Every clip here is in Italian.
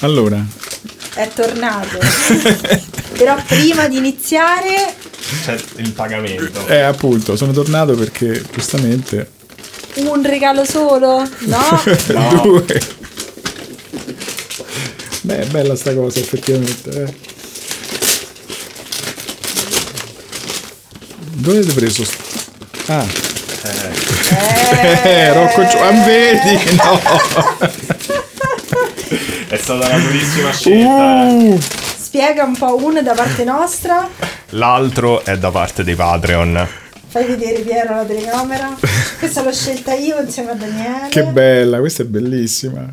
Allora, È tornato. Però prima di iniziare C'è Cioè, il pagamento. eh, appunto, sono tornato perché giustamente un regalo solo? No? No. Due. Beh, è bella sta cosa effettivamente. eh. Dove avete preso? st- Ah, eh, Rocco Gio- ah, Eh. vedi, no. È stata una bellissima scelta. eh. Uh, Spiega un po' uno da parte nostra. L'altro è da parte dei Patreon. Fai vedere Piero la telecamera. Questa l'ho scelta io insieme a Daniele. che bella, questa è bellissima.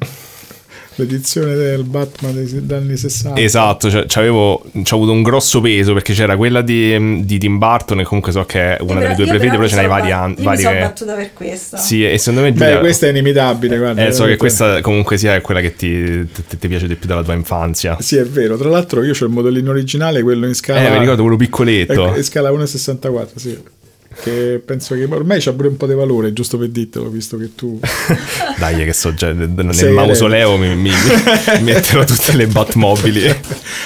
L'edizione del Batman degli anni 60. Esatto, cioè, c'avevo, c'ho avuto un grosso peso perché c'era quella di, mm, di Tim Burton e comunque so che è una delle due preferite, però ce n'hai vari anni. an- Io mi sono varie... battuta per Eh, questa. Sì, e secondo me Beh, Giulia- questa è inimitabile, guarda. eh, so che veramente. questa comunque sia quella che ti, ti- ti piace di più dalla tua infanzia. Sì, è vero. Tra l'altro io ho il modellino originale, quello in scala Eh, mi ricordo quello piccoletto. Ecco, in scala 1,64, sì. Che penso che ormai c'ha pure un po' di valore, giusto per ditelo, visto che tu Dai, che so già, nel Sei eh. mausoleo mi, mi, mi metterò tutte le Batmobili. Eh,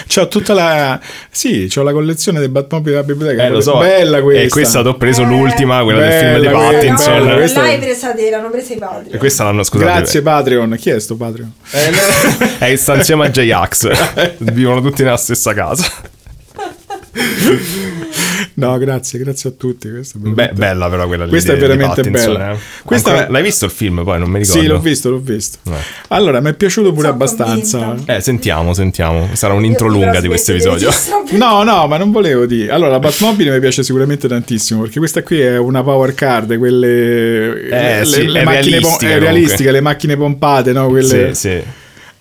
c'ho tutta la Sì, c'ho la collezione dei Batmobile della biblioteca. Eh, lo so. Eh, Bella questa. E questa t'ho preso Eh, l'ultima, quella del film di bella quella, Pattinson. Eh, bella. Non Questa- l'hai presa te, l'hanno presa i padri. E questa l'hanno, scusate. Grazie Patreon. Chi è sto Patreon? Eh, È sta insieme a Eh. J-Ax. Vivono tutti nella stessa casa. No, grazie, grazie a tutti. Questa è Beh, veramente- bella però quella lì. Questa è di- di veramente Pattinson, bella. eh. Questa- Ancora- L'hai visto il film poi? Non mi ricordo. Sì, l'ho visto, l'ho visto. Eh. Allora, mi è piaciuto pure Sono abbastanza. convinta. Eh, sentiamo, sentiamo. Sarà un'intro Io ti lunga però di questo smetto episodio. registrare. No, no, ma non volevo dire. Allora, la Batmobile mi piace sicuramente tantissimo perché questa qui è una power card, quelle le, Eh, sì, è macchine realistica, è realistiche, le macchine pompate, no? Quelle- Sì, sì.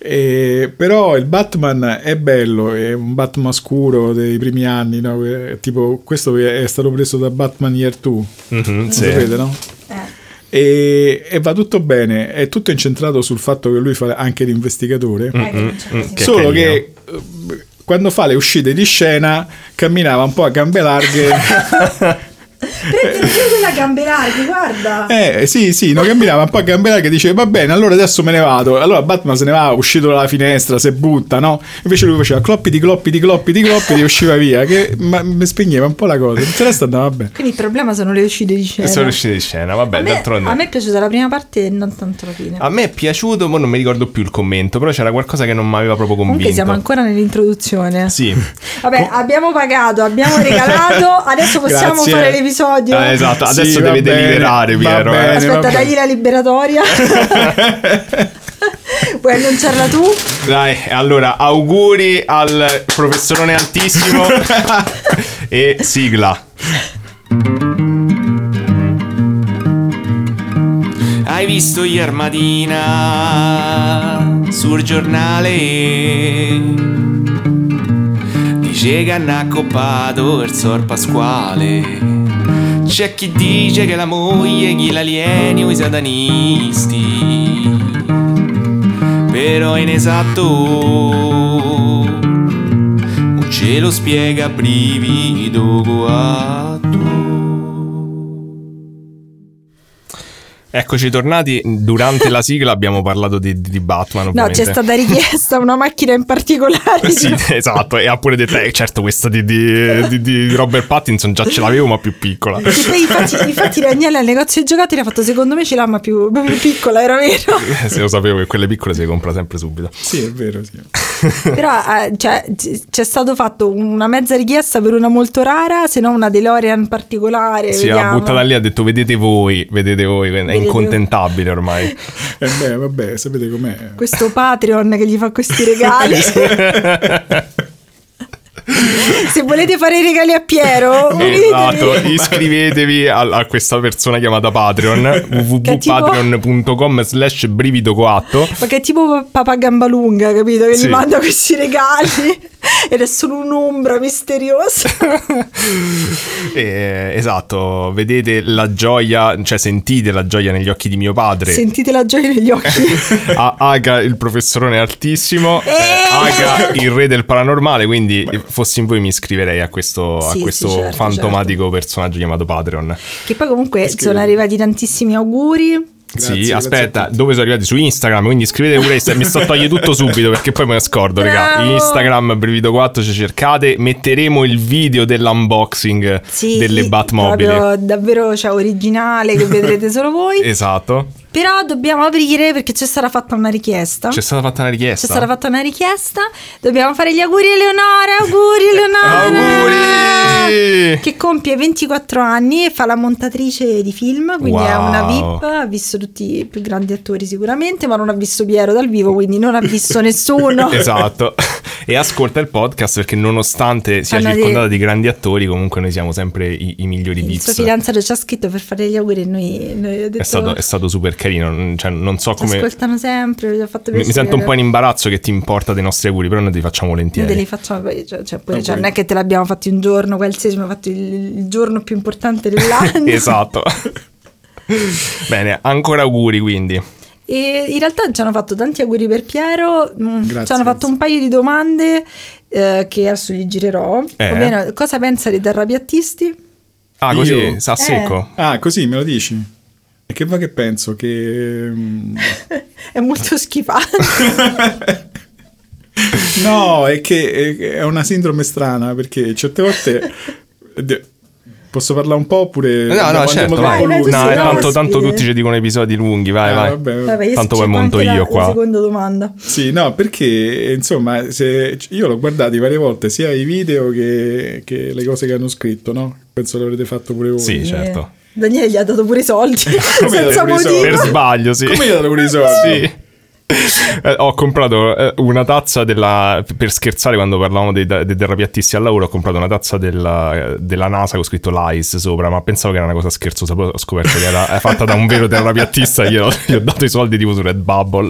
E- però il Batman è bello, è un Batman scuro dei primi anni, no? Eh, tipo questo è stato preso da Batman Year 2, Mhm, sì. sapete, no? Eh, E, e va tutto bene, è tutto incentrato sul fatto che lui fa anche l'investigatore. eh, che non c'è Mm, così. che- Solo carino. che eh, quando fa le uscite di scena camminava un po' a gambe larghe. mm. Prendilo pure quella gambe larghe, guarda. eh sì, sì, no, camminava un po' a gambe larghe e diceva va bene, allora adesso me ne vado. Allora Batman se ne va, uscito dalla finestra, si butta, no? Invece lui faceva cloppiti, cloppiti, cloppiti, cloppiti e usciva via, che ma, mi spegneva un po' la cosa. Tutto il resto andava bene. Quindi il problema sono le uscite di scena. Sono uscite di scena, a vabbè, me, d'altronde. Ah, a me è piaciuta la prima parte e non tanto la fine. A me è piaciuto, ma non mi ricordo più il commento, però c'era qualcosa che non mi aveva proprio convinto. Comunque siamo ancora nell'introduzione. Sì. Vabbè, abbiamo pagato, abbiamo regalato, adesso possiamo Grazie. fare l'episodio. Eh, esatto, Sì, adesso va devi bene, deliberare, va Piero. eh. bene. Aspetta, vabbè. dagli la liberatoria. Vuoi annunciarla tu? Dai, allora, auguri al professorone altissimo e sigla. Hai visto Iermadina sul giornale? Dice che hanno accoppato il sor Pasquale. C'è chi dice che la moglie gli l'alieni o i satanisti però è inesatto. Un cielo spiega brivido Eccoci tornati, durante la sigla abbiamo parlato di, di Batman No, ovviamente. c'è stata richiesta una macchina in particolare. Sì, esatto, e ha pure detto, eh, certo questa di, di- di- di Robert Pattinson già ce l'avevo ma più piccola. Che poi infatti, infatti Daniele al negozio dei giocattoli ha fatto secondo me ce l'ha ma più, più piccola, era vero? Se lo sapevo che quelle piccole si compra sempre subito. Sì, è vero, sì. Però eh, cioè, c- c'è stato fatto una mezza richiesta per una molto rara, se no una DeLorean particolare. Si era vediamo. buttata lì ha detto vedete voi, vedete voi, è Vedete voi. incontentabile ormai. E Eh, beh, vabbè, sapete com'è. Questo Patreon che gli fa questi regali. se volete fare i regali a Piero, unitevi. Esatto, iscrivetevi a, a questa persona chiamata Patreon www.patreon.com slash brivido coatto Ma che è tipo papà Gambalunga, capito? Che Sì. gli manda questi regali ed è solo un'ombra misteriosa. E, esatto vedete la gioia cioè sentite la gioia negli occhi di mio padre Sentite la gioia negli occhi. A- Aga il professorone altissimo eh, Eh! Aga il re del paranormale quindi eh, fossi in voi mi iscriverei a questo, a Sì, sì, questo certo, fantomatico personaggio chiamato Patreon Che poi comunque sono arrivati tantissimi auguri. Grazie, sì, grazie a aspetta, tutti. dove sono arrivati? Su Instagram, quindi scrivete pure Insta- mi sto togliendo tutto subito perché poi me ne scordo, raga. Bravo. Instagram, Brivido 4, ci cercate, metteremo il video dell'unboxing Sì, delle sì, Batmobile. Proprio davvero cioè, originale che vedrete solo voi. Esatto, Però dobbiamo aprire perché ci sarà fatta una richiesta. c'è stata fatta una richiesta. C'è stata fatta una richiesta. Dobbiamo fare gli auguri a Eleonora. Auguri Eleonora. Auguri! Che compie 24 anni e fa la montatrice di film, quindi è una Wow. VIP, ha visto tutti i più grandi attori sicuramente, ma non ha visto Piero dal vivo, quindi non ha visto nessuno. Esatto, e ascolta il podcast perché nonostante sia Fanno circondata di- di grandi attori, comunque noi siamo sempre i, i migliori Il suo vips. fidanzato ci ha scritto per fare gli auguri e noi, noi ho detto, È stato, è stato super carino, n- cioè, non so "Ci come... ascoltano sempre, vi ho fatto Mi, mi piacere". sento un po' in imbarazzo che ti importa dei nostri auguri, però noi ti facciamo Noi volentieri. te li facciamo poi, cioè, cioè, pure- cioè, non è che te l'abbiamo fatti un giorno qualsiasi, abbiamo fatto il, il giorno più importante dell'anno. esatto. Bene, ancora auguri quindi. E in realtà ci hanno fatto tanti auguri per Piero, mm, Grazie, ci hanno fatto grazie. un paio di domande eh, che adesso gli girerò, Eh. ovvero cosa pensa dei arrabbiattisti? Ah, Io? così, sa Eh. secco. Ah, così me lo dici? E che va che penso? Che... mm, È molto schifante. No, è che è- è una sindrome strana perché certe volte... de- Posso parlare un po' oppure... No, no, andiamo certo, troppo vai. vai, lunghi? No, vai, è vai. tanto, tanto tutti ci dicono episodi lunghi, vai, eh. Ah, vai. vabbè. Vabbè, io se Tanto poi cerco monto anche la- io la qua. seconda domanda. Sì, no, perché insomma, se- io l'ho guardati varie volte, sia i video che, che le cose che hanno scritto, no? Penso che l'avrete fatto pure voi. Sì, certo. Eh, Daniele gli ha dato pure i soldi, gli ha senza dato pure i soldi? motivo. Per sbaglio, sì. Come gli ho dato pure i soldi? Sì. Eh, ho comprato eh, una tazza della. Per scherzare, quando parlavamo dei, dei terapiattisti al lavoro, ho comprato una tazza della, della NASA con scritto LICE sopra, ma pensavo che era una cosa scherzosa. Poi ho scoperto che era è fatta da un vero terapiattista. Gli ho, gli ho dato i soldi tipo su Red Bubble.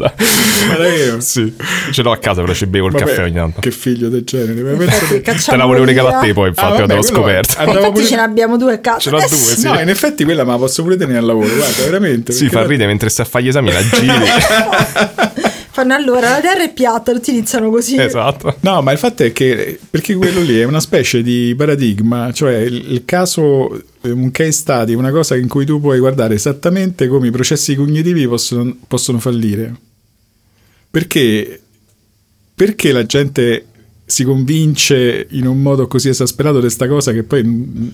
Ma davvero? Sì. Ce l'ho a casa, però ci bevo il Vabbè, caffè ogni tanto. Che figlio del genere. ma penso- Infatti, Te cacciamo la volevo via. regalare a te, poi, Ah, infatti, vabbè, quando l'ho quello è. Ah, scoperta. Eh, Andavo Infatti pure- ce ne abbiamo due cazzo. Ce l'ho due, sì. No, in effetti quella me la posso pure tenere al lavoro, guarda, veramente. Sì, perché fa la- ridere mentre stai a fare gli esami, la giri. Fanno allora, la terra è piatta, tutti iniziano così. esatto. No, ma il fatto è che perché quello lì è una specie di paradigma, cioè il, il caso, eh, un case study, una cosa in cui tu puoi guardare esattamente come i processi cognitivi possono, possono fallire. Perché, perché la gente si convince in un modo così esasperato di questa cosa che poi mm,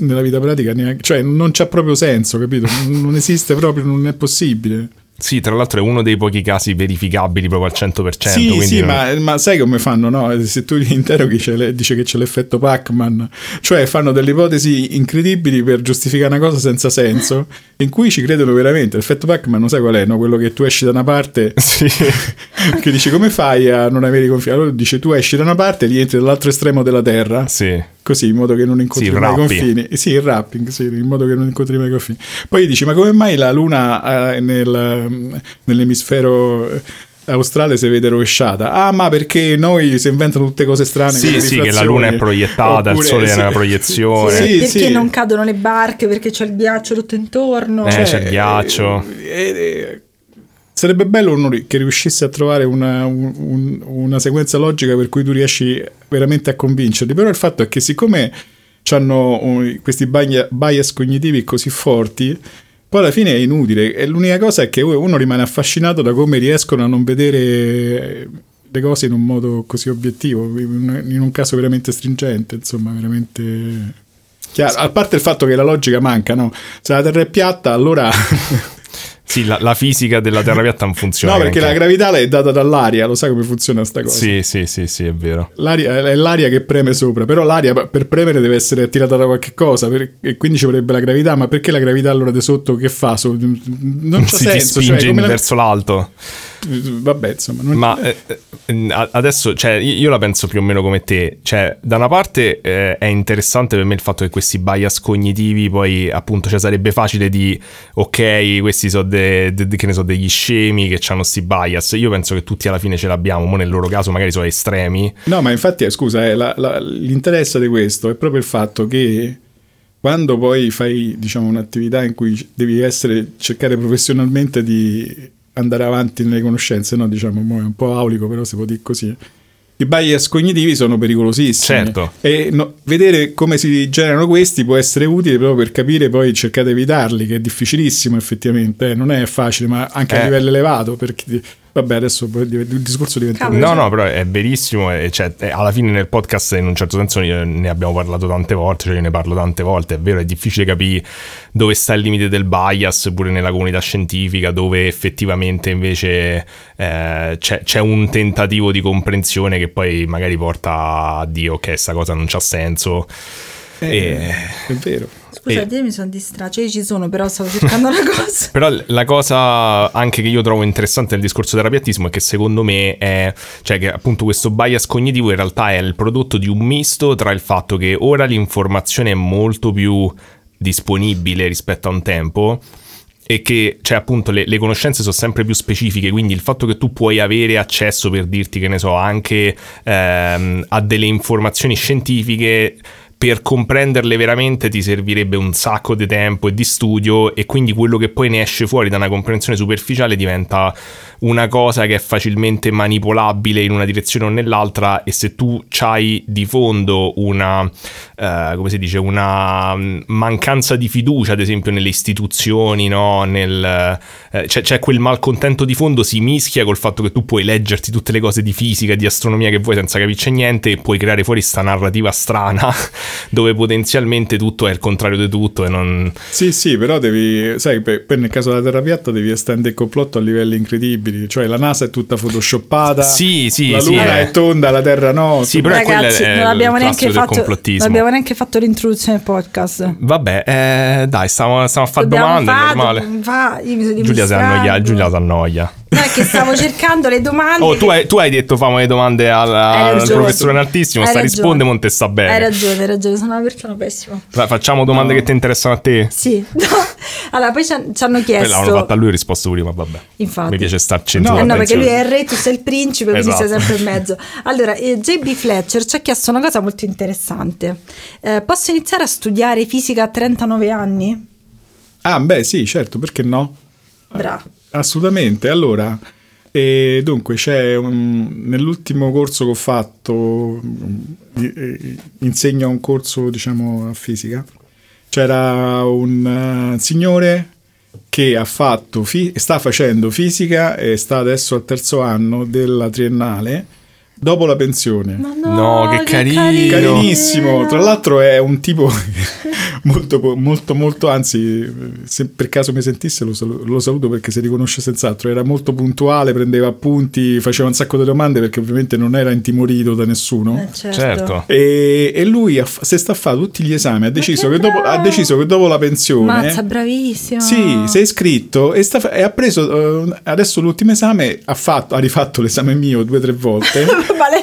nella vita pratica neanche, cioè non c'ha proprio senso, capito? Non non esiste proprio, non è possibile. Sì, tra l'altro è uno dei pochi casi verificabili proprio al 100%. Sì, Certo, quindi sì, non- ma, ma sai come fanno? No? Se tu li interroghi c'è le- dice che c'è l'effetto Pac-Man, cioè fanno delle ipotesi incredibili per giustificare una cosa senza senso, in cui ci credono veramente. L'effetto Pac-Man, non sai qual è? No? Quello che tu esci da una parte, Sì. che dici come fai a non avere i confini? Allora dice tu esci da una parte e rientri dall'altro estremo della Terra. Sì. Eh, Così, in modo che non incontri Sì, mai i rappi. confini. Eh, Sì, il rapping, sì, in modo che non incontri mai i confini. Poi dici, ma come mai la luna eh, nel, mm, nell'emisfero eh, australe si vede rovesciata? Ah, ma perché noi si inventano tutte cose strane. Sì, con le sì, che la riflessioni. luna è proiettata, il sole è una proiezione. Sì, Eh, perché sì. non cadono le barche? Perché c'è il ghiaccio tutto intorno? Eh, Cioè, c'è il ghiaccio. eh, eh, sarebbe bello uno ri- che riuscisse a trovare una, un- un- una sequenza logica per cui tu riesci veramente a convincerli. Però il fatto è che siccome hanno questi bagna- bias cognitivi così forti, poi alla fine è inutile. E l'unica cosa è che uno rimane affascinato da come riescono a non vedere le cose in un modo così obiettivo, in in un caso veramente stringente, insomma, veramente... Chiaro, a parte il fatto che la logica manca, no? Se la Terra è piatta, allora... Sì, la, la fisica della terra piatta non funziona. no, perché la neanche. gravità è data dall'aria, lo sai come funziona sta cosa? Sì, sì, sì, sì, è vero. L'aria, è l'aria che preme sopra, però l'aria per- per premere deve essere attirata da qualche cosa, per- e quindi ci vorrebbe la gravità, ma perché la gravità allora di sotto che fa? So- non c'è si ti senso, spinge cioè, come la- verso l'alto. Vabbè, insomma, non- Ma eh, eh, a- adesso, cioè, io io la penso più o meno come te. Cioè, da una parte eh, è interessante per me il fatto che questi bias cognitivi poi, appunto, cioè, sarebbe facile di, ok, questi sono che ne so, degli scemi che hanno questi bias. Io penso che tutti alla fine ce l'abbiamo, mo nel loro caso magari sono estremi. No, ma infatti, eh, scusa, eh, la- la- l'interesse di questo è proprio il fatto che quando poi fai, diciamo, un'attività in cui devi essere, cercare professionalmente di andare avanti nelle conoscenze, no? Diciamo, mo è un po' aulico, però si può dire così. i bias cognitivi sono pericolosissimi. Certo. E no- vedere come si generano questi può essere utile proprio per capire poi cercate di evitarli, che è difficilissimo effettivamente, eh, non è facile, ma anche a Eh. livello elevato. Perché, vabbè, adesso poi div- il discorso diventa... Cavolo. No, no, però è verissimo. e, cioè, e alla fine nel podcast, in un certo senso, io- ne abbiamo parlato tante volte. Cioè, io ne parlo tante volte. È vero, è difficile capire dove sta il limite del bias, pure nella comunità scientifica, dove effettivamente invece eh, c'è, c'è un tentativo di comprensione che poi magari porta a dire ok, sta cosa non c'ha senso. Eh, È vero. Scusate, io mi sono distratta, cioè, io ci sono, però stavo cercando una cosa. Però l- la cosa anche che io trovo interessante del discorso terapiattismo è che secondo me è, cioè che appunto questo bias cognitivo in realtà è il prodotto di un misto tra il fatto che ora l'informazione è molto più disponibile rispetto a un tempo e che cioè appunto le, le conoscenze sono sempre più specifiche, quindi il fatto che tu puoi avere accesso per dirti che ne so anche ehm, a delle informazioni scientifiche per comprenderle veramente ti servirebbe un sacco di tempo e di studio e quindi quello che poi ne esce fuori da una comprensione superficiale diventa una cosa che è facilmente manipolabile in una direzione o nell'altra e se tu hai di fondo una, eh, come si dice, una mh, Ehm, mancanza di fiducia ad esempio nelle istituzioni, no? Nel, eh, c'è, c'è quel malcontento di fondo si mischia col fatto che tu puoi leggerti tutte le cose di fisica, di astronomia che vuoi senza capirci niente e puoi creare fuori sta narrativa strana dove potenzialmente tutto è il contrario di tutto e non... Sì, sì, però devi, sai, per, per nel caso della Terra piatta devi estendere il complotto a livelli incredibili, cioè la NASA è tutta photoshoppata, Sì, sì, la sì, Luna eh. è tonda, la Terra no. Sì, però Ragazzi, quello è non abbiamo, il neanche classico del fatto, non complottismo. abbiamo neanche fatto l'introduzione del podcast. Vabbè, eh, dai, stiamo, stiamo a fare Dobbiamo domande, è fare, normale. dobbiamo fare, io mi sono Giulia si dimostrato. annoia, Giulia si annoia. No, è che stavo cercando le domande. Oh, tu che- hai, tu hai detto famo le domande al, Hai al ragione. professore Nartissimo, Hai sta ragione. risponde Monte sta bene. Hai ragione, hai ragione, sono una persona pessima. Fa- Facciamo domande che ti interessano a te. Sì. No. Allora, poi ci han- ci hanno Quella l'hanno chiesto... fatta a lui, ho risposto pure, ma vabbè. Infatti. Mi piace starci in No, giro, Eh no, perché attenzione. lui è il re, tu sei il principe, quindi Esatto. sei sempre in mezzo. Allora, eh, JB Fletcher ci ha chiesto una cosa molto interessante. Eh, posso iniziare a studiare fisica a 39 anni? Ah, beh, sì, certo, perché no? Bra. Assolutamente. Allora, e dunque, c'è un- nell'ultimo corso che ho fatto, mm, di- eh, insegno un corso, diciamo, a fisica, c'era un eh, signore che ha fatto, fi- sta facendo fisica e sta adesso al terzo anno della triennale, dopo la pensione. Ma No, che carino. Carinissimo, Eh, tra l'altro è un tipo molto, molto, molto, anzi, se per caso mi sentisse lo, salu- lo saluto perché si riconosce senz'altro, era molto puntuale, prendeva appunti, faceva un sacco di domande perché ovviamente non era intimorito da nessuno. Eh, certo. Certo. E, e lui ha f- si sta a fare tutti gli esami, ha deciso, che che dopo, ha bravo! deciso che dopo la pensione... Mazza, bravissimo. Sì, si è iscritto e, sta fa- e ha preso, eh, adesso l'ultimo esame, ha, fatto, ha rifatto l'esame mio due o tre volte. Vale-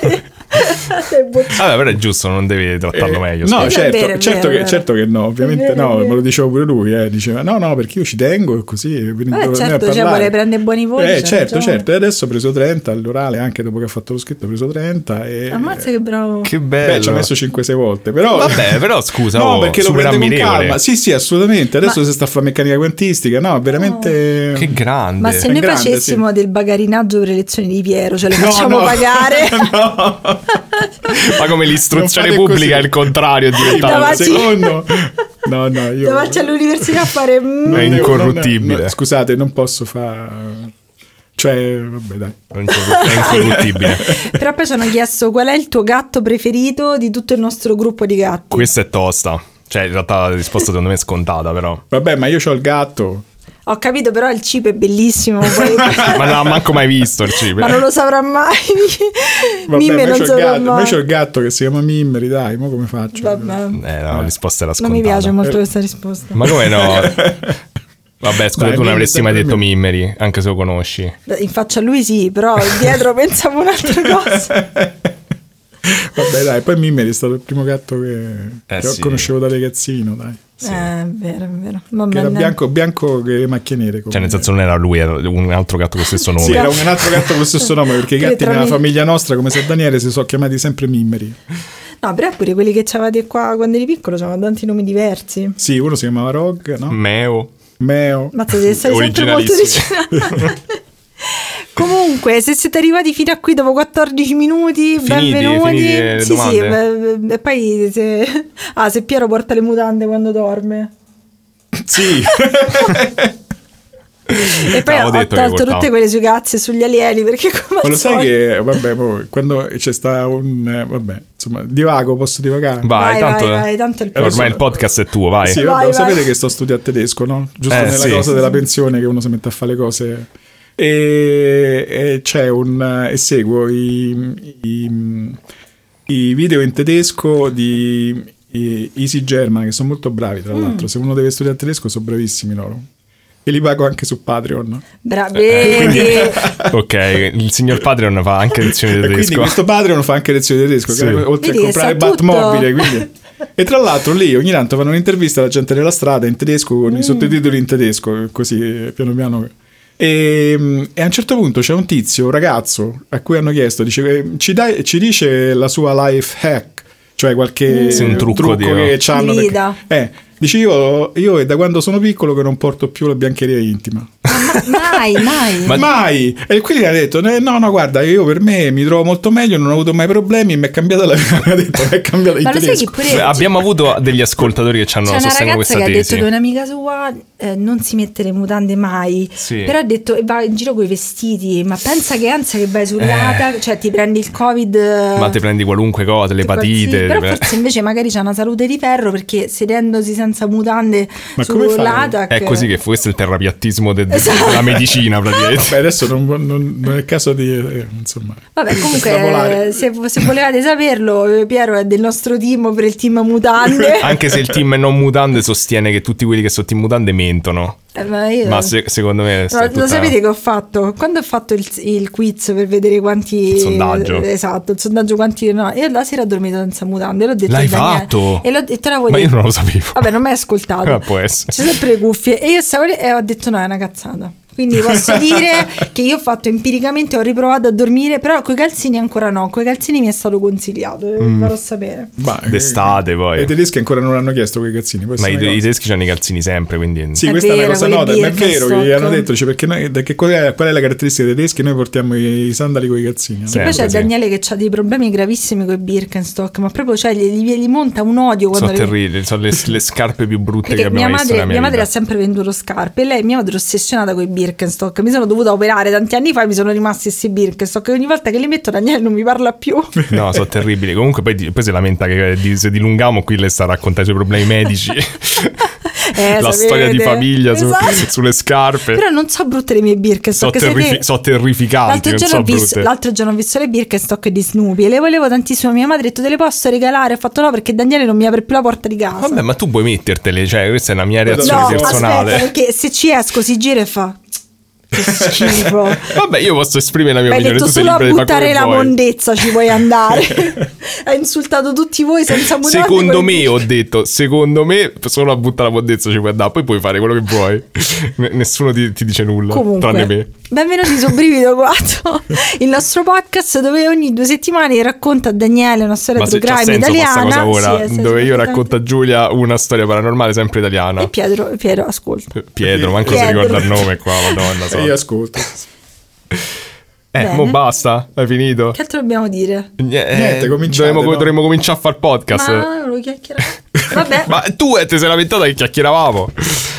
Sei Eh, bocciato. Vabbè, però è giusto, non devi trattarlo Eh, meglio. No, scusa. È certo, vero, è certo, vero, che, è certo che no, ovviamente vero, è no, vero. me lo diceva pure lui, eh, diceva no, no, perché io ci tengo e così. eh, venite Eh, da me a certo, cioè, parlare." vuole prendere buoni cioè, voti, Eh, c'ha certo, ragione. certo, e adesso ho preso 30 all'orale, anche dopo che ha fatto lo scritto ho preso 30 e... Eh, Ammazza che bravo. Che bello. Beh, ci ho messo 5-6 volte, però... Vabbè, però scusa, no, oh, perché lo super prende con ammirevole. calma. Sì, sì, assolutamente. Adesso si sta a fare meccanica quantistica, no, veramente... Oh. Che grande. Ma se è noi grande, facessimo del bagarinaggio per le lezioni di Piero, cioè le No, facciamo no. pagare no. Ma come l'istruzione Non fate pubblica così. è il contrario, è diventato... Davanti- Secondo... No, no, io... davanti all'università a fare... mm, Non È devo- incorruttibile. non- no, scusate, non posso fare. Cioè, vabbè, dai. È incorru- è incorruttibile. Però poi ci hanno chiesto qual è il tuo gatto preferito di tutto il nostro gruppo di gatti. Questa è tosta. Cioè, in realtà la risposta secondo me è scontata, però. Vabbè, ma io ho il gatto. Ho capito, però il cibo è bellissimo. poi- Ma non l'ha manco mai visto il cibo. ma non lo saprà mai. Vabbè, ma Mime non io c'ho il saprà gatto, ma mai. io c'ho il gatto che si chiama Mimmeri, dai, ma come faccio? Vabbè, Eh, no, la risposta era non scontata. mi piace molto Eh. questa risposta. Ma come no? Vabbè, scusa, Dai, tu non Mimmeri avresti mai sempre detto Mimmeri, anche se lo conosci. Beh, In faccia a lui sì, però dietro pensavo un'altra cosa. Vabbè, dai, poi Mimmeri è stato il primo gatto che, Eh, che ho- sì. conoscevo da ragazzino, dai. Sì. Eh, è vero, è vero. Vabbè, Che era dai. bianco, bianco che macchie nere. come- Cioè, nel senso, non era lui, era un altro gatto con lo stesso nome. Sì, era un altro gatto con lo stesso nome, perché i Che gatti tra nella mi- famiglia nostra, come San Daniele, si sono chiamati sempre Mimmeri. No, però pure quelli che c'avate qua quando eri piccolo c'avevano tanti nomi diversi. Sì, uno si chiamava Rog, no? Meo. Meo. Mazza, devi essere sempre molto Originalissimi. vicino. Comunque, Comunque, se siete arrivati fino a qui dopo 14 minuti, Finiti, benvenuti. finite le sì, sì, domande? eh, e poi se... Ah, se Piero porta le mutande quando dorme. Sì. E poi No, Ah, ho ho, detto che tolto portavo. tutte quelle sue cazze sugli alieni perché come Ma al lo sai solito- che, vabbè, poi, quando c'è sta un... eh, Vabbè, insomma, divago, posso divagare? Vai, Vai, tanto, eh. vai, vai, tanto il ormai prossimo. il podcast è tuo, vai. Sì, Vai, vabbè, vai. lo sapete che sto studiando tedesco, no? Giusto Eh, nella sì. cosa della pensione che uno si mette a fare le cose. E, e c'è un... e seguo i, i, i video in tedesco di i- Easy German, che sono molto bravi, Mm. tra l'altro. Se uno deve studiare tedesco, sono bravissimi loro. E li pago anche su Patreon. Bra- vedi. ok, il signor Patreon fa anche lezioni di E quindi tedesco. questo Patreon fa anche lezioni di tedesco, Sì. che, oltre Vedi a che sa comprare tutto. Batmobile. Quindi. E tra l'altro lì ogni tanto fanno un'intervista alla gente della strada in tedesco Mm. con i sottotitoli in tedesco, così eh, piano piano. E, e a un certo punto c'è un tizio, un ragazzo, a cui hanno chiesto, dice, "Eh, ci, dai- ci dice la sua life hack, cioè qualche Mm. Sì, un trucco, Dio. che hanno. Guida. Eh, dice io, io è da quando sono piccolo che non porto più la biancheria intima. mai, mai. Ma- Mai! E quindi ha detto: "Eh, No, no, guarda, io per me mi trovo molto meglio, non ho avuto mai problemi. Mi è cambiata la vita. Ha detto, mi è cambiata il Ma lo sai che tedesco. pure Beh, Abbiamo avuto degli ascoltatori che ci hanno c'è una sostenuto ragazza questa che ha tesi. detto che un'amica sua eh, non si mette le mutande mai, Sì. però ha detto e va in giro con i vestiti, ma pensa che ansia che vai sull'ata, cioè ti prendi il covid. eh, Eh. Ma te prendi qualunque cosa, le che patite. qualsiasi- Però forse invece magari c'ha una salute di ferro perché sedendosi senza mutande ecco. Ma come fai? sull'atac È così che fu- questo è il terrapiattismo de- de- Esatto. della medicina, praticamente. Vabbè, adesso non, non- non è il caso di. eh, insomma. Vabbè, comunque, estrapolare. eh, se, se volevate saperlo, eh, Piero è del nostro team per il team mutande. Anche se il team non mutande sostiene che tutti quelli che sono team mutande mentono. Eh, ma io- Ma se- secondo me... Lo, sta lo Eh, tutta- sapete che ho fatto? Quando ho fatto il, il quiz per vedere quanti. Il sondaggio. Esatto, il sondaggio quanti. No, io la sera ho dormito senza mutande. L'ho detto L'hai a Daniele. fatto? E l'ho detto l'avevo Ma io detto. non lo sapevo. Vabbè, non mi hai ascoltato. Eh, può essere. C'è sempre le cuffie. E io stavo lì e ho detto: no, è una cazzata. Quindi posso dire che io ho fatto empiricamente, ho riprovato a dormire, però coi calzini ancora no. Coi calzini mi è stato consigliato, eh, Mm. vi farò sapere. Ma, eh, D'estate, poi. E i tedeschi ancora non hanno chiesto quei cazzini. questa Ma è i, una i cosa. tedeschi hanno i calzini sempre, quindi... Sì, È questa è vero, una cosa quelli nota, ma è Birkenstock. vero che gli hanno detto dice, perché noi, da che- qual, è, qual è la caratteristica dei tedeschi? Noi portiamo i sandali con i cazzini. Sì. no? Poi c'è Sempre, sì. Daniele che ha dei problemi gravissimi con i Birkenstock, ma proprio cioè, gli, gli- gli monta un odio quando Sono le- terribili, sono le, le scarpe più brutte che Perché abbiamo mia visto madre, nella mia mia madre ha vita. sempre venduto scarpe e lei, mia madre, è ossessionata con i Birkenstock. Mi sono dovuta operare tanti anni fa e mi sono rimasti questi Birkenstock. E ogni volta che li metto, Daniele non mi parla più. No, sono terribili. Comunque poi, di- poi si lamenta che eh, di- se dilunghiamo qui le sta a raccontare i suoi problemi medici. Eh, La sapete. storia di famiglia su- Esatto. sulle scarpe. Però non so brutte le mie sono, Birkenstock. se terrifi- te- sono terrificanti. L'altro non giorno, so ho visto, brutte. l'altro giorno ho visto le Birkenstock di Snoopy e le volevo tantissimo. Mia madre ha detto: Te le posso regalare? Ho fatto no perché Daniele non mi apre più la porta di casa. Vabbè, ma tu puoi mettertele, cioè, questa è una mia reazione no, personale. aspetta, perché se ci esco si gira e fa. Che schifo. Vabbè, io posso esprimere la mia Mi hai opinione. detto Tu sei solo a libero di fare buttare come la vuoi. mondezza ci vuoi andare. Hai insultato tutti voi senza mutare. Secondo me, ho detto, secondo me, solo a buttare la mondezza ci puoi andare, poi puoi fare quello che vuoi. N- Nessuno ti, ti dice nulla, tranne Comunque, me. benvenuti su Brivido 4, il nostro podcast dove ogni due settimane racconta a Daniele una storia Ma true se c'ha crime senso questa italiana. cosa ora, Sì, sì, dove io assolutamente. racconto a Giulia una storia paranormale sempre italiana. E Pietro, Piero, ascolta. Pietro, manco si Pietro. ricorda il nome qua, madonna. so. E io ascolto. Eh, Bene. mo basta, hai finito. Che altro dobbiamo dire? Niente, Niente, cominciate, dovremmo, no? dovremmo cominciare a far podcast. Ma non lo chiacchierare. Vabbè, Ah, Ma tu eh, ti sei lamentata che chiacchieravamo.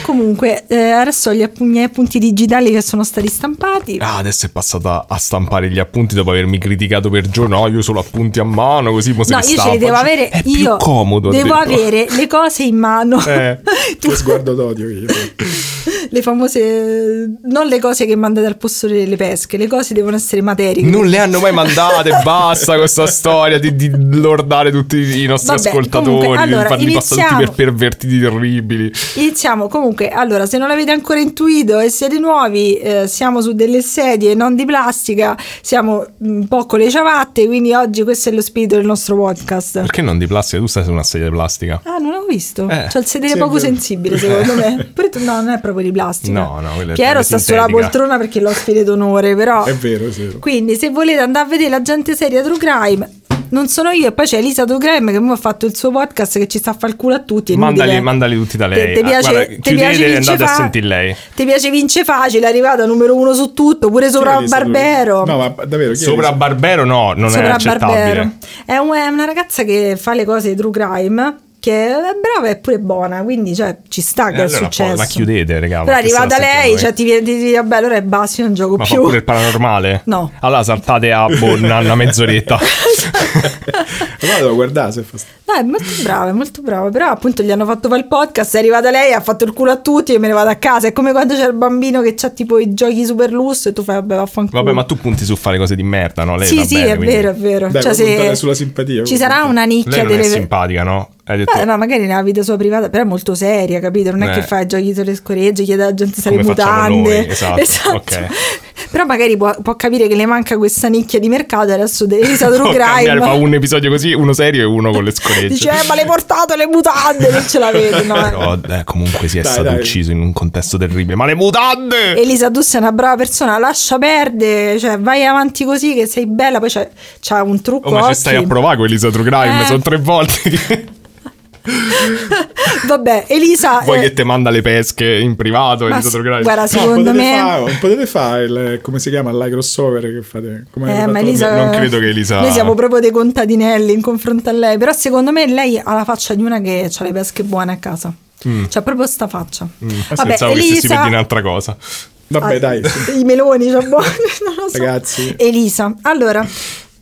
comunque, eh, adesso ho gli app- i miei appunti digitali che sono stati stampati. Ah, adesso è passata a stampare gli appunti dopo avermi criticato per giorni. No, io solo appunti a mano, così mo se No, li io ce li stampo. devo Cioè, avere. È più io comodo. ha devo detto. avere le cose in mano. Eh, Tu- Che sguardo d'odio. Io. le famose. Non le cose che mandate al posto delle pesche, le cose devono essere materiche. Non le hanno mai mandate, basta questa storia di, di lordare tutti i nostri Vabbè, ascoltatori, comunque, allora, di farli passare tutti per iniziamo. pervertiti terribili. Iniziamo comunque. Allora, se non l'avete ancora intuito e siete nuovi, eh, siamo su delle sedie non di plastica, siamo un po' con le ciabatte. Quindi oggi questo è lo spirito del nostro podcast. Perché non di plastica? Tu stai su una sedia di plastica. Ah, non l'avevo visto. Eh, C'è il sedere sì, è poco vero. sensibile, secondo me. Pure tu- no, non è proprio di plastica. No, no, quella Piero è proprio sta sulla sintetica. poltrona perché è l'ospite d'onore, però. È vero, è vero. Quindi, se volete andare a vedere la gente seria True Crime, non sono io. E poi c'è Elisa Dogrem che mo ha fatto il suo podcast che ci sta a far culo a tutti. è Mandali, inutile. mandali tutti da lei. Te, te Ah, piace, guarda, te chiudete piace e vince andate a fa- sentire lei. Ti piace vince facile, è arrivata numero uno su tutto, pure sopra Elisa Barbero. Dogrem? No, ma davvero. chi è Sopra Elisa? Barbero no, non è sopra Barbero. accettabile. È, un- è una ragazza che fa le cose di true crime, che è brava e pure buona, quindi cioè, ci sta Eh, che è allora, successo. ma chiudete, raga, ma Però è che stiamo arrivata sempre lei, noi? cioè, ti viene di dire, vabbè, allora è basta, io non gioco Ma fa più. pure il paranormale? No. Allora saltate a Bonna una mezz'oretta. Allora devo guardare se fa No, è molto brava, è molto brava. Però appunto gli hanno fatto fare il podcast, è arrivata lei, ha fatto il culo a tutti e me ne vado a casa. È come quando c'è il bambino che ha tipo i giochi super lusso e tu fai vabbè vaffanculo. Vabbè, ma tu punti su fare cose di merda, no? Lei sì, va sì, bene, è quindi- vero, è vero. Dai, cioè, puoi puntare se sulla simpatia, Ci puoi sarà puntare. una Lei nicchia non è delle simpatica, no? Hai detto Beh, ma magari nella vita sua privata, però è molto seria, capito? Non è Eh. che fa giochi sulle scoregge, chiede alla gente se le Come facciamo noi, mutande. esatto, ok. Però magari può, può capire che le manca questa nicchia di mercato e adesso devi può cambiare, fa Crime. un episodio così, uno serio e uno con le scoregge. Dice, eh, ma le portate le mutande, non ce l'avete. No, eh. Però, eh, comunque si è Dai, stato dai. ucciso in un contesto terribile. Ma le mutande! Elisa Duss è una brava persona, lascia perdere, cioè vai avanti così che sei bella, poi c'è, c'ha un trucco Oh, ma occhi. ci stai a provare con Elisa True Crime? Eh. Sono tre volte che Vabbè, Elisa vuoi eh, che te manda le pesche in privato. ma Elisa s- True Crime. Eh, guarda, No, Ah, secondo potete me fa- potete fare il come si chiama la crossover che fate come avete Eh, fatto ma con- Elisa, non credo che Elisa- Noi siamo proprio dei contadinelli in confronto a lei. Però secondo me lei ha la faccia di una che ha le pesche buone a casa. Mm. C'ha proprio sta faccia. Vabbè, Pensavo Mm. Eh, che stessi per dire Elisa. un'altra cosa. Ah, vabbè dai I meloni c'ha buoni, non lo so. Ragazzi. Elisa, allora.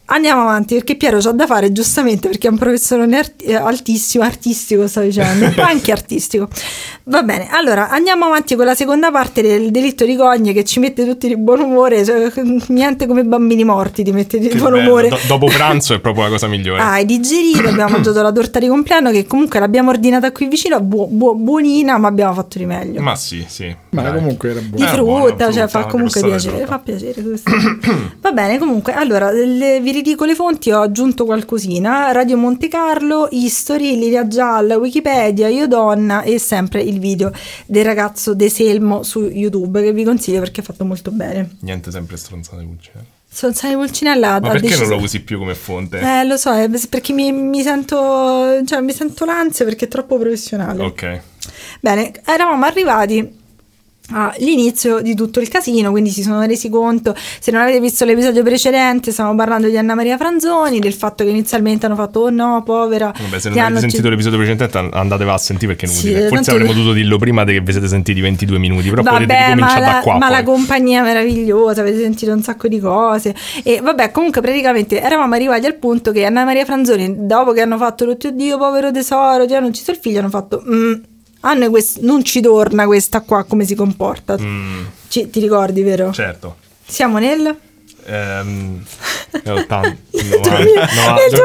Andiamo avanti perché Piero c'ha da fare giustamente perché è un professorone art- eh, altissimo, artistico sto dicendo, un po' anche artistico. Va bene, allora andiamo avanti con la seconda parte del delitto di Cogne che ci mette tutti di buon umore, cioè, niente come bambini morti ti mette di Che buon bello. umore. Do- eh. dopo pranzo è proprio la cosa migliore. Ah, hai digerito, abbiamo mangiato la torta di compleanno che comunque l'abbiamo ordinata qui vicino, buo- buo- buonina, ma abbiamo fatto di meglio. Ma sì, sì. ma dai. comunque era Di buono Eh, frutta, buona, frutta, cioè fa una comunque crostata di piacere, frutta. fa piacere questo. Va bene, comunque, allora, le- vi ridico le fonti, ho aggiunto qualcosina, Radio Monte Carlo, History, Lilia Gialla, Wikipedia, Io Donna e sempre il video del ragazzo De Selmo su YouTube che vi consiglio perché è fatto molto bene. Niente sempre stronzate cucine. Sonzani Pulcinella ha- Ma ha perché deciso- non lo usi più come fonte? Eh, lo so, è perché mi, mi sento. Cioè, mi sento l'ansia perché è troppo professionale. Ok. Bene, eravamo arrivati. All'inizio di tutto il casino, quindi si sono resi conto. Se non avete visto l'episodio precedente, stavamo parlando di Anna Maria Franzoni, del fatto che inizialmente hanno fatto: Oh no, povera. Vabbè, se ti non avete hanno sentito ucciso- l'episodio precedente and- andatevelo a sentire perché è Sì, inutile. Forse tanto- avremmo dovuto dirlo prima de- che vi siete sentiti 22 minuti, però potete Vabbè, ma ricominciare la, da qua. ma poi. la compagnia meravigliosa, avete sentito un sacco di cose. E vabbè, comunque praticamente eravamo arrivati al punto che Anna Maria Franzoni, dopo che hanno fatto tutti, oddio, povero tesoro, ti hanno ucciso il figlio, hanno fatto... "Mm, a noi quest- non ci torna questa qua come si comporta. Mm, Ci- ti ricordi, vero? certo. Siamo nel... nel Ehm, 80, 90, 2000 nel 2002,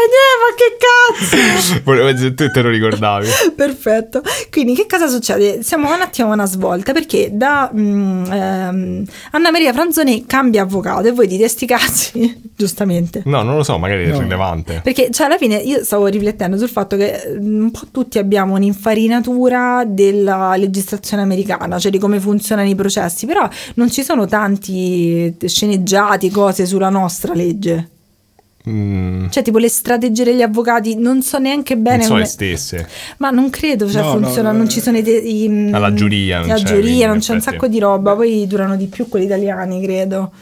Daniele, ma che cazzo! 2000. Volevo- se te, te lo ricordavi. Perfetto. Quindi che cosa succede? Siamo un attimo a una svolta perché da mm, ehm, Anna Maria Franzoni cambia avvocato e voi dite sti cazzi, giustamente. No, non lo so, magari è No. rilevante. Perché cioè, alla fine io stavo riflettendo sul fatto che eh, un po' tutti abbiamo un'infarinatura della legislazione americana, cioè di come funzionano i processi, però non ci sono tanti sceneggiati, cose sulla nostra legge. Mm, Cioè tipo le strategie degli avvocati, non so neanche bene non so come... le stesse. Ma non credo, cioè No, funziona, no, non eh. ci sono i, te- i- mm, Ah, la giuria non la c'è, giuria, quindi, non in c'è un effetti. sacco di roba, poi durano di più quelli italiani, credo.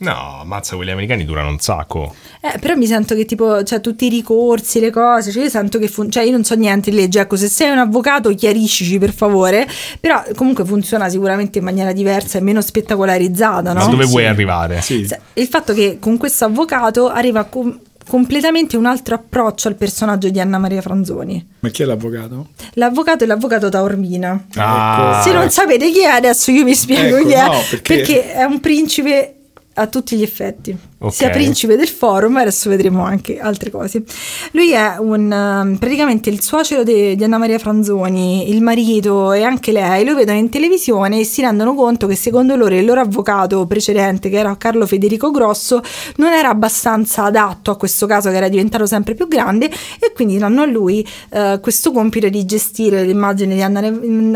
No, mazza, quelli americani durano un sacco. Eh, però mi sento che tipo, cioè tutti i ricorsi, le cose, cioè io sento che fun- cioè io non so niente di legge, ecco, se sei un avvocato chiariscici per favore, però comunque funziona sicuramente in maniera diversa e meno spettacolarizzata, no? Ma dove Sì. vuoi arrivare? sì Sa- Il fatto che con questo avvocato arriva com- completamente un altro approccio al personaggio di Anna Maria Franzoni. ma chi è l'avvocato? L'avvocato è l'avvocato Taormina. Ah, Se Eh, non sapete chi è, adesso io vi spiego Ecco, chi è. no, perché... perché- è un principe a tutti gli effetti. Ok. Sia principe del forum, adesso vedremo anche altre cose. Lui è un ehm, praticamente il suocero de- di Anna Maria Franzoni, il marito e anche lei. Lo vedono in televisione e si rendono conto che secondo loro il loro avvocato precedente, che era Carlo Federico Grosso, non era abbastanza adatto a questo caso che era diventato sempre più grande e quindi danno a lui eh, questo compito di gestire l'immagine di Anna,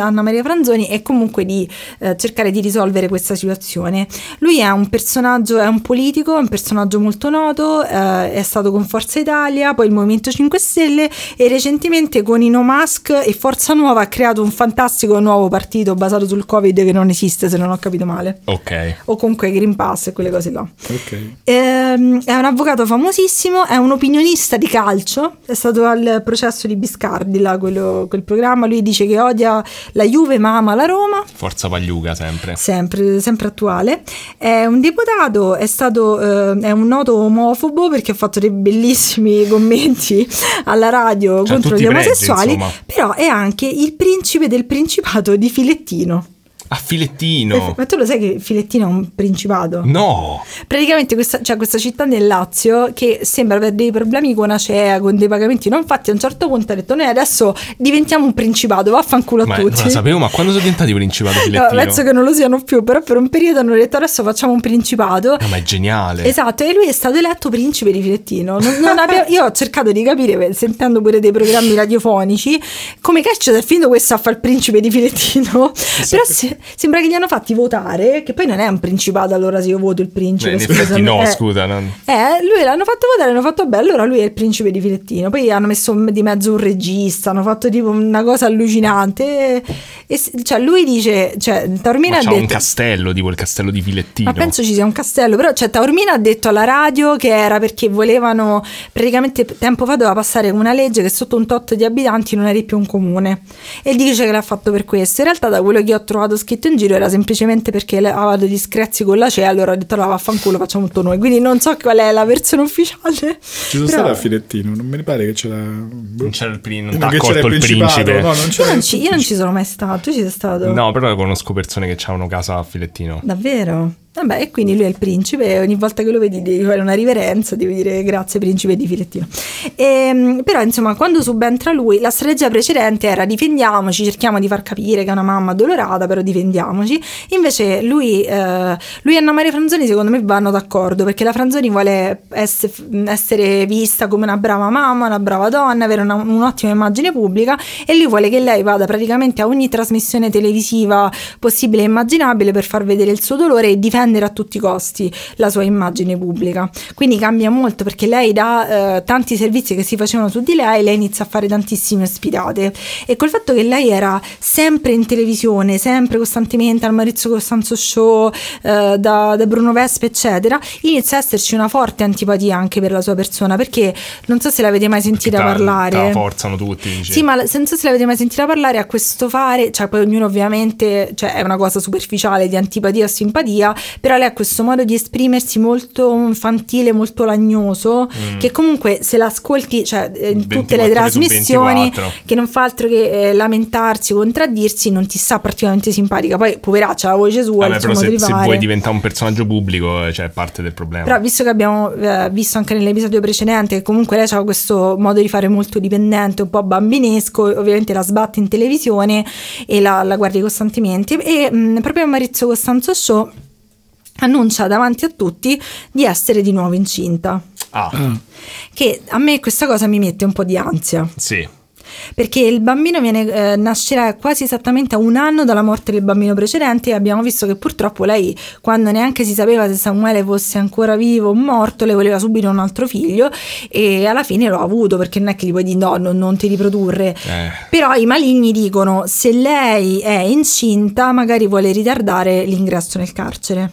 Anna Maria Franzoni e comunque di eh, cercare di risolvere questa situazione. Lui è un, persona- personaggio è un politico, è un personaggio molto noto, eh, è stato con Forza Italia, poi il Movimento 5 Stelle e recentemente con Ino Musk e Forza Nuova ha creato un fantastico nuovo partito basato sul Covid che non esiste se non ho capito male. Ok. O comunque Green Pass e quelle cose là. Ok. Ehm, è un avvocato famosissimo, è un opinionista di calcio, è stato al processo di Biscardi, là, quello- quel programma, lui dice che odia la Juve ma ama la Roma. Forza Pagliuca sempre. Sempre, sempre attuale. È un deputato, è stato eh, è un noto omofobo perché ha fatto dei bellissimi commenti alla radio Cioè, contro tutti gli i pregi, omosessuali, insomma. però è anche il principe del principato di Filettino. A Ah, filettino. Ma tu lo sai che Filettino è un principato? Mm. No. Praticamente questa, c'è questa città nel Lazio che sembra avere dei problemi con Acea, con dei pagamenti non fatti, a un certo punto ha detto noi adesso diventiamo un principato, vaffanculo a Ma non tutti. la sapevo, ma quando sono diventati principato No, filettino? penso che non lo siano più, però per un periodo hanno detto adesso facciamo un principato. No, Ah, ma è geniale. Esatto, e lui è stato eletto principe di Filettino. Non- non abbia- io ho cercato di capire, beh, sentendo pure dei programmi radiofonici, come cacchio si è finito questo a far principe di Filettino. Però se- sembra che gli hanno fatti votare, che poi non è un principato allora se io voto il Beh, principe. in scusa, effetti no, eh. scusa. non- Eh, lui l'hanno fatto votare, l'hanno fatto beh, allora lui è il principe di Filettino. Poi hanno messo di mezzo un regista, hanno fatto tipo una cosa allucinante. E, e s- cioè, lui dice, cioè, Taormina Ma ha c'ha detto... un castello, tipo il castello di filettino. Ma penso ci sia un castello, però cioè, Taormina ha detto alla radio che era perché volevano, praticamente tempo fa doveva passare una legge che sotto un tot di abitanti non eri più un comune e dice che l'ha fatto per questo. In realtà da quello che ho trovato scritto in giro era semplicemente perché le- aveva degli screzi con la CEA, allora ha detto allora vaffanculo facciamo tutto noi, quindi non so qual è la versione ufficiale. Ci sono però- stato a Filettino, non mi pare che c'era. boh. Non c'era il prin- No, non che t'ha c'era accolto il principato, principe. No, non Io c'era non, ci, io non ci sono mai stato, tu ci sei stato? No, però conosco persone che hanno casa a filettino. Davvero? Vabbè, e quindi lui è il principe e ogni volta che lo vedi devi fare una riverenza, devi dire grazie principe di Filettino. Ehm, però insomma, quando subentra lui, la strategia precedente era difendiamoci, cerchiamo di far capire che è una mamma dolorata, però difendiamoci. Invece lui, eh, lui e Anna Maria Franzoni secondo me vanno d'accordo perché la Franzoni vuole ess- essere vista come una brava mamma, una brava donna, avere una- un'ottima immagine pubblica e lui vuole che lei vada praticamente a ogni trasmissione televisiva possibile e immaginabile per far vedere il suo dolore e difendere a tutti i costi la sua immagine pubblica. Quindi cambia molto perché lei da eh, tanti servizi che si facevano su di lei, lei inizia a fare tantissime ospitate e col fatto che lei era sempre in televisione, sempre costantemente al Maurizio Costanzo Show, eh, da, da Bruno Vespa, eccetera, inizia a esserci una forte antipatia anche per la sua persona perché non so se l'avete mai sentita Perché ta- parlare. ta forzano tutti. dici. Sì, ma la- se- non so se l'avete mai sentita parlare a questo fare, cioè poi ognuno ovviamente cioè, è una cosa superficiale di antipatia o simpatia, però lei ha questo modo di esprimersi molto infantile, molto lagnoso, che comunque se l'ascolti cioè, eh, in tutte le 24 Mm. su trasmissioni, 24. che non fa altro che eh, lamentarsi, contraddirsi, non ti sta particolarmente simpatica. Poi poveraccia la voce sua, Vabbè, però insomma, se, ti se pare. vuoi diventare un personaggio pubblico, eh, cioè, è parte del problema. Però visto che abbiamo eh, visto anche nell'episodio precedente che comunque lei ha questo modo di fare molto dipendente, un po' bambinesco, ovviamente la sbatte in televisione e la, la guardi costantemente e mh, proprio Maurizio Costanzo Show annuncia davanti a tutti di essere di nuovo incinta, Ah, Mm. che a me questa cosa mi mette un po' di ansia, sì. Eh. perché il bambino viene, eh, nascerà quasi esattamente a un anno dalla morte del bambino precedente e abbiamo visto che purtroppo lei, quando neanche si sapeva se Samuele fosse ancora vivo o morto, le voleva subito un altro figlio e alla fine l'ha avuto perché non è che gli puoi dire no, non, non ti riprodurre. Eh, Però i maligni dicono se lei è incinta magari vuole ritardare l'ingresso nel carcere.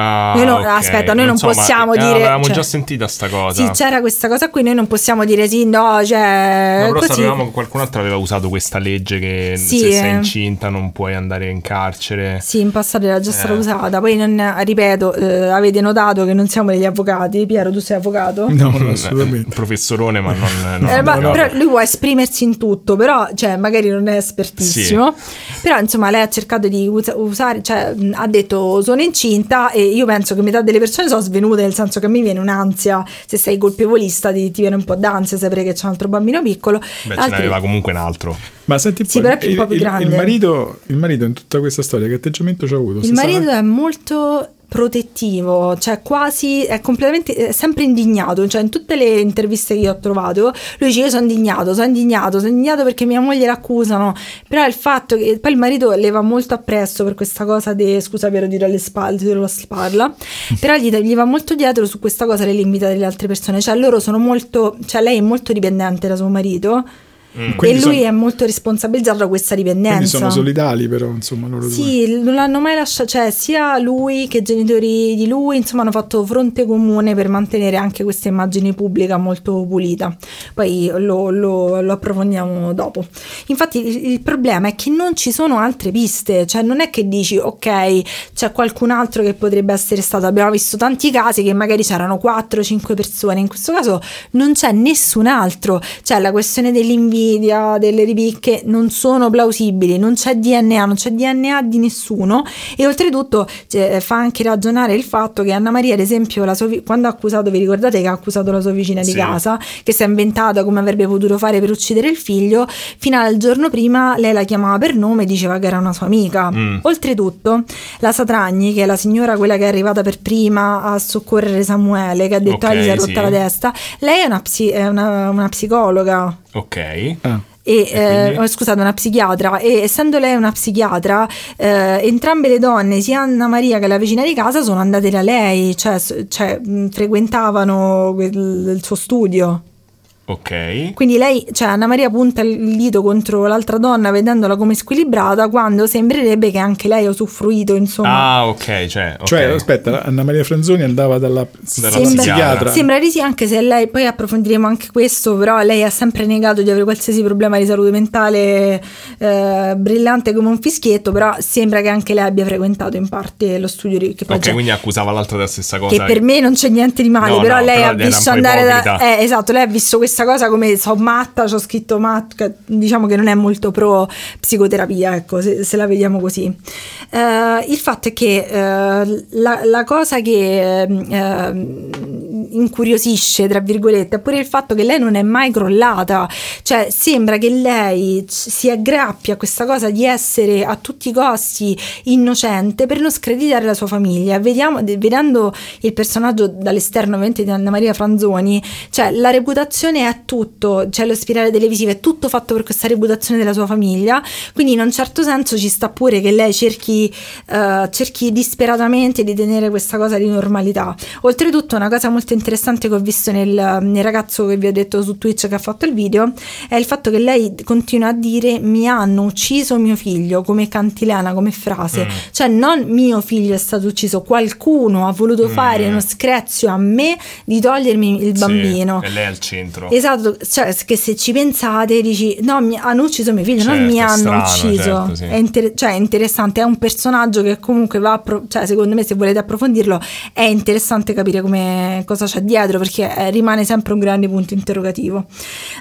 Ah, Noi non- ok. Aspetta, noi non, so, ma- possiamo ah, dire... Avevamo cioè- già sentita sta cosa. Sì, c'era questa cosa qui, noi non possiamo dire sì, no, cioè... No, però così. sapevamo che qualcun altro aveva usato questa legge che Sì, se sei eh. incinta non puoi andare in carcere. Sì, in passato era già stata Eh. usata. Poi, non, ripeto, eh, avete notato che non siamo degli avvocati. Piero, tu sei avvocato? No, Mm, no, eh, assolutamente. Professorone, ma non... non Eh, ma- avvocato. però lui vuole esprimersi in tutto, però cioè, magari non è espertissimo. Però insomma lei ha cercato di usa- usare, cioè mh, ha detto sono incinta e io penso che metà delle persone sono svenute, nel senso che a me viene un'ansia, se sei colpevolista ti, ti viene un po' d'ansia sapere che c'è un altro bambino piccolo. Beh, ce Altri- n'aveva comunque un altro. Ma senti un Sì, po', però è più il, proprio il- il grande. marito, il marito in tutta questa storia, che atteggiamento ci ha avuto? Il Si sa- marito è molto protettivo, cioè quasi è completamente è sempre indignato, cioè in tutte le interviste che io ho trovato, lui dice io sono indignato, sono indignato, sono indignato perché mia moglie l'accusano, però il fatto che poi il marito le va molto appresso per questa cosa di scusa Piero tiro alle spalle, tiro la spalla, però gli, gli va molto dietro su questa cosa delle invitate delle altre persone, cioè loro sono molto, cioè lei è molto dipendente da suo marito Quindi e lui sono- è molto responsabilizzato da questa dipendenza. Quindi sono solidali, però, insomma, loro due. Sì, non l'hanno mai lasciato, cioè sia lui che i genitori di lui, insomma, hanno fatto fronte comune per mantenere anche questa immagine pubblica molto pulita. Poi lo, lo- lo approfondiamo dopo. Infatti il, il problema è che non ci sono altre piste, cioè non è che dici ok, c'è qualcun altro che potrebbe essere stato, abbiamo visto tanti casi che magari c'erano 4-5 persone, in questo caso non c'è nessun altro, cioè la questione dell'invidia, delle ripicche non sono plausibili, non c'è DNA, non c'è DNA di nessuno e oltretutto cioè, fa anche ragionare il fatto che Anna Maria, ad esempio, la sua vi- quando ha accusato, vi ricordate che ha accusato la sua vicina di Sì. casa, che si è inventata come avrebbe potuto fare per uccidere il figlio, fino al giorno prima lei la chiamava per nome e diceva che era una sua amica. Mm. Oltretutto, la Satragni, che è la signora quella che è arrivata per prima a soccorrere Samuele, che ha detto Ok, ah, gli si è rotta sì. la testa, lei è una, psi- è una- una psicologa. Ok. Ah, E, E eh, quindi? oh, scusate, una psichiatra. E essendo lei una psichiatra, eh, entrambe le donne, sia Anna Maria che la vicina di casa, sono andate da lei, cioè, s- cioè, mh, frequentavano quel- il suo studio. Ok. Quindi lei, cioè Anna Maria punta il dito contro l'altra donna vedendola come squilibrata quando sembrerebbe che anche lei ha usufruito, insomma. Ah, ok, cioè, ok. Cioè, aspetta, la- Anna Maria Franzoni andava dalla, psichiatra. psichiatra. sembra di sì, anche se lei poi approfondiremo anche questo, però lei ha sempre negato di avere qualsiasi problema di salute mentale eh, brillante come un fischietto, però sembra che anche lei abbia frequentato in parte lo studio di- che poi Ok, c'è- quindi accusava l'altro della stessa cioè, che cosa. per me non c'è niente di male, No, però no, lei però ha era un visto po' andare da... ipocrita. Eh, esatto, lei ha visto questa cosa come so matta, ci ho scritto matta, diciamo che non è molto pro psicoterapia, ecco, se, se la vediamo così. Eh, il fatto è che eh, la, la cosa che ehm, incuriosisce, tra virgolette, è pure il fatto che lei non è mai crollata, cioè sembra che lei c- si aggrappi a questa cosa di essere a tutti i costi innocente per non screditare la sua famiglia. Vediamo, de- vedendo il personaggio dall'esterno ovviamente di Anna Maria Franzoni, cioè la reputazione è tutto, cioè lo spirale televisivo è tutto fatto per questa reputazione della sua famiglia, quindi in un certo senso ci sta pure che lei cerchi, eh, cerchi disperatamente di tenere questa cosa di normalità. Oltretutto una cosa molto interessante che ho visto nel, nel ragazzo che vi ho detto su Twitch che ha fatto il video è il fatto che lei continua a dire mi hanno ucciso mio figlio come cantilena, come frase, Mm. cioè non mio figlio è stato ucciso, qualcuno ha voluto fare uno screzio a me di togliermi il Mm. Sì, bambino. e lei al centro. Esatto, cioè che se ci pensate dici no, mi hanno ucciso mio figlio, non Certo, mi è hanno strano, ucciso. certo, sì. È inter- cioè, è interessante, è un personaggio che comunque va, appro- cioè secondo me se volete approfondirlo è interessante capire come- cosa c'è dietro perché eh, rimane sempre un grande punto interrogativo.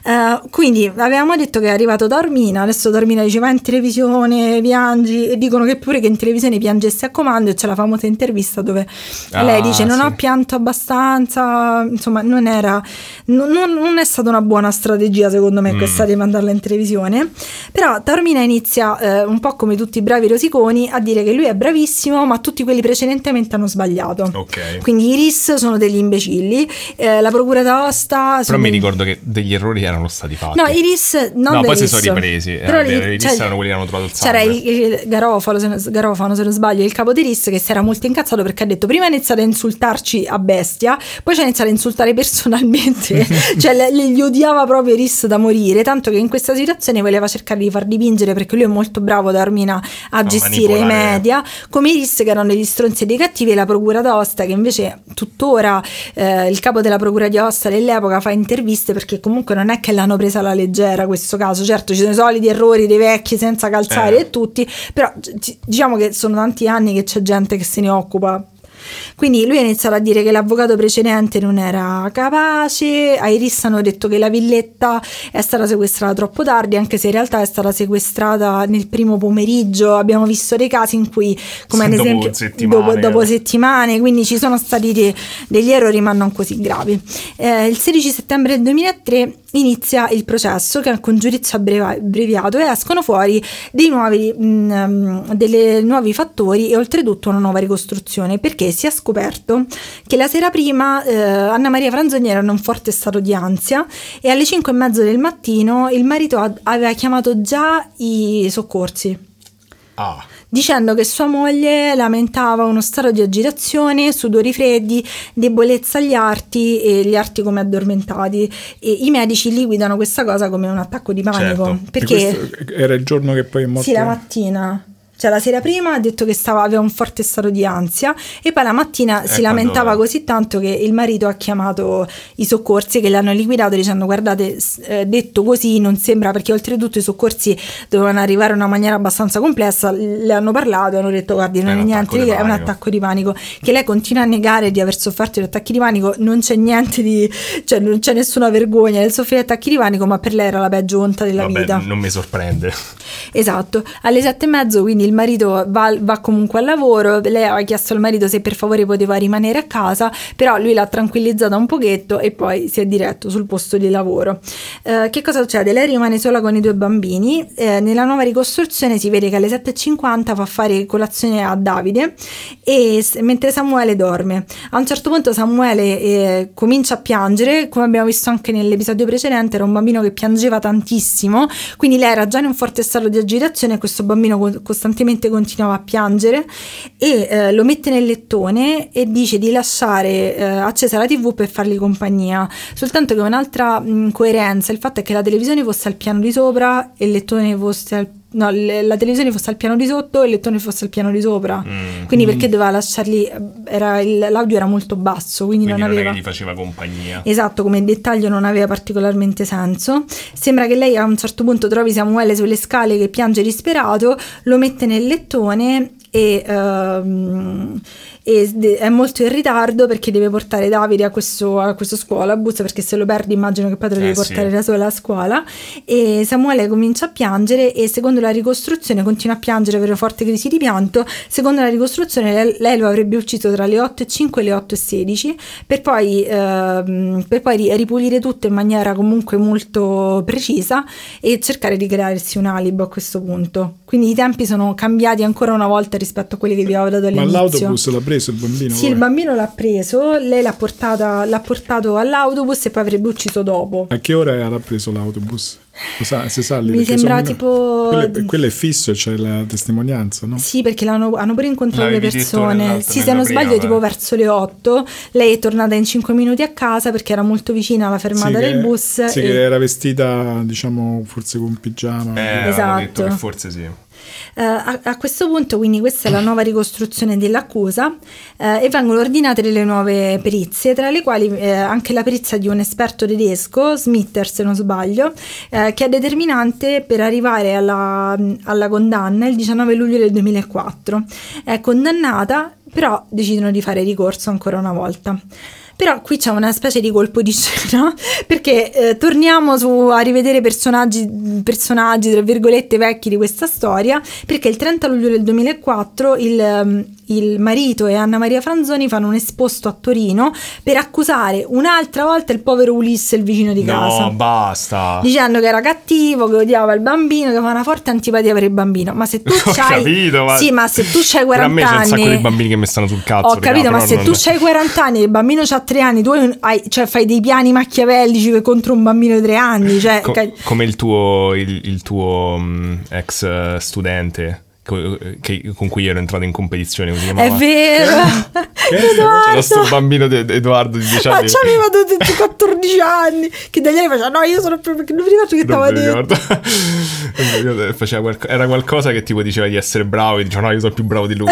Eh, quindi avevamo detto che è arrivato Dormina, adesso Dormina diceva in televisione piangi e dicono che pure che in televisione piangesse a comando e c'è la famosa intervista dove Ah, lei dice non sì. ho pianto abbastanza, insomma non era, non, non- non è stata una buona strategia secondo me questa Mm. di mandarla in televisione, però Taormina inizia eh, un po' come tutti i bravi rosiconi a dire che lui è bravissimo ma tutti quelli precedentemente hanno sbagliato. Ok. Quindi i RIS sono degli imbecilli, eh, la procura d'Aosta... Però mi ricordo che degli errori erano stati fatti. No, i RIS non No, dei poi si RIS. sono ripresi. Eh, Però vabbè, i- i RIS erano quelli che hanno trovato il C'era sangue. il, il Garofalo, se non, Garofano, se non sbaglio, il capo di RIS che si era molto incazzato perché ha detto prima ha iniziato a insultarci a bestia, poi ci ha iniziato a insultare personalmente, cioè le- le- gli odiava proprio i RIS da morire, tanto che in questa situazione voleva cercare di far dipingere perché lui è molto bravo da Armina a gestire i manipolare. media, come i RIS che erano degli stronzi e dei cattivi e la procura d'Aosta che invece tuttora eh, il capo della procura di Aosta dell'epoca fa interviste perché comunque non è che l'hanno presa alla leggera questo caso, certo ci sono i soliti errori dei vecchi senza calzare Eh. e tutti, però c- diciamo che sono tanti anni che c'è gente che se ne occupa. Quindi lui ha iniziato a dire che l'avvocato precedente non era capace, ai RIS hanno detto che la villetta è stata sequestrata troppo tardi, anche se in realtà è stata sequestrata nel primo pomeriggio. Abbiamo visto dei casi in cui, come ad Dopo esempio, settimane. dopo, dopo settimane, quindi ci sono stati de- degli errori ma non così gravi. Eh, il 16 settembre del 2003 inizia il processo che è con giudizio abbreva- abbreviato e escono fuori dei nuovi, mh, delle nuovi fattori e oltretutto una nuova ricostruzione perché si è scoperto che la sera prima eh, Anna Maria Franzoni era in un forte stato di ansia e alle 5 e mezzo del mattino il marito ad- aveva chiamato già i soccorsi Ah. dicendo che sua moglie lamentava uno stato di agitazione, sudori freddi, debolezza agli arti e gli arti come addormentati. E I medici liquidano questa cosa come un attacco di panico. Certo. E Perché questo era il giorno che poi è morto. sì, la mattina. Cioè la sera prima ha detto che stava, aveva un forte stato di ansia e poi la mattina si Eh, quando- lamentava così tanto che il marito ha chiamato i soccorsi che l'hanno liquidato dicendo guardate s- eh, detto così non sembra perché oltretutto i soccorsi dovevano arrivare in una maniera abbastanza complessa, l- le hanno parlato e hanno detto guardi non È è, un niente, attacco di è un panico." attacco di panico che lei continua a negare di aver sofferto di attacchi di panico, non c'è niente di cioè non c'è nessuna vergogna nel soffrire attacchi di panico ma per lei era la peggio onta della Vabbè, vita. non mi sorprende. Esatto, alle sette e mezzo quindi il marito va, va comunque al lavoro, lei aveva chiesto al marito se per favore poteva rimanere a casa, però lui l'ha tranquillizzata un pochetto e poi si è diretto sul posto di lavoro. Eh, che cosa succede? Lei rimane sola con i due bambini, eh, nella nuova ricostruzione si vede che alle 7.50 va a fare colazione a Davide e s- mentre Samuele dorme. A un certo punto Samuele eh, comincia a piangere, come abbiamo visto anche nell'episodio precedente, era un bambino che piangeva tantissimo, quindi lei era già in un forte stato di agitazione e questo bambino con- costantemente continuava a piangere e eh, lo mette nel lettone e dice di lasciare eh, accesa la tv per fargli compagnia. Soltanto che un'altra mh, coerenza, il fatto è che la televisione fosse al piano di sopra e il lettone fosse al no, le- la televisione fosse al piano di sotto e il lettone fosse al piano di sopra. Mm. Quindi perché doveva lasciarli era il- l'audio era molto basso, quindi, Quindi non non è aveva che gli faceva compagnia. Esatto, come dettaglio non aveva particolarmente senso. Sembra che lei a un certo punto trovi Samuele sulle scale che piange disperato, lo mette nel lettone e, ehm, e de- è molto in ritardo perché deve portare Davide a questo, a questo scuolabus perché se lo perdi immagino che poi te lo Eh, devi sì. portare da sola a scuola e Samuele comincia a piangere e secondo la ricostruzione continua a piangere avere forti crisi di pianto secondo la ricostruzione lei, lei lo avrebbe ucciso tra le 8 e 5 e le 8 e 16 per poi, ehm, per poi ri- ripulire tutto in maniera comunque molto precisa e cercare di crearsi un alibi a questo punto quindi i tempi sono cambiati ancora una volta rispetto a quelli che vi avevo dato Ma all'inizio l'autobus l'ha preso il bambino? sì, il poi? bambino l'ha preso, lei l'ha, portata, l'ha portato all'autobus e poi avrebbe ucciso dopo. A che ora l'ha preso l'autobus? Lo sa, si sa lì, Mi perché sembra secondo me- tipo- Quello è, quello è fisso, c'è la testimonianza, no? Sì, perché l'hanno, hanno pure incontrato le L'avevi detto persone. nell'altra- Sì, se non nella sbaglio, prima, tipo eh. verso le 8. Lei è tornata in 5 minuti a casa perché era molto vicina alla Sì, fermata che- del bus. Sì, e- che era vestita, diciamo, forse con pigiama. Eh, avevano Esatto. detto che forse sì. Eh, a, a questo punto, quindi, questa è la nuova ricostruzione dell'accusa eh, e vengono ordinate delle nuove perizie, tra le quali eh, anche la perizia di un esperto tedesco, Smitter se non sbaglio, eh, che è determinante per arrivare alla, alla condanna il 19 luglio del 2004. È condannata, però decidono di fare ricorso ancora una volta. Però qui c'è una specie di colpo di scena, perché eh, torniamo su a rivedere personaggi, personaggi, tra virgolette, vecchi di questa storia, perché il 30 luglio del 2004 il, ehm, il marito e Anna Maria Franzoni fanno un esposto a Torino per accusare un'altra volta il povero Ulisse, il vicino di casa No, basta. dicendo che era cattivo, che odiava il bambino, che aveva una forte antipatia per il bambino. Ma se tu Ho c'hai capito, ma- Sì, ma se tu c'hai Pure 40 a me c'è un anni sacco di bambini che mi stanno sul cazzo, Ho raga, capito, ma però se non- tu c'hai 40 anni e il bambino c'ha 3 anni, tu hai- cioè, fai dei piani machiavellici per- contro un bambino di 3 anni, cioè Co- ca- come il tuo, il, il tuo mh, ex eh, studente co- che- con cui ero entrato in competizione. Come si è chiamava? vero. C'era Cioè, sto Edoardo. bambino di, di Edoardo di 10 Ma anni. c'aveva tutti- tutti 14 anni che da lei faceva no io sono proprio non mi ricordo che stavo Non mi detto ricordo. Non mi ricordo, faceva qualco- era qualcosa che tipo diceva di essere bravo e diceva no io sono più bravo di lui.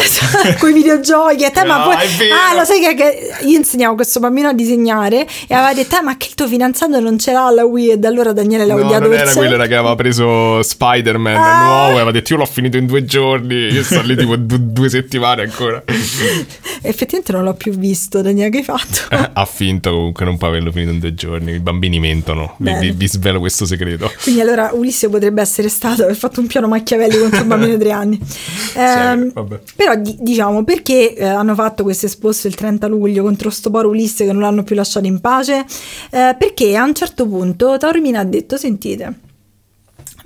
con i videogiochi e te, ma No, poi, è vero. ah lo sai che, che io insegnavo a questo bambino a disegnare e aveva detto "Ah, ma che il tuo fidanzato non ce l'ha la Wii e da allora Daniele l'ha No, odiato non per era sempre. quello era che aveva preso Spider-Man Ah. nuovo e aveva detto io l'ho finito in due giorni, io sto lì tipo du- due settimane ancora. Effettivamente non l'ho più visto, Daniele, che hai fatto. ha finto comunque non può averlo finito in due giorni, i bambini mentono, vi, Bene. vi- vi svelo questo segreto. Quindi allora Ulisse potrebbe essere stato aver fatto un piano Machiavelli contro un bambino di tre anni. Ehm, vabbè. però di- diciamo perché eh, hanno fatto questo esposto il 30 luglio contro sto poro Ulisse che non l'hanno più lasciato in pace? Eh, perché a un certo punto Taormina ha detto: Sentite,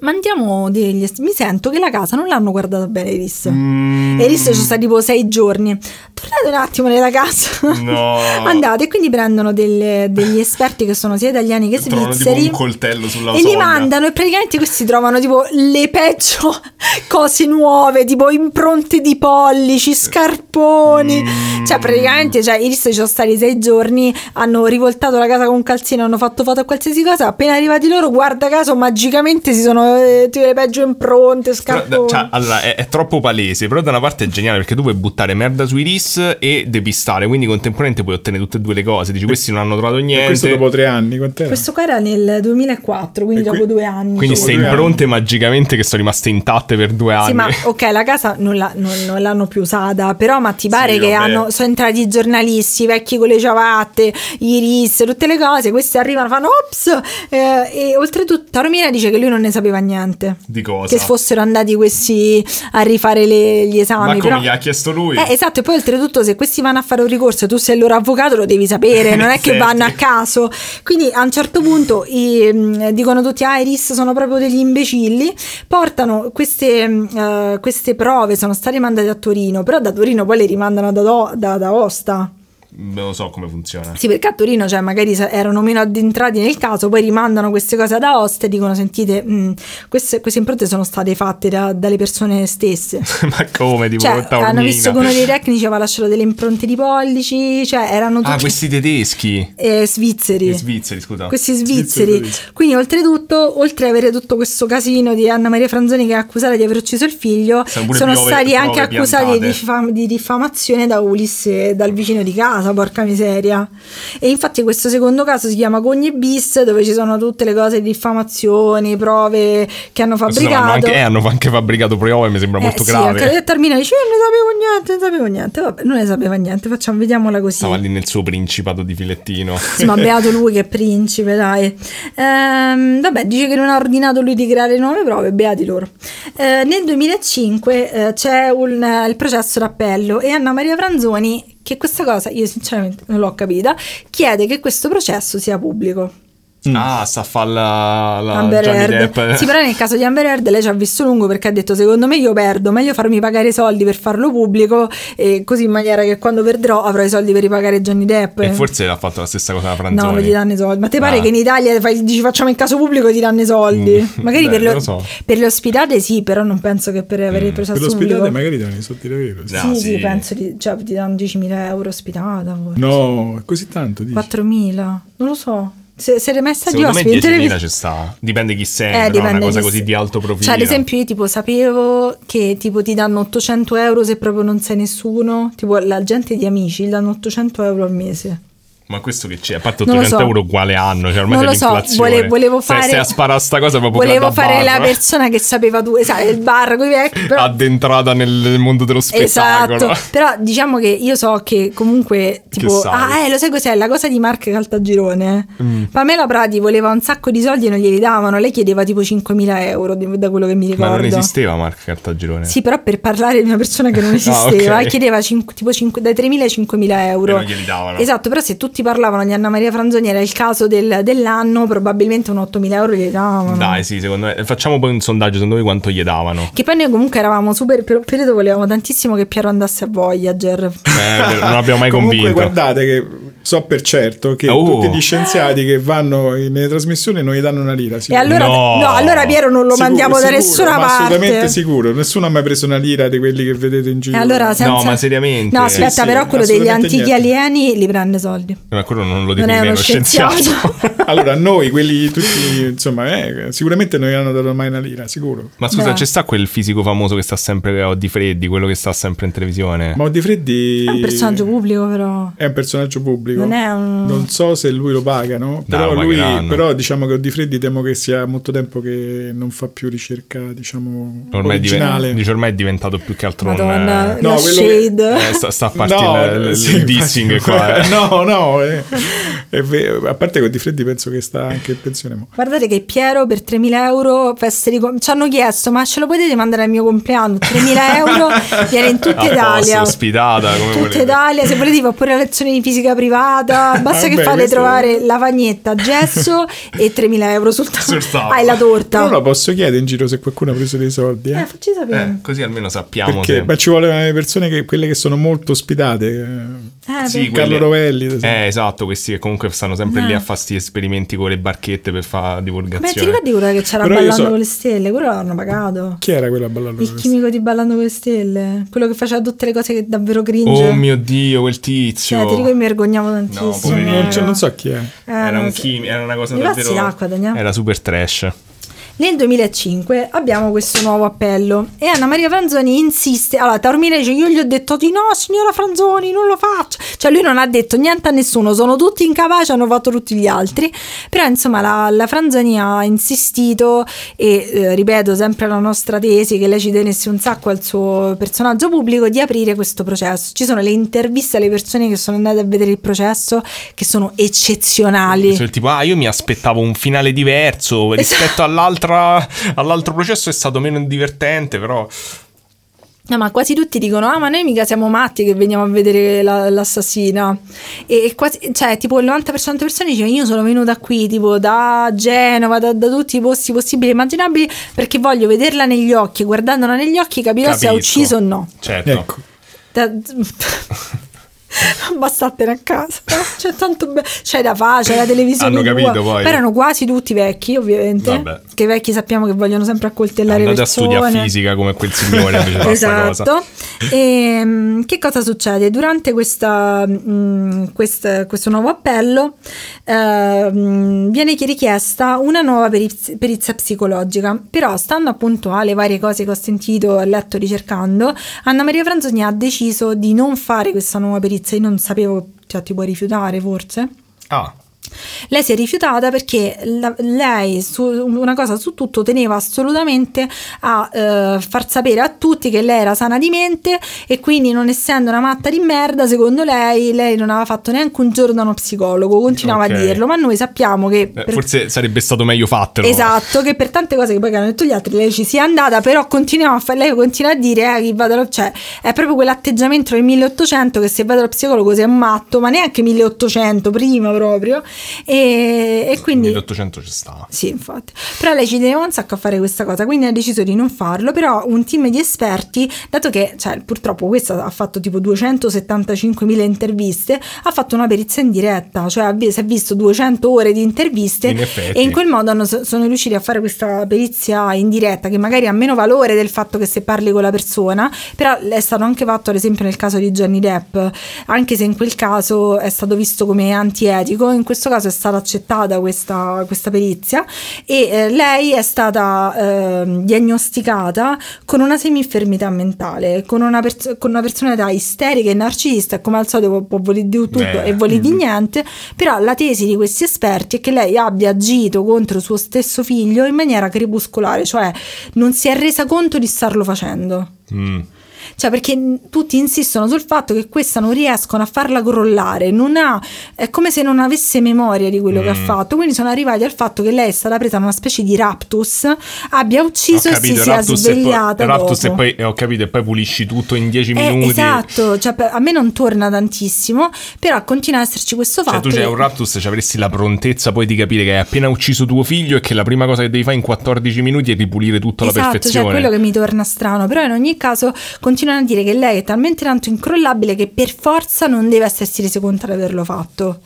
mandiamo degli. est- mi sento che la casa non l'hanno guardata bene, Eris. Mm. Eris ci sta tipo sei giorni. Tornate un attimo nella casa. No. Andate, quindi prendono delle- degli esperti che sono sia italiani che Trovano tipo svizzeri un coltello sulla e li soglia. mandano e praticamente questi trovano tipo le peggio cose nuove tipo impronte di pollici scarponi Mm. cioè praticamente cioè, i ci sono stati sei giorni hanno rivoltato la casa con un calzino hanno fatto foto a qualsiasi cosa appena arrivati loro guarda caso magicamente si sono eh, tipo le peggio impronte Però, da- scarponi cioè, allora, è, è troppo palese, però da una parte è geniale perché tu puoi buttare merda sui RIS e depistare, quindi contemporaneamente puoi ottenere tutte e due le cose. Eh, Dici, questi non hanno trovato niente. Questo dopo tre anni, quant'era? questo qua era nel 2004 quindi E qui- dopo due anni Quindi Dopo queste due anni. impronte magicamente che sono rimaste intatte per due anni. Sì, ma ok, la casa non, la- non- non l'hanno più usata, però ma ti pare Sì, che vabbè. hanno- sono entrati i giornalisti, i vecchi con le ciabatte, i RIS, tutte le cose, questi arrivano, fanno ops! eh, e oltretutto Romina dice che lui non ne sapeva niente. Di cosa? Che fossero andati questi a rifare le- gli esami. Esatto. Ma come però- gli ha chiesto lui? Eh, esatto, e poi oltretutto se questi vanno a fare un ricorso e tu sei il loro avvocato lo devi sapere, non è che Senti. vanno a caso. Quindi a un certo punto i, mm, dicono tutti "Ah, i RIS sono proprio degli imbecilli, portano queste, mm, eh, queste prove, sono state mandate a Torino, però da Torino poi le rimandano da, Do- da- da Osta. Non lo so come funziona. Sì, perché a Torino, cioè, magari se- erano meno addentrati nel caso, poi rimandano queste cose ad Aosta e dicono: Sentite, mm, queste, queste impronte sono state fatte da- dalle persone stesse. ma come? Tipo, Cioè, Taormina. hanno visto che uno dei tecnici aveva lasciato delle impronte di pollici, cioè erano tutti Ah, questi tedeschi. eh, svizzeri. Gli Svizzeri, scusa. Questi Svizzeri, svizzeri. svizzeri. Quindi, oltretutto, oltre ad avere tutto questo casino di Anna Maria Franzoni che è accusata di aver ucciso il figlio, Sono pure sono piove- stati prove anche accusati piantate. di, diffam- di diffamazione da Ulisse, dal vicino di casa, porca miseria. E infatti questo secondo caso si chiama Cogne bis, dove ci sono tutte le cose di diffamazione, prove che hanno Questo no, fabbricato. hanno anche, eh, hanno anche fabbricato prove, mi sembra molto eh, sì, grave. anche Termina dice: "Eh, Non ne sapevo niente, non sapevo niente. Vabbè, non ne sapeva niente, facciamo, vediamola così. Stava lì nel suo principato di filettino. Sì, ma beato lui che è principe, dai. Ehm, vabbè, dice che non ha ordinato lui di creare nuove prove, beati loro. Eh, nel 2005 eh, c'è un, eh, il processo d'appello e Anna Maria Franzoni, che questa cosa io sinceramente non l'ho capita, chiede che questo processo sia pubblico. Ah, sta a fare la, la Amber Johnny Heard. Depp. Sì, però nel caso di Amber Heard lei ci ha visto lungo perché ha detto secondo me io perdo, meglio farmi pagare i soldi per farlo pubblico e così in maniera che quando perderò avrò i soldi per ripagare Johnny Depp. E forse ha fatto la stessa cosa la No, Franzoni. non gli danno i soldi. Ma ti pare Ah. che in Italia fai- dici facciamo in caso pubblico ti danno i soldi? Mm. Magari Beh, per, non le, lo so. per le ospitate sì, però non penso che per avere il Per processo l'ospedale pubblico. magari devono i soldi davvero. sì. No. Sì, Ah, sì, sì. penso di, cioè, ti danno 10.000 euro ospitata. forse. No, è così tanto dici. 4.000, non lo so. Se, se l'è messa di Secondo me ospite in 10.000 televisione. ci sta. Dipende chi sei, però Eh, dipende Eh, una cosa chi- così di alto profilo. Cioè, ad esempio, io tipo sapevo che tipo ti danno 800 euro se proprio non sei nessuno. Tipo, la gente di amici gli danno 800 euro al mese. Ma questo che c'è? A parte Non lo 800 so. euro uguale anno, cioè ormai non c'è lo so, l'inflazione. vole- volevo Cioè, fare. stai a sparare sta cosa proprio Volevo da fare la bar. persona che sapeva tu, esatto, il bar con i vecchi. Però... Addentrata nel mondo dello spettacolo. Esatto, però diciamo che io so che comunque tipo, sai. Mm. ah eh, lo sai cos'è la cosa di Mark Caltagirone? Pamela Prati voleva un sacco di soldi e non glieli davano, lei chiedeva tipo 5.000 euro di- da quello che mi Ma ricordo. non esisteva Marco Cartagirone. Sì, però per parlare di una persona che non Ah, esisteva, Eh. ok. chiedeva cinque- tipo cinque- dai 3.000 ai 5.000 euro. E non glieli davano. Esatto, però se tutti parlavano di Anna Maria Franzoni era il caso del- dell'anno, probabilmente un 8.000 euro glieli davano. Dai, sì, secondo me. Facciamo poi un sondaggio, secondo me quanto gli davano. Che poi noi comunque eravamo super. Per un periodo volevamo tantissimo che Piero andasse a Voyager. Eh, non abbiamo mai Comunque convinto. guardate che so per certo che Oh. tutti gli scienziati che vanno in- nelle trasmissioni non gli danno una lira. E sicuro. allora, No. no, allora Piero non lo Sicuro, mandiamo da sicuro, nessuna ma parte. Assolutamente sicuro, nessuno ha mai preso una lira di quelli che vedete in E giro. allora senza... ma seriamente? No, aspetta, Sì, sì, però quello degli assolutamente antichi niente. alieni li prende soldi. Ma quello non Non lo è definirei uno uno scienziato. scienziato. Allora, noi, quelli tutti, insomma, eh, sicuramente non gli hanno dato mai una lira, sicuro. Ma scusa, Beh. c'è sta quel fisico famoso che sta sempre a Di Freddi, quello che sta sempre in televisione? Ma Di Freddi È un personaggio pubblico, però. È un personaggio pubblico. Non è un- Non so se lui lo pagano, però, lo lui, pagheranno. però diciamo che Di Freddi temo che sia molto tempo che non fa più ricerca, diciamo, Ormai è, diven- originale. dice, ormai è diventato più che altro Madonna, un... No, la quello che- shade. eh, eh, sta, sta a parte il, il sì, dissing infatti- qua. eh. No, no, eh, è vero. a parte che Di Freddi penso che sta anche in pensione. mo. Guardate che Piero per 3.000 euro feste di com- ci hanno chiesto ma ce lo potete mandare al mio compleanno? 3.000 euro viene in A tutta posto, Italia. ospitata, come tutta volete. Ah, Italia, se volete fa pure la lezione di fisica privata, basta che Vabbè, fate questo- trovare lavagnetta, gesso e 3.000 euro sul Sul tavolo. tavolo. Hai la torta. Però lo posso chiedere in giro se qualcuno ha preso dei soldi. eh. Eh, facci sapere. Eh, così almeno sappiamo Perché se... ma ci vogliono le persone che, quelle che sono molto ospitate. Eh, Sì, per- Carlo Rovelli, ad esempio. Eh, esatto, questi che comunque stanno sempre Eh. lì a fare sti esperimenti con le barchette per fare Beh, ti divulgazione. ricordi quella che c'era Però io Ballando so- con le stelle? Quello l'hanno pagato. Chi era quella balla Il chimico di Ballando con le stelle, quello che faceva tutte le cose che davvero cringe. Oh mio Dio, quel tizio. Cioè, ti ricordo che mi vergognavo tantissimo. poverino. non, so- non so chi è. Eh, Cioè, Era, non un so. chimi- era una cosa Mi passi davvero... l'acqua, Daniele? Era super trash. Nel 2005 abbiamo questo nuovo appello e Anna Maria Franzoni insiste. Allora, Taormina dice: Io gli ho detto di no, signora Franzoni, non lo faccio. Cioè, lui non ha detto niente a nessuno, sono tutti incapaci, hanno fatto tutti gli altri. Però, insomma, la, la Franzoni ha insistito e eh, ripeto sempre la nostra tesi che lei ci tenesse un sacco al suo personaggio pubblico di aprire questo processo. Ci sono le interviste alle persone che sono andate a vedere il processo che sono eccezionali. Cioè, tipo, ah, io mi aspettavo un finale diverso rispetto Esatto. all'altra, all'altro processo, è stato meno divertente, però... No, ma quasi tutti dicono: Ah, ma noi mica siamo matti che veniamo a vedere la- l'assassina. E, e quasi, cioè, tipo il 90% delle persone dice: Io sono venuta qui, tipo da Genova, da, da tutti i posti possibili e immaginabili, perché voglio vederla negli occhi. Guardandola negli occhi, capirò se ha capisco." ucciso o no. Certo. Ecco. Da- Bastatene a casa, c'è tanto be- c'è da fare, c'è la televisione. Hanno tua. capito poi. Però erano quasi tutti vecchi, ovviamente. Vabbè. Che i vecchi sappiamo che vogliono sempre accoltellare le Andate a persone. studiare fisica come quel signore fece questa cosa. Esatto. Ehm, che cosa succede? Durante questa, mh, quest- questo nuovo appello ehm, viene chi- richiesta una nuova periz- perizia psicologica, però stando appunto alle varie cose che ho sentito e letto ricercando, Anna Maria Franzoni ha deciso di non fare questa nuova perizia, io non sapevo, cioè ti puoi rifiutare forse? Ah, Lei si è rifiutata perché la- lei su una cosa su tutto teneva assolutamente a eh, far sapere a tutti che lei era sana di mente e quindi non essendo una matta di merda, secondo lei, lei non aveva fatto neanche un giorno da uno psicologo, continuava Ok. a dirlo, ma noi sappiamo che... eh, per- forse sarebbe stato meglio fatelo. Esatto, che per tante cose che poi che hanno detto gli altri lei ci sia andata, però continuiamo a fare, lei continua a dire eh, che vado allo- cioè, è proprio quell'atteggiamento del 1800 che se vado allo psicologo sei un matto, ma neanche 1800 prima proprio. E, e quindi... 1800 ci stava. Sì, infatti. Però lei ci teneva un sacco a fare questa cosa, quindi ha deciso di non farlo, però un team di esperti, dato che cioè, purtroppo questa ha fatto tipo 275.000 interviste, ha fatto una perizia in diretta, cioè ha vi- si è visto 200 ore di interviste In effetti. e in quel modo hanno- sono riusciti a fare questa perizia in diretta che magari ha meno valore del fatto che se parli con la persona, però è stato anche fatto ad esempio nel caso di Johnny Depp, anche se in quel caso è stato visto come antietico, in questo caso è stata accettata questa, questa perizia e eh, lei è stata ehm, diagnosticata con una semi-infermità mentale, con una, pers- con una personalità isterica e narcisista, e come al solito può, può voler di tutto Beh. e vuole di niente, però la tesi di questi esperti è che lei abbia agito contro suo stesso figlio in maniera crepuscolare, cioè non si è resa conto di starlo facendo. Mm. Cioè, perché n- tutti insistono sul fatto che questa non riescono a farla crollare, non ha, è come se non avesse memoria di quello che ha Mm. fatto. Quindi sono arrivati al fatto che lei è stata presa in una specie di raptus, abbia ucciso Ho e si capito, sia Raptus e poi- svegliata. Raptus e dopo. poi, eh, ho capito, e poi pulisci tutto in 10 Eh, minuti. esatto, cioè, per- a me non torna tantissimo, però continua ad esserci questo Cioè, fatto. tu c'hai che- un raptus, ci avresti la prontezza poi di capire che hai appena ucciso tuo figlio e che la prima cosa che devi fare in 14 minuti è ripulire tutto alla Esatto, cioè perfezione. quello che mi torna strano, però in ogni caso continuano a dire che lei è talmente tanto incrollabile che per forza non deve essersi reso conto di averlo fatto.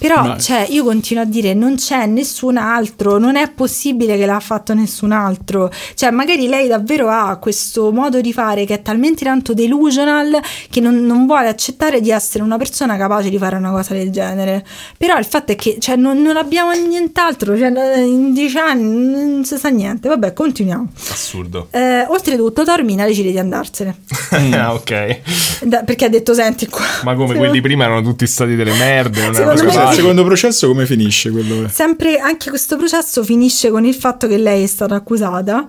Però No. cioè, io continuo a dire non c'è nessun altro, non è possibile che l'ha fatto nessun altro. Cioè, magari lei davvero ha questo modo di fare che è talmente tanto delusional che non, non vuole accettare di essere una persona capace di fare una cosa del genere. Però il fatto è che cioè, non, non abbiamo nient'altro, cioè, in dieci anni non si sa niente. Vabbè, continuiamo. Assurdo. Eh, oltretutto, Taormina decide di andarsene. ah, ok. Da- perché ha detto: Senti qua. Ma come se- quelli prima erano tutti stati delle merde, non Secondo Ma me erano scusa, il sì. capaci. secondo processo come finisce quello? Sempre anche questo processo finisce con il fatto che lei è stata accusata.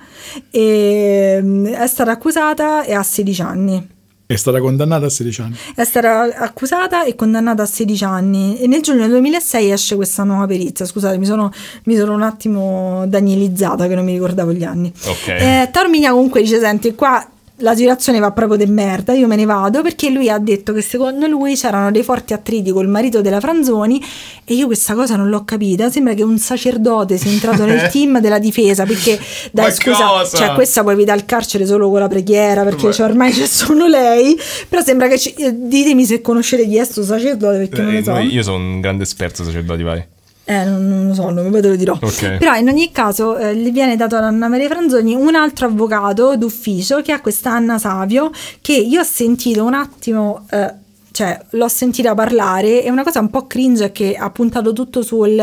E, è stata accusata e ha 16 anni. È stata condannata a 16 anni. È stata accusata e condannata a 16 anni. E nel giugno del 2006 esce questa nuova perizia. Scusate, mi sono, mi sono un attimo danielizzata che non mi ricordavo gli anni. Ok. Eh, Tarminia comunque dice: Senti, qua la situazione va proprio de merda, io me ne vado perché lui ha detto che secondo lui c'erano dei forti attriti col marito della Franzoni e io questa cosa non l'ho capita. Sembra che un sacerdote sia entrato nel team della difesa perché dai Ma scusa, cosa? cioè questa puoi evitare il carcere solo con la preghiera perché Beh. cioè, ormai c'è solo lei. Però sembra che ci- eh, ditemi se conoscete chi è sto sacerdote perché non Eh, lo so. noi- io sono un grande esperto sacerdoti, vai. Eh, non, non lo so, non poi te lo dirò. Ok. Però in ogni caso eh, le viene dato ad Anna Maria Franzoni un altro avvocato d'ufficio che è questa Anna Savio che io ho sentito un attimo... eh, cioè, l'ho sentita parlare e una cosa un po' cringe è che ha puntato tutto sul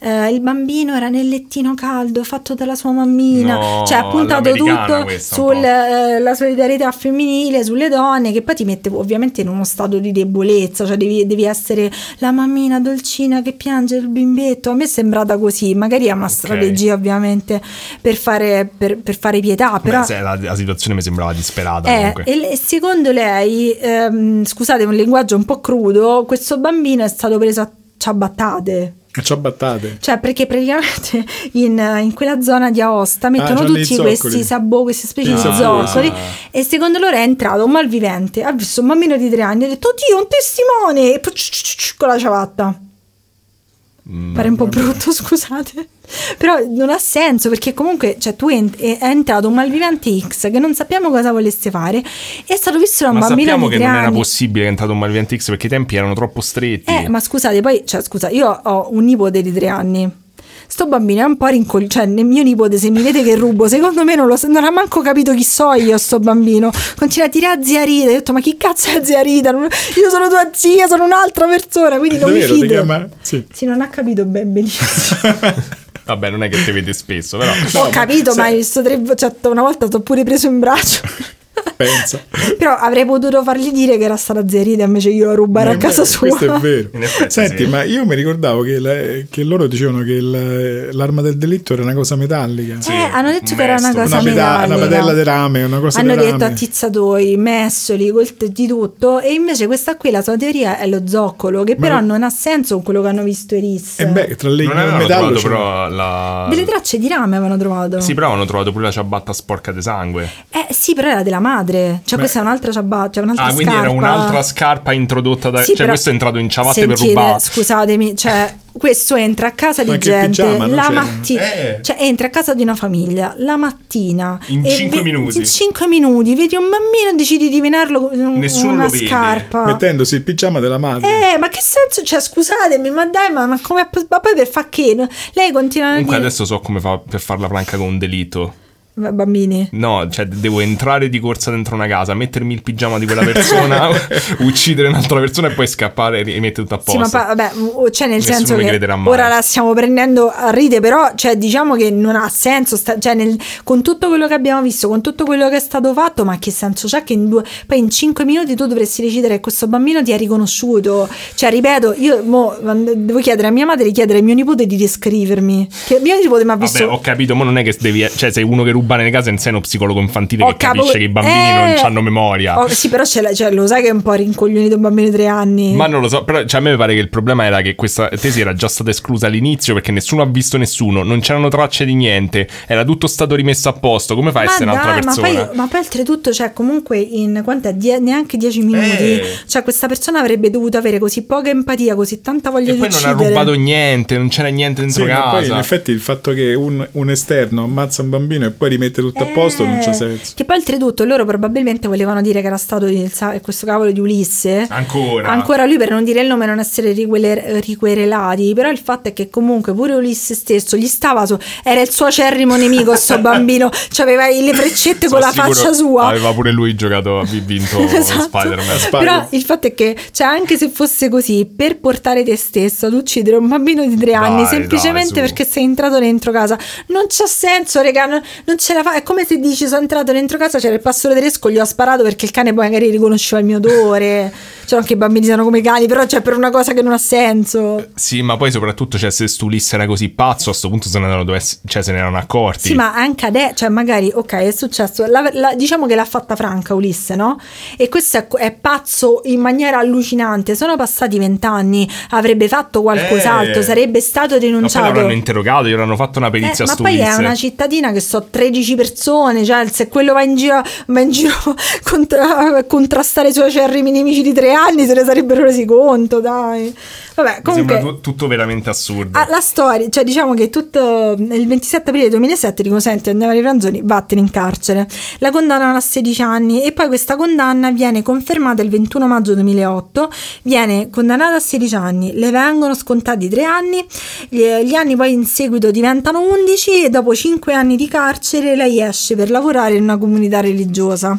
eh, il bambino era nel lettino caldo fatto dalla sua mammina, No, cioè ha puntato all'americana tutto questa un po'. sulla Eh, solidarietà femminile, sulle donne, che poi ti mette ovviamente in uno stato di debolezza, cioè devi, devi essere la mammina dolcina che piange il bimbetto. A me è sembrata così, magari è una strategia ovviamente per fare, per- per fare pietà, però... Beh, se la, la situazione mi sembrava disperata Eh, comunque. e le- secondo lei, ehm, scusate un linguaggio un po' crudo, questo bambino è stato preso a ciabattate. Ci ha battate. Cioè, perché praticamente in, eh, in quella zona di Aosta mettono c'hanno i tutti zoccoli. questi sabò, queste specie I di zoccoli, zoccoli. E secondo loro è entrato un malvivente, ha visto un bambino di tre anni e ha detto: Oddio, un testimone! E poi ciu, ciu, ciu, ciu, con la ciabatta. Pare un po' brutto, scusate. Però non ha senso perché comunque cioè, tu ent- è è entrato un malvivente X che non sappiamo cosa volesse fare e è stato visto da un Ma bambino sappiamo di che tre non era anni. possibile che è entrato un Malvivente X perché i tempi erano troppo stretti. Eh, ma scusate, poi, cioè, scusa, io ho un nipote di tre anni. Sto bambino è un po' rincoglionito, cioè nel mio nipote se mi vede che rubo, secondo me non, lo sa- non ha manco capito chi so io sto bambino. Continua a tirare a zia Rita, io ho detto ma chi cazzo è zia Rita? Non- io sono tua zia, sono un'altra persona, quindi non Davvero, mi ti fido. chiama? Sì. Sì, non ha capito ben benissimo. Vabbè, non è che te vede spesso, però. ho capito, ma io sto tre- cioè, una volta t'ho pure preso in braccio. Pensa. Però avrei potuto fargli dire che era stata zia Rita invece io la rubare a Eh, casa beh, sua. Questo è vero. In effetti, Senti, sì. ma io mi ricordavo che, la- che loro dicevano che il- l'arma del delitto era una cosa metallica. Sì, Eh, hanno detto un che era una mestolo. cosa Una, peda- metallica. una padella di rame, una cosa Hanno di detto rame. attizzatoi, messoli, colte di tutto. E invece questa qui, la sua teoria è lo zoccolo, che però lo- non ha senso con quello che hanno visto i RIS. E beh, tra legno non e avevano metallo trovato c'era- però la... Delle tracce di rame avevano trovato. Sì, però hanno trovato pure la ciabatta sporca di sangue. Eh sì, però era della madre. Cioè, questa è un'altra ciabatta, cioè un'altra Ah, scarpa. quindi era un'altra scarpa introdotta da... Sì, cioè, però- questo è entrato in ciabatte Sentite, per rubare. Scusatemi, cioè, questo entra a casa di Ma che gente pigiama, no? la Cioè- mattina, Eh. cioè entra a casa di una famiglia la mattina In e cinque minuti. In 5 minuti vedi un bambino e decidi di venarlo con un- Nessuno una lo vede. scarpa. Mettendosi il pigiama della madre. Eh, ma che senso? Cioè, scusatemi, ma dai, ma, ma come ma poi per fa che? No, Lei continua a Comunque dire adesso so come fa per farla franca con un delitto. Ma bambini. No, cioè devo entrare di corsa dentro una casa, mettermi il pigiama di quella persona, uccidere un'altra persona e poi scappare e rimettere tutto a Sì, ma posto. poi- vabbè, o- cioè nel Nessuno senso mi che crederà mai. ora la stiamo prendendo a ride, però cioè, diciamo che non ha senso, sta- cioè, nel- con tutto quello che abbiamo visto, con tutto quello che è stato fatto, ma che senso c'è che in due, poi in cinque minuti tu dovresti decidere che questo bambino ti ha riconosciuto, cioè ripeto, io mo, devo chiedere a mia madre, di chiedere a mio nipote di descrivermi, che mio nipote mi ha visto... Vabbè, ho capito, ma non è che devi. Cioè, sei uno che ruba nelle case, non sei uno psicologo infantile Ho che capisce capo- che i bambini Oh, Eh! non hanno memoria. Oh, sì, però ce l'hai- cioè, lo sai che è un po' rincoglionito un bambino di tre anni. Ma non lo so, però cioè, a me mi pare che il problema era che questa tesi era già stata esclusa all'inizio perché nessuno ha visto nessuno, non c'erano tracce di niente, era tutto stato rimesso a posto. Come fa a Ma essere un'altra dai, ma persona? poi, ma poi oltretutto, cioè, comunque in quant'è? Die- neanche dieci minuti. Eh. Cioè, questa persona avrebbe dovuto avere così poca empatia, così tanta voglia E di poi non ha uccidere. rubato niente, non c'era niente dentro Sì, ma casa. poi in effetti il fatto che un, un esterno ammazza un bambino e poi rimette tutto a posto, non c'è Eh, senso. Che poi oltretutto loro probabilmente volevano dire che era stato il sa- questo cavolo di Ah, Ulisse. Ancora. Ancora lui per non dire il nome e non essere riquele- riquerelati, però il fatto è che comunque pure Ulisse stesso gli stava su, era il suo acerrimo nemico sto bambino, cioè aveva le freccette con Sono la sicuro faccia sua. Aveva pure lui giocato, ha vinto Esatto. Spider-Man. Però il fatto è che, cioè, anche se fosse così, per portare te stesso ad uccidere un bambino di tre anni dai, semplicemente su. perché sei entrato dentro casa, non c'ha senso, regà. Non, non ce la fa. È come se dici: Sono entrato dentro casa, c'era il pastore tedesco, gli ho sparato perché il cane poi magari riconosceva il mio odore. cioè, non che i bambini siano come i cani, però c'è per una cosa che non ha senso. Sì, ma poi soprattutto, cioè, se Stulisse era così pazzo, a sto punto se ne erano, dovessi- cioè, se ne erano accorti. Sì, ma anche adesso, cioè magari, ok, è successo, la- la- diciamo che l'ha fatta franca Ulisse, no? E questo è, è pazzo in maniera allucinante, sono passati vent'anni, avrebbe fatto qualcos'altro, Eh. sarebbe stato Ma poi denunciato. l'avranno interrogato, gli avranno fatto una perizia Eh, a ma poi Stulisse. è una cittadina che so 13 persone, cioè se quello va in giro, va in giro contra- a contrastare i suoi acerrimi nemici di tre anni se ne sarebbero resi conto, dai. Vabbè, Mi sembra comunque... tu- tutto veramente assurdo. Ah, la storia, cioè diciamo che tutto il 27 aprile 2007 dicono senti andiamo ai Franzoni, vattene in carcere. La condannano a 16 anni e poi questa condanna viene confermata il 21 maggio 2008, viene condannata a 16 anni, le vengono scontati 3 anni, gli, gli anni poi in seguito diventano 11 e dopo 5 anni di carcere lei esce per lavorare in una comunità religiosa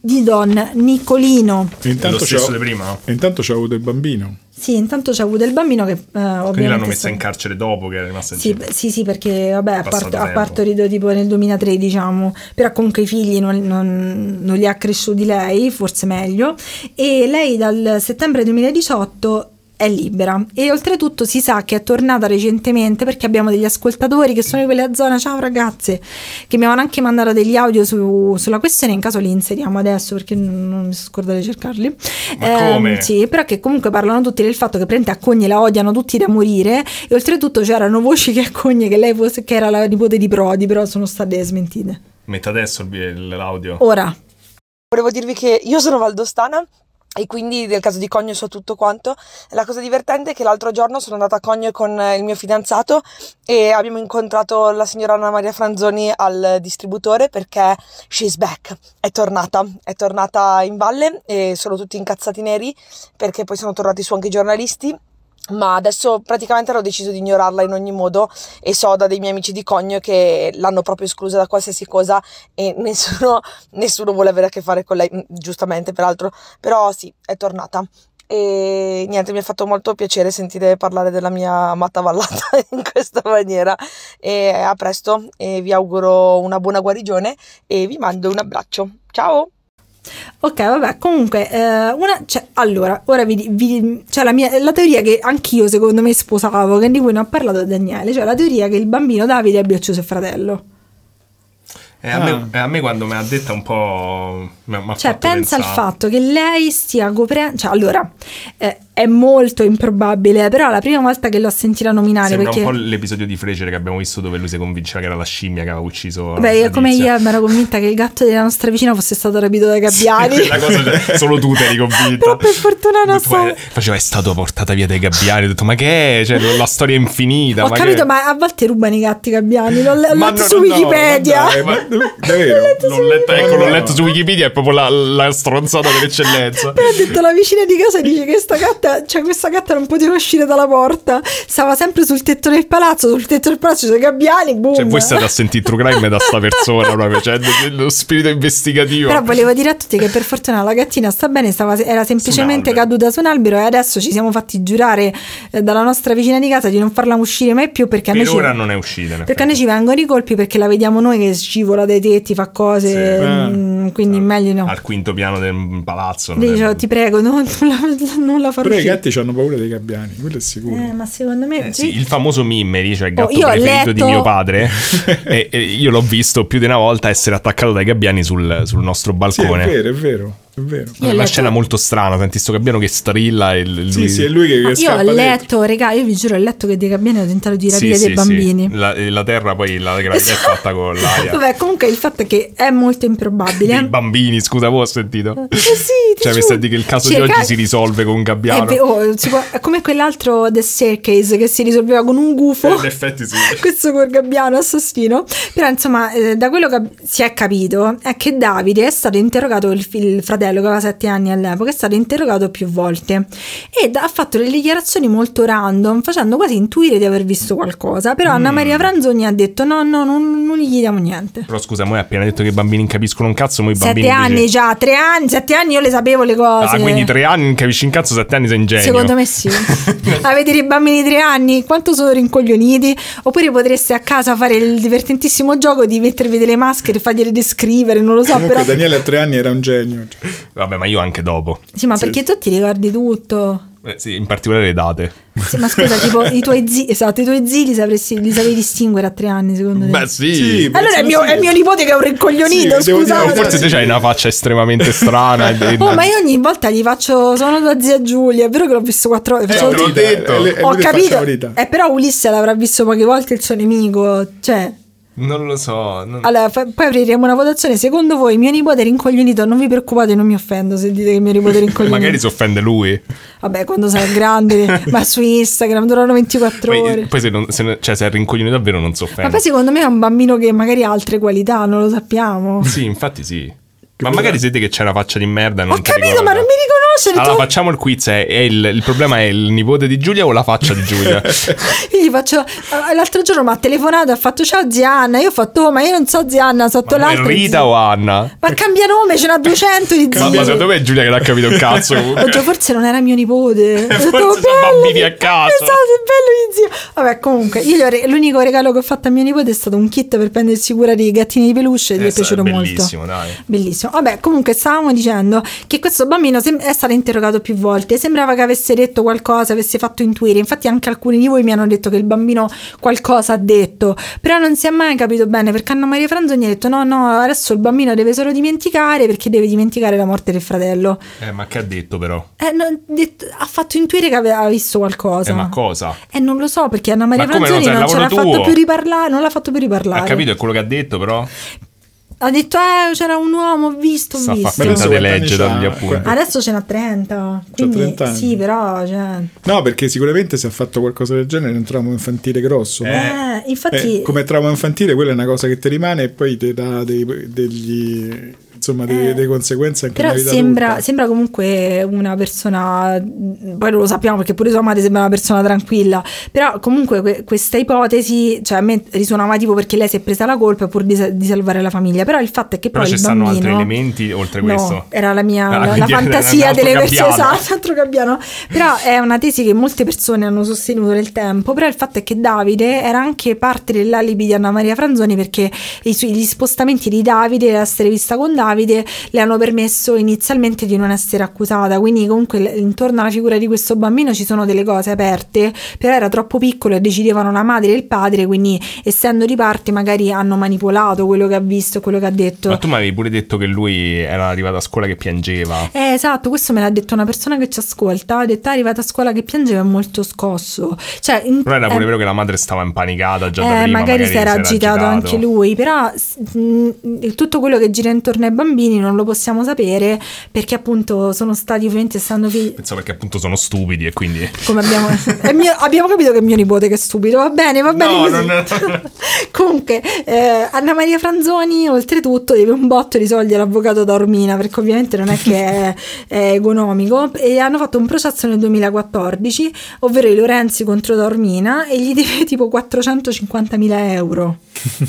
di Don Nicolino. E È lo Intanto stesso c'ho- di prima. Quindi e intanto c'ho avuto il bambino. Sì, intanto c'è avuto il bambino che eh, ovviamente l'hanno sta- messa in carcere dopo che era rimasta in Sì, giro. beh, sì, sì, perché vabbè, ha, Passato parto- ha tempo. partorito tipo nel 2003, diciamo, però comunque i figli non, non- non li ha cresciuti lei, forse meglio, e lei dal settembre 2018 è libera e oltretutto si sa che è tornata recentemente perché abbiamo degli ascoltatori che sono di quella zona, ciao ragazze, che mi avevano anche mandato degli audio su- sulla questione, in caso li inseriamo adesso perché non, non mi sono scordata di cercarli. Ma come? Ehm, sì, però che comunque parlano tutti del fatto che prende a Cogni la odiano tutti da morire e oltretutto c'erano voci che a Cogni che lei fosse che era la nipote di Prodi, però sono state smentite. Metta adesso il- il- l'audio. Ora, Volevo dirvi che io sono valdostana e quindi del caso di Cogno so tutto quanto. La cosa divertente è che l'altro giorno sono andata a Cogno con eh, il mio fidanzato e abbiamo incontrato la signora Anna Maria Franzoni al distributore perché she's back, è tornata, è tornata in valle e sono tutti incazzati neri perché poi sono tornati su anche i giornalisti. Ma adesso praticamente hanno deciso di ignorarla in ogni modo e so da dei miei amici di Cogno che l'hanno proprio esclusa da qualsiasi cosa e nessuno nessuno vuole avere a che fare con lei, mm, giustamente peraltro, però sì, è tornata. E niente, mi ha fatto molto piacere sentire parlare della mia amata vallata in questa maniera. E a presto e vi auguro una buona guarigione e vi mando un abbraccio. Ciao! ok, vabbè, comunque, eh, una, cioè, allora, ora vi, vi- cioè la, mia, la teoria che anch'io secondo me sposavo, che di cui non ha parlato Daniele, cioè la teoria che il bambino Davide abbia ucciso il fratello. Eh, a, me, Ah. eh, a me quando me l'ha detta un po'... mi ha- mi ha Cioè, fatto pensa al pensare. fatto che lei stia coprendo. Cioè, allora, eh, è molto improbabile, però la prima volta che l'ho sentita nominare. Sembra perché... un po' l'episodio di Frecere che abbiamo visto dove lui si convinceva che era la scimmia che aveva ucciso... Beh, io la come tizia. io mi ero convinta che il gatto della nostra vicina fosse stato rapito dai gabbiani. Quella cosa cioè, solo tu te eri convinto. Però per fortuna non Tu fai- so. Faceva, è stato portata via dai gabbiani. Ho detto, ma che è? Cioè, la storia è infinita. Ho ma capito, che... ma a volte rubano i gatti gabbiani. L'ho, l'ho Ma letto no, su no, Wikipedia. Eh, ma- davvero? L'ho letta, ecco, Wikipedia. l'ho letto su Wikipedia, è proprio la, la stronzata per eccellenza. Però ha detto la vicina di casa dice che sta gatta, cioè questa gatta non poteva uscire dalla porta. Stava sempre sul tetto del palazzo, sul tetto del palazzo ci sono i gabbiani, boom. Cioè, voi state a sentire True Crime da sta persona proprio, cioè, de- lo spirito investigativo. Però volevo dire a tutti che per fortuna la gattina sta bene, stava- era semplicemente albero. caduta su un albero e adesso ci siamo fatti giurare eh, dalla nostra vicina di casa di non farla uscire mai più perché a noi per ci, ora non è uscita. in perché a effetti. noi ci vengono i colpi perché la vediamo noi che scivola dai tetti, fa cose, Sì. mm, quindi meglio no. Al quinto piano del palazzo. non è- Dicevo, ti prego, non, non la, non la far Però i uscire. gatti hanno paura dei gabbiani, quello è sicuro. Eh, ma secondo me... Eh sì, il famoso Mimeri, cioè il Oh, gatto io ho preferito di letto- mio padre, e, e io l'ho visto più di una volta essere attaccato dai gabbiani sul, sul nostro Sì, è balcone. vero, è vero. È vero. Io ho Una letto- scena molto strana, senti sto gabbiano che strilla e l- Sì, lui- sì, è lui che, che Ah, io scappa ho dentro. letto, regà, io vi giuro, ho letto che dei gabbiani hanno tentato di Sì, rapire sì, dei sì. bambini. La, eh, la terra poi la gravità è fatta con l'aria. Vabbè, comunque il fatto è che è molto Dei improbabile. bambini, scusa, voi ho sentito. Eh sì, ti cioè, mi giuro. stai a dire che il caso di Cerca- oggi si risolve con un È gabbiano. ve- oh, si può- è come quell'altro The Staircase che si risolveva con un Eh, gufo. in effetti sì. Questo col gabbiano assassino. Però, insomma, eh, da quello che ab- si è capito è che Davide è stato interrogato, il, fi- il fratello che aveva 7 anni all'epoca, è stato interrogato più volte ed ha fatto delle dichiarazioni molto random, facendo quasi intuire di aver visto qualcosa. Però Anna Mm. Maria Franzoni ha detto: no, no, non, non gli diamo niente. Però scusa, mo hai appena detto che i bambini non capiscono un cazzo, mo i bambini... 7 anni invece- già, 3 anni, 7 anni io le sapevo le cose. Ah, quindi tre anni non capisci un cazzo, sette anni sei ingenio. Secondo me sì. A vedere i bambini di tre anni quanto sono rincoglioniti. Oppure potreste a casa fare il divertentissimo gioco di mettervi delle maschere e fargliele descrivere, non lo so. Comunque Però... Daniele a tre anni era un genio. Cioè, Vabbè, ma io anche dopo. Sì, ma perché tu ti ricordi tutto? Eh, sì, in particolare le date. Sì, ma scusa, tipo i tuoi zii, esatto, i tuoi zii li, sapresti, li sapevi distinguere a tre anni, secondo te? Beh, sì. Sì, allora è penso mio, sì. è mio nipote che è un rincoglionito, Sì, devo dire- scusate. Forse te c'hai una faccia estremamente strana. e- Oh, ma io ogni volta gli faccio. Sono tua zia Giulia, è vero che l'ho visto quattro volte. Eh, Faccio- te l'ho detto. È- è Cioè, Ho lui che faccia capito, la verità. eh, però Ulisse l'avrà visto poche volte il suo nemico. Cioè, Non lo so. non- allora, fa- poi apriremo una votazione. Secondo voi, mio nipote è rincoglionito? Non vi preoccupate, non mi offendo se dite che mio nipote è rincoglionito. Magari si offende lui. Vabbè, quando sarà grande, ma su Instagram durano 24 Poi, ore. poi se, non, se, non- cioè, se è rincoglionito davvero non si Ma offende. poi secondo me è un bambino che magari ha altre qualità, non lo sappiamo. Sì, infatti sì. Ma magari siete che c'è una faccia di merda. e Non Ho ti Ah, capito, ricorda. ma non mi riconosce. ho detto, Allora facciamo il quiz. È, è il, il problema è il nipote di Giulia o la faccia di Giulia? Io gli faccio. eh, L'altro giorno mi ha telefonato e ha fatto ciao zia Anna. Io ho fatto, oh, ma io non so zia Anna, sotto ma è l'altro. Rita o Anna? Ma cambia nome, ce n'ha 200 di Ma, zii. ma secondo me è Giulia che non ha capito un cazzo. Ho detto, comunque. forse non era mio nipote. Ho detto, "Oh, sono bello, bambini a caso. Esatto, è bello di zio. Vabbè, comunque, io gli ho re- l'unico regalo che ho fatto a mio nipote è stato un kit per prendersi cura dei gattini di peluche. e Gli Eh, è piaciuto molto. Bellissimo, dai. Bellissimo. Vabbè, comunque stavamo dicendo che questo bambino sem- è stato interrogato più volte. Sembrava che avesse detto qualcosa, avesse fatto intuire. Infatti, anche alcuni di voi mi hanno detto che il bambino qualcosa ha detto. Però non si è mai capito bene perché Anna Maria Franzoni ha detto: no, no, adesso il bambino deve solo dimenticare perché deve dimenticare la morte del fratello. Eh, ma che ha detto però? Eh, no, detto- ha fatto intuire che aveva visto qualcosa. Eh, ma cosa? Eh, non lo so perché Anna Maria Ma come non Franzoni sai, non, il ce l'ha lavoro fatto tuo? più riparlare, non l'ha fatto più riparlare. Ha capito è quello che ha detto però? Ha detto: Eh, c'era un uomo, ho visto, ho Sta a fa visto. Ma non finta so quanti di anni leggere c'ha, dagli appunti. qua- Adesso ce n'ha 30. Quindi, 30 anni. Sì, però. Cioè, No, perché sicuramente se ha fatto qualcosa del genere è un trauma infantile grosso. Eh, eh, infatti. Eh, come trauma infantile, quella è una cosa che ti rimane e poi ti dà dei- degli, insomma, dei- Eh. delle conseguenze anche Però nella vita sembra, adulta. sembra comunque una persona, poi non lo sappiamo perché pure sua madre sembra una persona tranquilla, però comunque que- questa ipotesi, cioè a me risuonava tipo perché lei si è presa la colpa pur di, sa- di salvare la famiglia, però il fatto è che Però poi ci il stanno bambino... altri elementi oltre No, questo. era la mia Ah, la- la, quindi era un fantasia altro delle persone gabbiano. esatto, altro gabbiano. Però è una tesi che molte persone hanno sostenuto nel tempo. Però il fatto è che Davide era anche parte dell'alibi di Anna Maria Franzoni, perché i suoi- gli spostamenti di Davide, l'essere vista con Davide, le hanno permesso inizialmente di non essere accusata. Quindi, comunque, l- intorno alla figura di questo bambino ci sono delle cose aperte. Però era troppo piccolo e decidevano la madre e il padre. Quindi, essendo di parte, magari hanno manipolato quello che ha visto e quello che ha detto. Ma tu mi avevi pure detto che lui era arrivato a scuola che piangeva. Eh, esatto, questo me l'ha detto una persona che ci ascolta. Ha detto: "Ah, È arrivata a scuola che piangeva è molto scosso. Cioè, in- Però era pure eh, vero che la madre stava impanicata già eh, da prima. magari si era agitato, anche agitato. lui, però s- mh, tutto quello che gira intorno ai bambini non lo possiamo sapere perché appunto sono stati ovviamente essendo figli Penso perché appunto sono stupidi e quindi... come abbiamo, è mio- abbiamo capito che è mio nipote che è stupido, va bene, va bene No, così. non è- Comunque, eh, Anna Maria Franzoni oltretutto deve un botto di soldi all'avvocato da Ormina, perché ovviamente non è che è, è economico, e hanno fatto un processo nel 2014, ovvero i Lorenzi contro da Ormina, e gli deve tipo 450.000 euro.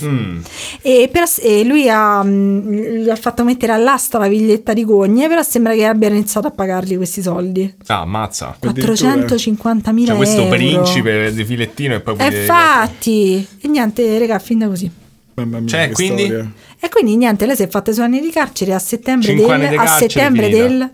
Mm, E, per- e lui ha, mh, gli ha fatto mettere all'asta la viglietta di Gogne, però sembra che abbia iniziato a pagargli questi soldi. Ah, mazza. Addirittura. 450.000 Cioè questo euro. principe di filettino e poi... E pure- Eh, infatti, e niente, raga, fin da così. Mamma mia, Cioè, che quindi- storia. E quindi niente, lei si è fatta i suoi anni di carcere a settembre Cinque del anni di a carcere, settembre finita. del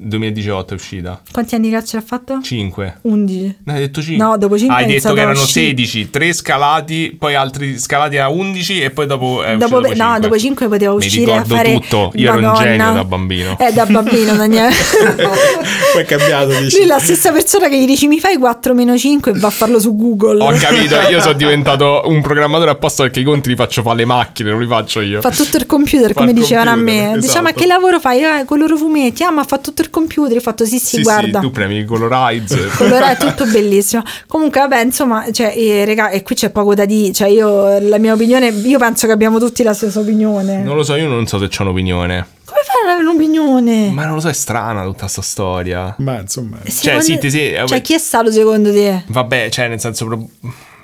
2018 è uscita. Quanti anni cazzo l'ha fatto? 5. 11. No, hai detto 5. No, dopo cinque Hai è detto iniziato che a erano uscire. 16, 3 scalati, poi altri scalati a 11 e poi dopo è Dopo, uscito no, dopo 5 poteva Mi uscire a ricordo fare tutto, io ero un Madonna. genio da bambino. Eh, da bambino, Daniele. Poi è cambiato, dici. Lui è la stessa persona che gli dici mi fai 4 5 e va a farlo su Google. Ho capito, io sono diventato un programmatore apposta perché i conti li faccio fare le macchine, non li faccio io. Fa tutto il computer, Fa come il dicevano a me. computer, Diciamo, ma esatto. che lavoro fai? Ah, con i loro fumetti. Ah, ma fa tutto il computer. Ho fatto sì, sì, sì, guarda. sì, tu premi il colorize. Allora è tutto bellissimo. Comunque, vabbè, insomma, cioè, eh, raga, e qui c'è poco da dire. Cioè, io, la mia opinione, io penso che abbiamo tutti la stessa opinione. Non lo so, io non so se c'è un'opinione. Come fai ad avere un'opinione? Ma non lo so, è strana tutta sta storia. Ma insomma, è Secondo- sì, ti- sì, eh, cioè, chi è stato secondo te? Vabbè, cioè, nel senso, prob-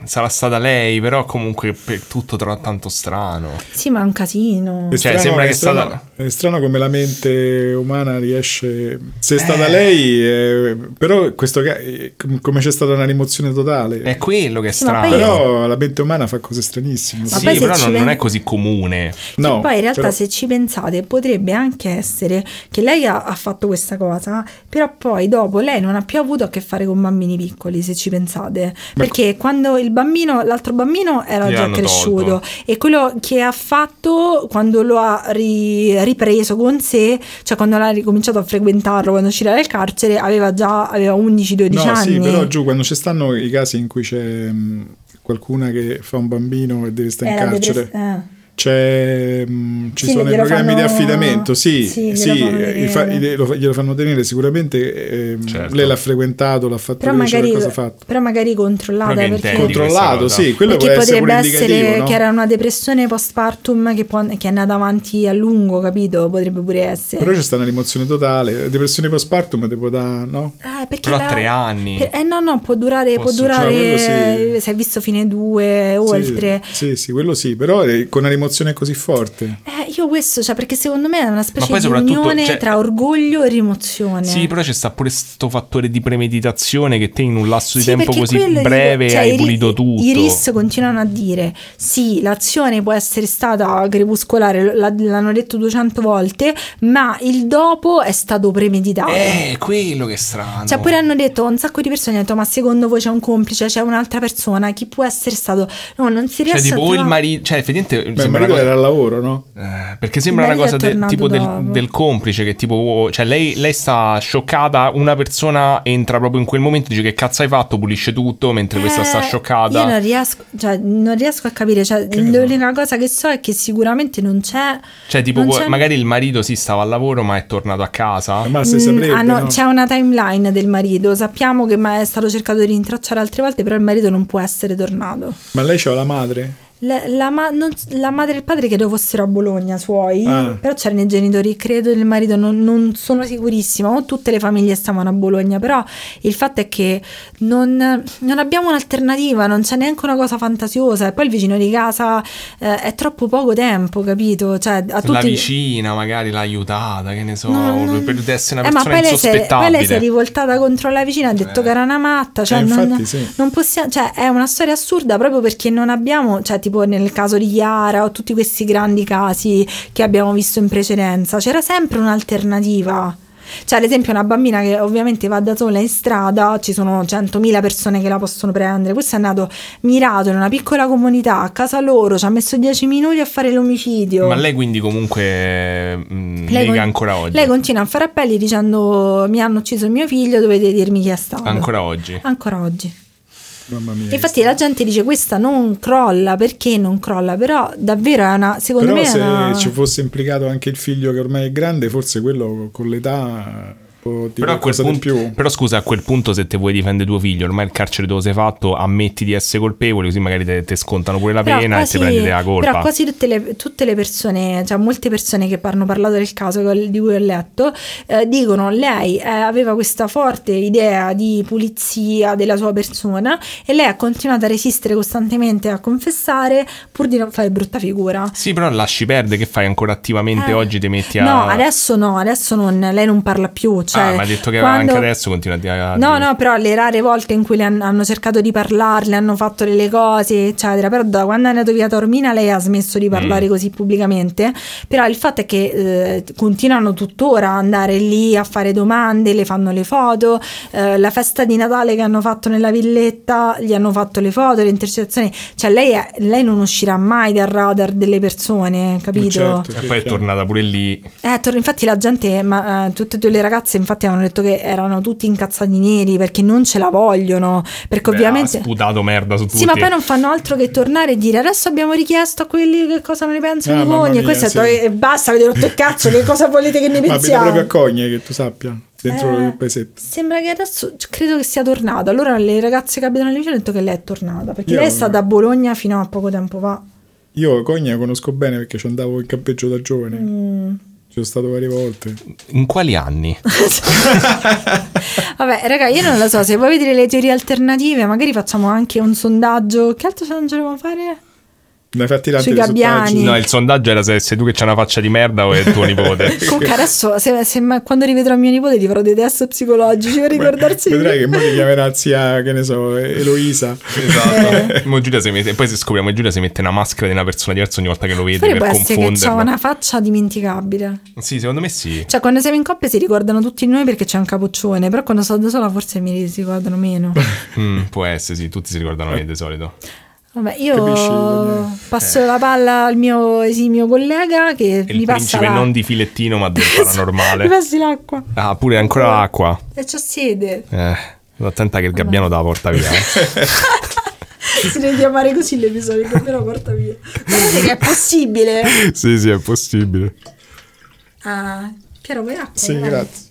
sarà stata lei, però comunque per tutto tra- tanto strano. Sì, ma è un casino. strano- Cioè, sembra è che è strano, stata- è strano come la mente umana riesce. Se è stata lei, eh, però questo ca- eh, com- come c'è stata una rimozione totale. Eh, È quello che è Sì, ma strano. poi- Però la mente umana fa cose stranissime. Ma Sì, poi se però ci non, non ven- è così comune. No, Che poi in realtà, però- se ci pensate, potrebbe anche essere che lei ha, ha fatto questa cosa, però poi dopo lei non ha più avuto a che fare con bambini piccoli, se ci pensate. Perché quando il bambino, l'altro bambino era già Gliel'hanno cresciuto tolto. e quello che ha fatto quando lo ha ri- ripreso con sé, cioè quando l'ha ricominciato a frequentarlo, quando uscirà dal carcere, aveva già aveva 11-12 No, anni. sì, però giù quando ci stanno i casi in cui c'è mh, qualcuna che fa un bambino e deve stare in Era carcere. depress- eh. C'è, mh, ci Sì, sono i glielo programmi di fanno- affidamento, sì, sì, glielo sì, fanno eh, fa- tenere. glielo fa- glielo fanno tenere sicuramente. ehm, Certo. Lei l'ha frequentato, l'ha fatto Però crescere, magari, cosa ha fatto? però magari controllata Però che perché intendi? Controllato, questa cosa. sì, quello può Perché essere potrebbe pure essere indicativo. no? che era una depressione postpartum che, può- che è andata avanti a lungo, capito? Potrebbe pure essere. Però c'è stata una rimozione totale. Depressione postpartum tipo da no? Ah, perché Però la- a tre anni. per- eh no, no, può durare, può Posso- cioè, durare quello sì. se hai visto fine due, oltre. Sì, sì, sì, quello sì, però eh, con una rimozione così forte. Eh, io questo, cioè, perché secondo me è una specie poi di soprattutto, unione cioè- tra orgoglio e rimozione. Sì, però c'è sta pure sto fattore di premeditazione che te in un lasso di Sì, tempo perché così quello dico- breve cioè, i hai ri- pulito tutto. I RIS continuano a dire: sì, l'azione può essere stata crepuscolare, l- l'hanno detto 200 volte, ma il dopo è stato premeditato. Eh, quello che è strano. Cioè, pure hanno detto un sacco di persone: hanno detto, ma secondo voi c'è un complice, c'è un'altra persona, chi può essere stato? No, non si Cioè, riesce tipo, a o il trovare- marito. Cioè, effettivamente. Beh, il sembra una marito cosa- era al lavoro, no? Eh, perché sembra Il una cosa marito è del- tornato tipo del, dopo. del complice che tipo oh, cioè lei, lei sta scioccata una persona entra proprio in quel momento dice che cazzo hai fatto pulisce tutto mentre questa Eh, sta scioccata Io non riesco, cioè, non riesco a capire. Cioè, ne so. l'unica cosa che so è che sicuramente non c'è. cioè tipo non può- c'è- magari il marito si stava al lavoro ma è tornato a casa Ma se Mm, saprebbe, ah, no, no? C'è una timeline del marito, sappiamo che ma è stato cercato di rintracciare altre volte, però il marito non può essere tornato. Ma lei c'ha la madre? La, la ma- non- la madre e il padre credo fossero a Bologna suoi, Ah. però c'erano i genitori, credo del marito, non, non sono sicurissima, o tutte le famiglie stavano a Bologna, però il fatto è che non, non abbiamo un'alternativa, non c'è neanche una cosa fantasiosa, e poi il vicino di casa eh, è troppo poco tempo, capito? Cioè, a la tutti- vicina magari l'ha aiutata che ne so No, no. per essere una Eh, ma persona poi lei si è- insospettabile poi lei si è rivoltata contro la vicina, ha detto Eh. che era una matta. Cioè, Eh, non, infatti, sì. non possiamo. Cioè, è una storia assurda proprio perché non abbiamo, cioè, tipo nel caso di Chiara o tutti questi grandi casi che abbiamo visto in precedenza, c'era sempre un'alternativa. Cioè, ad esempio, una bambina che ovviamente va da sola in strada, ci sono 100.000 persone che la possono prendere. Questo è andato mirato in una piccola comunità a casa loro, ci ha messo 10 minuti a fare l'omicidio. ma lei quindi comunque Lei mh, nega con- ancora oggi Lei continua a fare appelli dicendo mi hanno ucciso il mio figlio, dovete dirmi chi è stato. ancora oggi Ancora oggi. Mamma mia. Infatti la gente dice questa non crolla, perché non crolla? Però davvero è una, secondo Però me è se una... ci fosse implicato anche il figlio che ormai è grande, forse quello con l'età può dire Però, a quel qualcosa punto, di più. però scusa, a quel punto se te vuoi difendere tuo figlio, ormai il carcere dove sei fatto, ammetti di essere colpevole, così magari te, te scontano pure la Però pena quasi- e ti prendi la Però colpa. quasi tutte le, tutte le persone, cioè molte persone che hanno parlato del caso che ho- di cui ho letto, eh, dicono lei eh, aveva questa forte idea di pulizia della sua persona e lei ha continuato a resistere costantemente a confessare pur di non fare brutta figura. Sì, però lasci perdere, che fai ancora attivamente Eh. oggi? Ti metti a... No, adesso no, adesso non, lei non parla più, Cioè, ah, ma ha detto che quando- anche adesso continua a dire... a No, dire- no, però le rare volte in cui le han- hanno cercato di parlarle, hanno fatto delle cose, eccetera. Però da quando è andato via Tormina lei ha smesso di Mm. parlare così pubblicamente. Però il fatto è che eh, continuano tuttora ad andare lì a fare domande, le fanno le foto. eh, la festa di Natale che hanno fatto nella villetta, gli hanno fatto le foto, le intercettazioni. Cioè, lei, è- lei non uscirà mai dal radar delle persone, Eh, capito? Certo. E poi è tornata pure lì. Eh, tor- infatti la gente, ma eh, tutte e due le ragazze infatti avevano detto che erano tutti incazzati neri perché non ce la vogliono, perché Beh, ovviamente... Ha sputato merda su tutti. Sì, ma poi non fanno altro che tornare e dire adesso abbiamo richiesto a quelli che cosa ne pensano Ah, di mamma Cogni mia, e questo sì. è detto, "Eh, basta, avete rotto il cazzo, che cosa volete che ne Ma abita pensiamo? proprio a Cogne, che tu sappia, dentro Eh, il paesetto. Sembra che adesso c- credo che sia tornata. Allora le ragazze che abitano lì vicino hanno detto che lei è tornata perché Io- lei è stata a Bologna fino a poco tempo fa. Io Cogne la conosco bene perché ci andavo in campeggio da giovane. Mm. Ci sono stato varie volte. In quali anni? Vabbè, raga, io non lo so. Se vuoi vedere le teorie alternative, magari facciamo anche un sondaggio. Che altro ce non volevamo fare? Ne hai fatti tanti Sui di gabbiani. sondaggi. No, il sondaggio era se sei tu che c'hai una faccia di merda o è tuo nipote. Comunque, adesso se, se- ma- quando rivedrò mio nipote, gli farò dei test psicologici per ricordarsi. di- Vedrai che poi ti chiamerà zia, che ne so, Eloisa. Esatto. Mo Giulia si mette- e poi se scopriamo che Giulia si mette una maschera di una persona diversa ogni volta che lo vede Oppure può per essere che confonderlo. ho una faccia dimenticabile. Sì, secondo me sì. Cioè, quando siamo in coppia si ricordano tutti noi perché c'è un capoccione, però quando sono da sola forse mi si ricordano meno. Mm, può essere, sì, tutti si ricordano me di solito. Vabbè, io Capisci, eh. Daniele? passo la palla al mio esimio collega che È il mi passa principe la... non di filettino, ma del mi paranormale. passi l'acqua. Ah, pure ancora l'acqua. E c'ho sede. Eh, attenta che il gabbiano te la porta via. eh. Si deve chiamare così l'episodio, che però porta via. Guardate che è possibile. sì, sì, è possibile. Ah, Piero, vuoi acqua? Sì, Vai. grazie.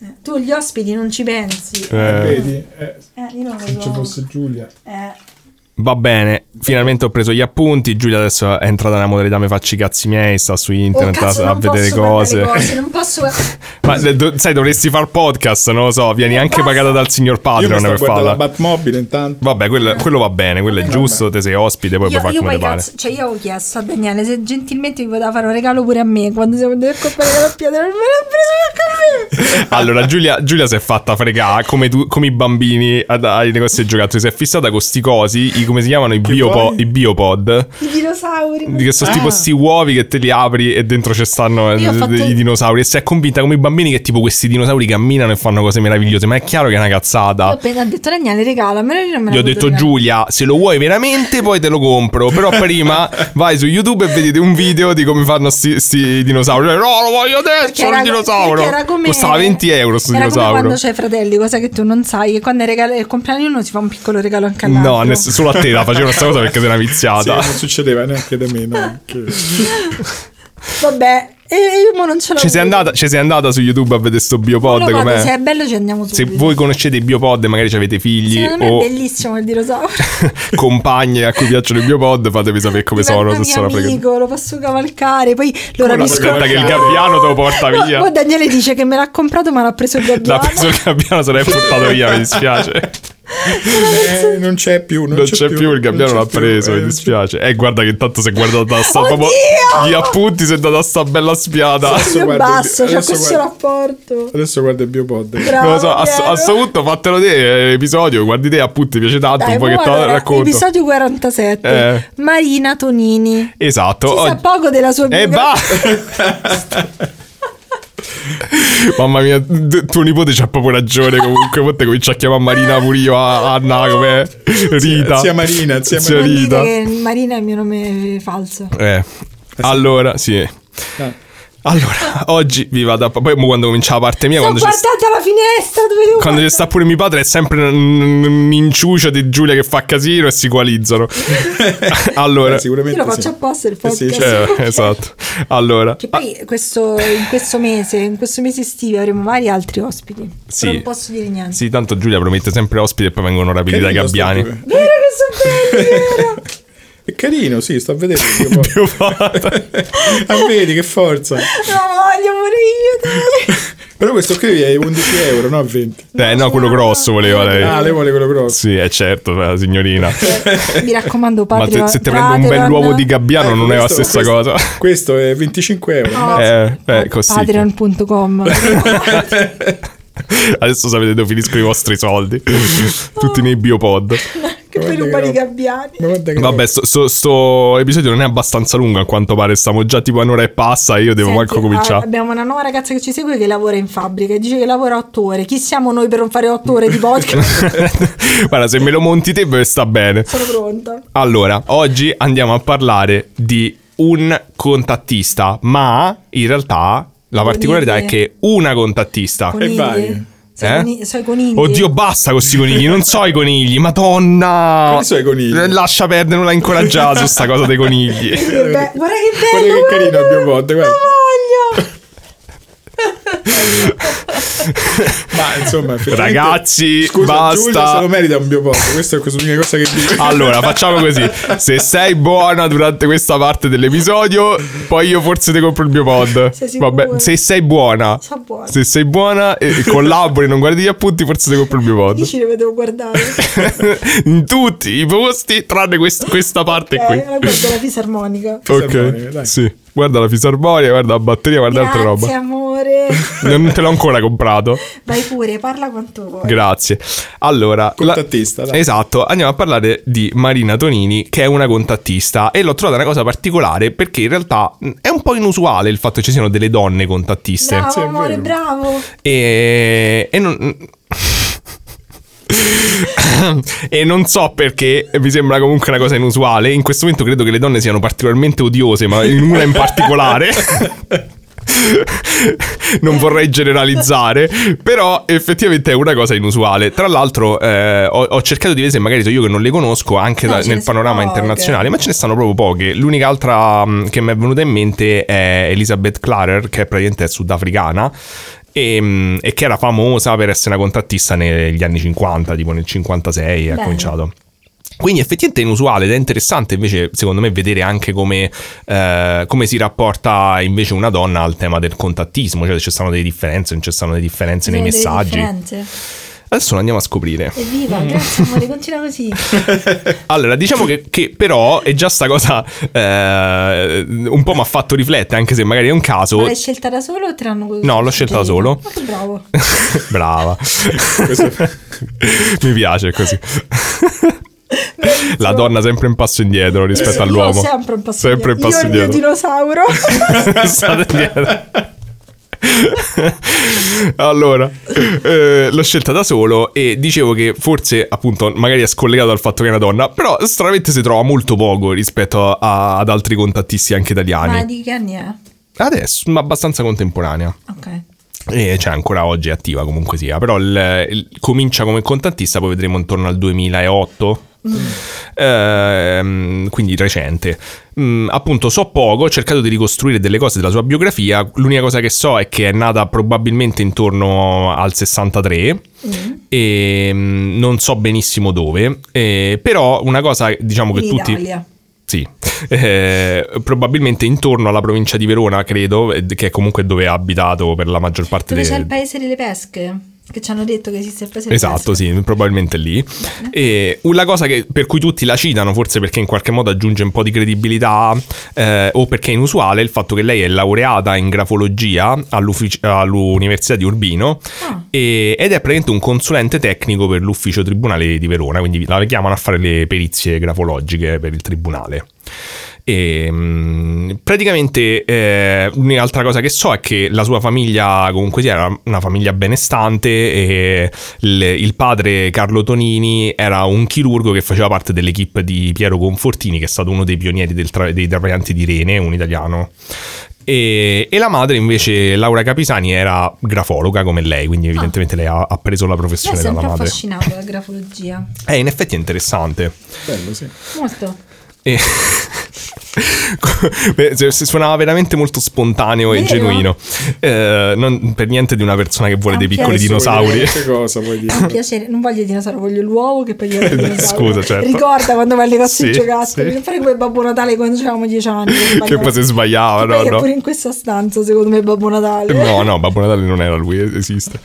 Eh, Tu gli ospiti non ci pensi. Eh, Eh, Vedi, eh, io non se lo ci so. fosse Giulia. Eh, Va bene, finalmente ho preso gli appunti. Giulia adesso è entrata nella modalità mi facci i cazzi miei, sta su Oh, internet cazzo, a, a non vedere posso cose. guardare cose, non posso guardare- Ma eh, do- sai, dovresti far podcast, non lo so, vieni anche Basta. pagata dal signor Io mi Patreon sto per guardando la farla. Batmobile intanto. Vabbè, quello, quello va bene, quello è giusto, te sei ospite, poi Io, puoi fare io come poi ti pare. cazzo, cioè io avevo chiesto a Daniele se gentilmente mi poteva fare un regalo pure a me quando siamo andati a comprare la piatta non me l'ha preso neanche a me. Allora, Giulia, Giulia si è fatta fregare come, tu- come i bambini ad- ai negozi di giocattoli. Si è fissata con sti cosi, i- come si chiamano? I, biopo- poi? i biopod. I dinosauri. Di che sono tipo Ah. sti uovi che te li apri e dentro ci stanno eh, Io ho fatto- i dinosauri. E si è convinta come i bambini che tipo questi dinosauri camminano e fanno cose meravigliose. Ma è chiaro che è una Io ho cazzata. appena detto Daniele regalamelo io non me l'ha Gli ho voluto detto regalare. Giulia, se lo vuoi veramente poi te lo compro. Però prima vai su YouTube e vedete un video di come fanno sti, sti dinosauri. Cioè, No, lo voglio adesso, il dinosauro. perché era come- Costava 20 euro sto era Come dinosauro. quando c'hai fratelli, cosa che tu non sai, che quando è regalo- il compleanno di uno si fa un piccolo regalo anche all'altro. No, ness- solo a te la facevano sta cosa perché sei una Sì, viziata. non succedeva neanche da me. no, che- Vabbè, e e io mo non ce l'ho. Ci sei andata, ci sei andata su YouTube a vedere sto biopod Guarda, com'è? se è bello ci andiamo Se subito. voi conoscete i biopod, magari ci avete figli Secondo me o è bellissimo il dinosauro. compagne a cui piacciono i biopod, fatevi sapere come sono. Diventa Se mio sono fregati. amico, lo posso cavalcare, poi lo Come lo rapisco. Aspetta, che il gabbiano te lo porta No, via. poi Daniele dice che me l'ha comprato ma l'ha preso il L'ha gabbiano. preso il gabbiano, se l'hai portato via, mi dispiace. Eh, non c'è più. Non, Non c'è più, il gabbiano non l'ha c'è più, preso, eh, mi non c'è- dispiace. Eh, guarda che tanto si è guardata da sta Oddio! proprio gli appunti si è data sta bella spiata. Adesso Io guarda il- basso, c'ho adesso questo guarda- rapporto. Adesso guarda il biopod. Bravo, Non lo so, a, Piero. a sto punto fatelo te eh, episodio, guardi te appunto, ti piace tanto, Dai, un po' che mo te lo allora, racconto. Episodio 47. Eh. Marina Tonini. Esatto. Si sa oggi- poco della sua E va! biografia. Mamma mia, d- tuo nipote c'ha proprio ragione comunque. Poi te cominci a chiamare Marina pure io, a- Anna, come Rita. Zia Marina, zia Zia Marina. Non dite Rita. che Marina è il mio nome falso. Eh, allora, sì. Ah, Allora, oggi vi vado a... Poi mo quando comincia la parte mia, Sto quando c'è... guardando alla finestra dove devo Quando ci sta pure mio padre è sempre un un inciucio di Giulia che fa casino e si equalizzano. allora, Eh, sicuramente Io lo faccio sì. apposta il Eh sì, podcast. certo. eh, esatto. Allora, Che poi questo, in questo mese, in questo mese estivo avremo vari altri ospiti. Sì. Però non posso dire niente. sì, tanto Giulia promette sempre ospiti e poi vengono rapiti dai Carino sto gabbiani. biopod. Vero che sono belli, vero? È carino, sì, sto a vedere il biopod. Mio padre. ah, vedi che forza. No, voglio morire Però questo qui è 11 euro, no? 20. Eh no, quello grosso voleva lei. Ah, le vuole quello grosso. Sì, è certo, la signorina. dai. Mi raccomando, Ma Patreon. te- se ti prendo un Patreon, bell'uovo di gabbiano Ecco, non è la questo- stessa questo- cosa. Questo è 25 euro. No. Eh, eh, così. Patreon.com Adesso sapete dove finiscono i vostri soldi. Tutti nei biopod. Che poi Guarda ruba che i roba. gabbiani. Ma guarda che Vabbè, sto, sto- sto episodio non è abbastanza lungo a quanto pare. Stiamo già tipo un'ora e passa e io devo Senti, manco ah, cominciare. Abbiamo una nuova ragazza che ci segue che lavora in fabbrica e dice che lavora otto ore. Chi siamo noi per non fare otto ore di podcast? Guarda, se me lo monti te beh, sta bene. Sono pronta. Allora, oggi andiamo a parlare di un contattista, ma in realtà la particolarità è che una contattista. E vai. Conigli. Sei Eh? coni- sei conigli. Oddio, basta con questi conigli, non so i conigli, madonna! Quali sono i conigli? Eh, Lascia perdere, non la incoraggiare su sta cosa dei conigli. Che be- guarda che bello. Guarda che carino il guarda. biopod, guarda. Lo voglio. Ma insomma, effettivamente- Ragazzi, Scusa, Giulia se basta. lo merita un biopod. Questa è questa l'unica cosa che dico. Allora, facciamo così. Se sei buona durante questa parte dell'episodio, poi io forse ti compro il mio pod. Sei sicura? Vabbè, se sei buona. Sono buona. Se sei buona e collabori, non guardi gli appunti, forse ti compro il mio Io pod. ci devo guardare. Eh, In tutti i posti, tranne quest- questa parte Eh, qui. la guardo la fisarmonica. Fisarmonica, Ok, dai. sì. Guarda la fisarmonia, guarda la batteria, guarda altre Grazie roba. amore. Non te l'ho ancora comprato. Vai pure, parla quanto vuoi. Grazie. Allora, la- Contattista, dai. esatto, andiamo a parlare di Marina Tonini, che è una contattista e l'ho trovata una cosa particolare perché in realtà mh, è un po' inusuale il fatto che ci siano delle donne contattiste bravo Sì, è amore, vero. bravo. e, e non E non so perché mi sembra comunque una cosa inusuale. In questo momento credo che le donne siano particolarmente odiose, ma in una in particolare. Non vorrei generalizzare, però effettivamente è una cosa inusuale. Tra l'altro, eh, ho, ho cercato di vedere se magari sono io che non le conosco anche No, da- ce ne nel sono panorama poche. internazionale, ma ce ne stanno proprio poche. L'unica altra mh, che mi è venuta in mente è Elizabeth Clarer, che è praticamente sudafricana. E, mh, e che era famosa per essere una contattista negli anni 50, tipo nel 56 ha Bene. cominciato. Quindi effettivamente è inusuale ed è interessante invece secondo me vedere anche come, eh, come si rapporta invece una donna al tema del contattismo, cioè se ci stanno delle differenze, non ci stanno delle differenze nei Ci sono delle messaggi. differenze. Adesso lo andiamo a scoprire. Evviva, grazie amore, continua così. Allora, diciamo che, che però è già sta cosa eh, un po' mi ha fatto riflettere, anche se magari è un caso. Ma l'hai scelta da solo o te l'hanno così? No, l'ho scelta da solo. Ma che bravo. Brava. Mi piace così. La donna sempre un passo indietro rispetto all'uomo. Io sempre un passo Sempre un indietro. passo Io e il mio indietro. dinosauro. State indietro. allora, eh, l'ho scelta da solo e dicevo che forse appunto magari è scollegato dal fatto che è una donna, però stranamente si trova molto poco rispetto a- ad altri contattisti anche italiani. Ma di che anni è? Adesso, ma abbastanza contemporanea. Ok. E cioè ancora oggi è attiva comunque sia, però il- il- comincia come contattista, poi vedremo intorno al 2008. Mm. Ehm, quindi recente Mm, appunto so poco ho cercato di ricostruire delle cose della sua biografia l'unica cosa che so è che è nata probabilmente intorno al 63 Diciamo e mm, non so benissimo dove Eh, però una cosa diciamo che In tutti Italia. sì, Eh, probabilmente intorno alla provincia di Verona, credo, eh, che è comunque dove ha abitato per la maggior parte Dove c'è del... il paese delle pesche? Che ci hanno detto che esiste il paese delle Esatto, pesche. sì, probabilmente lì. E una cosa che- per cui tutti la citano, forse perché in qualche modo aggiunge un po' di credibilità eh, o perché è inusuale, è il fatto che lei è laureata in grafologia all'uffic- all'Università di Urbino Ah. e- ed è praticamente un consulente tecnico per l'ufficio tribunale di Verona, quindi la chiamano a fare le perizie grafologiche per il tribunale. E, mh, praticamente eh, un'altra cosa che so è che la sua famiglia comunque sia era una famiglia benestante e il, il padre Carlo Tonini era un chirurgo che faceva parte dell'equipe di Piero Confortini che è stato uno dei pionieri del tra- dei trapianti di rene, un italiano. E, e la madre invece, Laura Capisani, era grafologa come lei, quindi evidentemente lei ha, ha preso la Mi Ah. è professione dalla sempre madre. affascinato la grafologia. Eh, in effetti è interessante. Bello, sì. Molto. E- Beh, se- se suonava veramente molto spontaneo e Vero? genuino. Eh, non per niente di una persona che vuole dei Anche piccoli adesso dinosauri. Che cosa vuoi dire? Un piacere, non voglio il dinosauro, voglio l'uovo che poi gli il dinosauro. Scusa, certo. Ricorda quando vai alle Sì, cose di giocattoli, sì. non fare come Babbo Natale quando avevamo 10 anni. Che poi si Che sbagliava, no, poi è no. pure in questa stanza, secondo me, Babbo Natale. No, no, Babbo Natale non era lui, eh, esiste.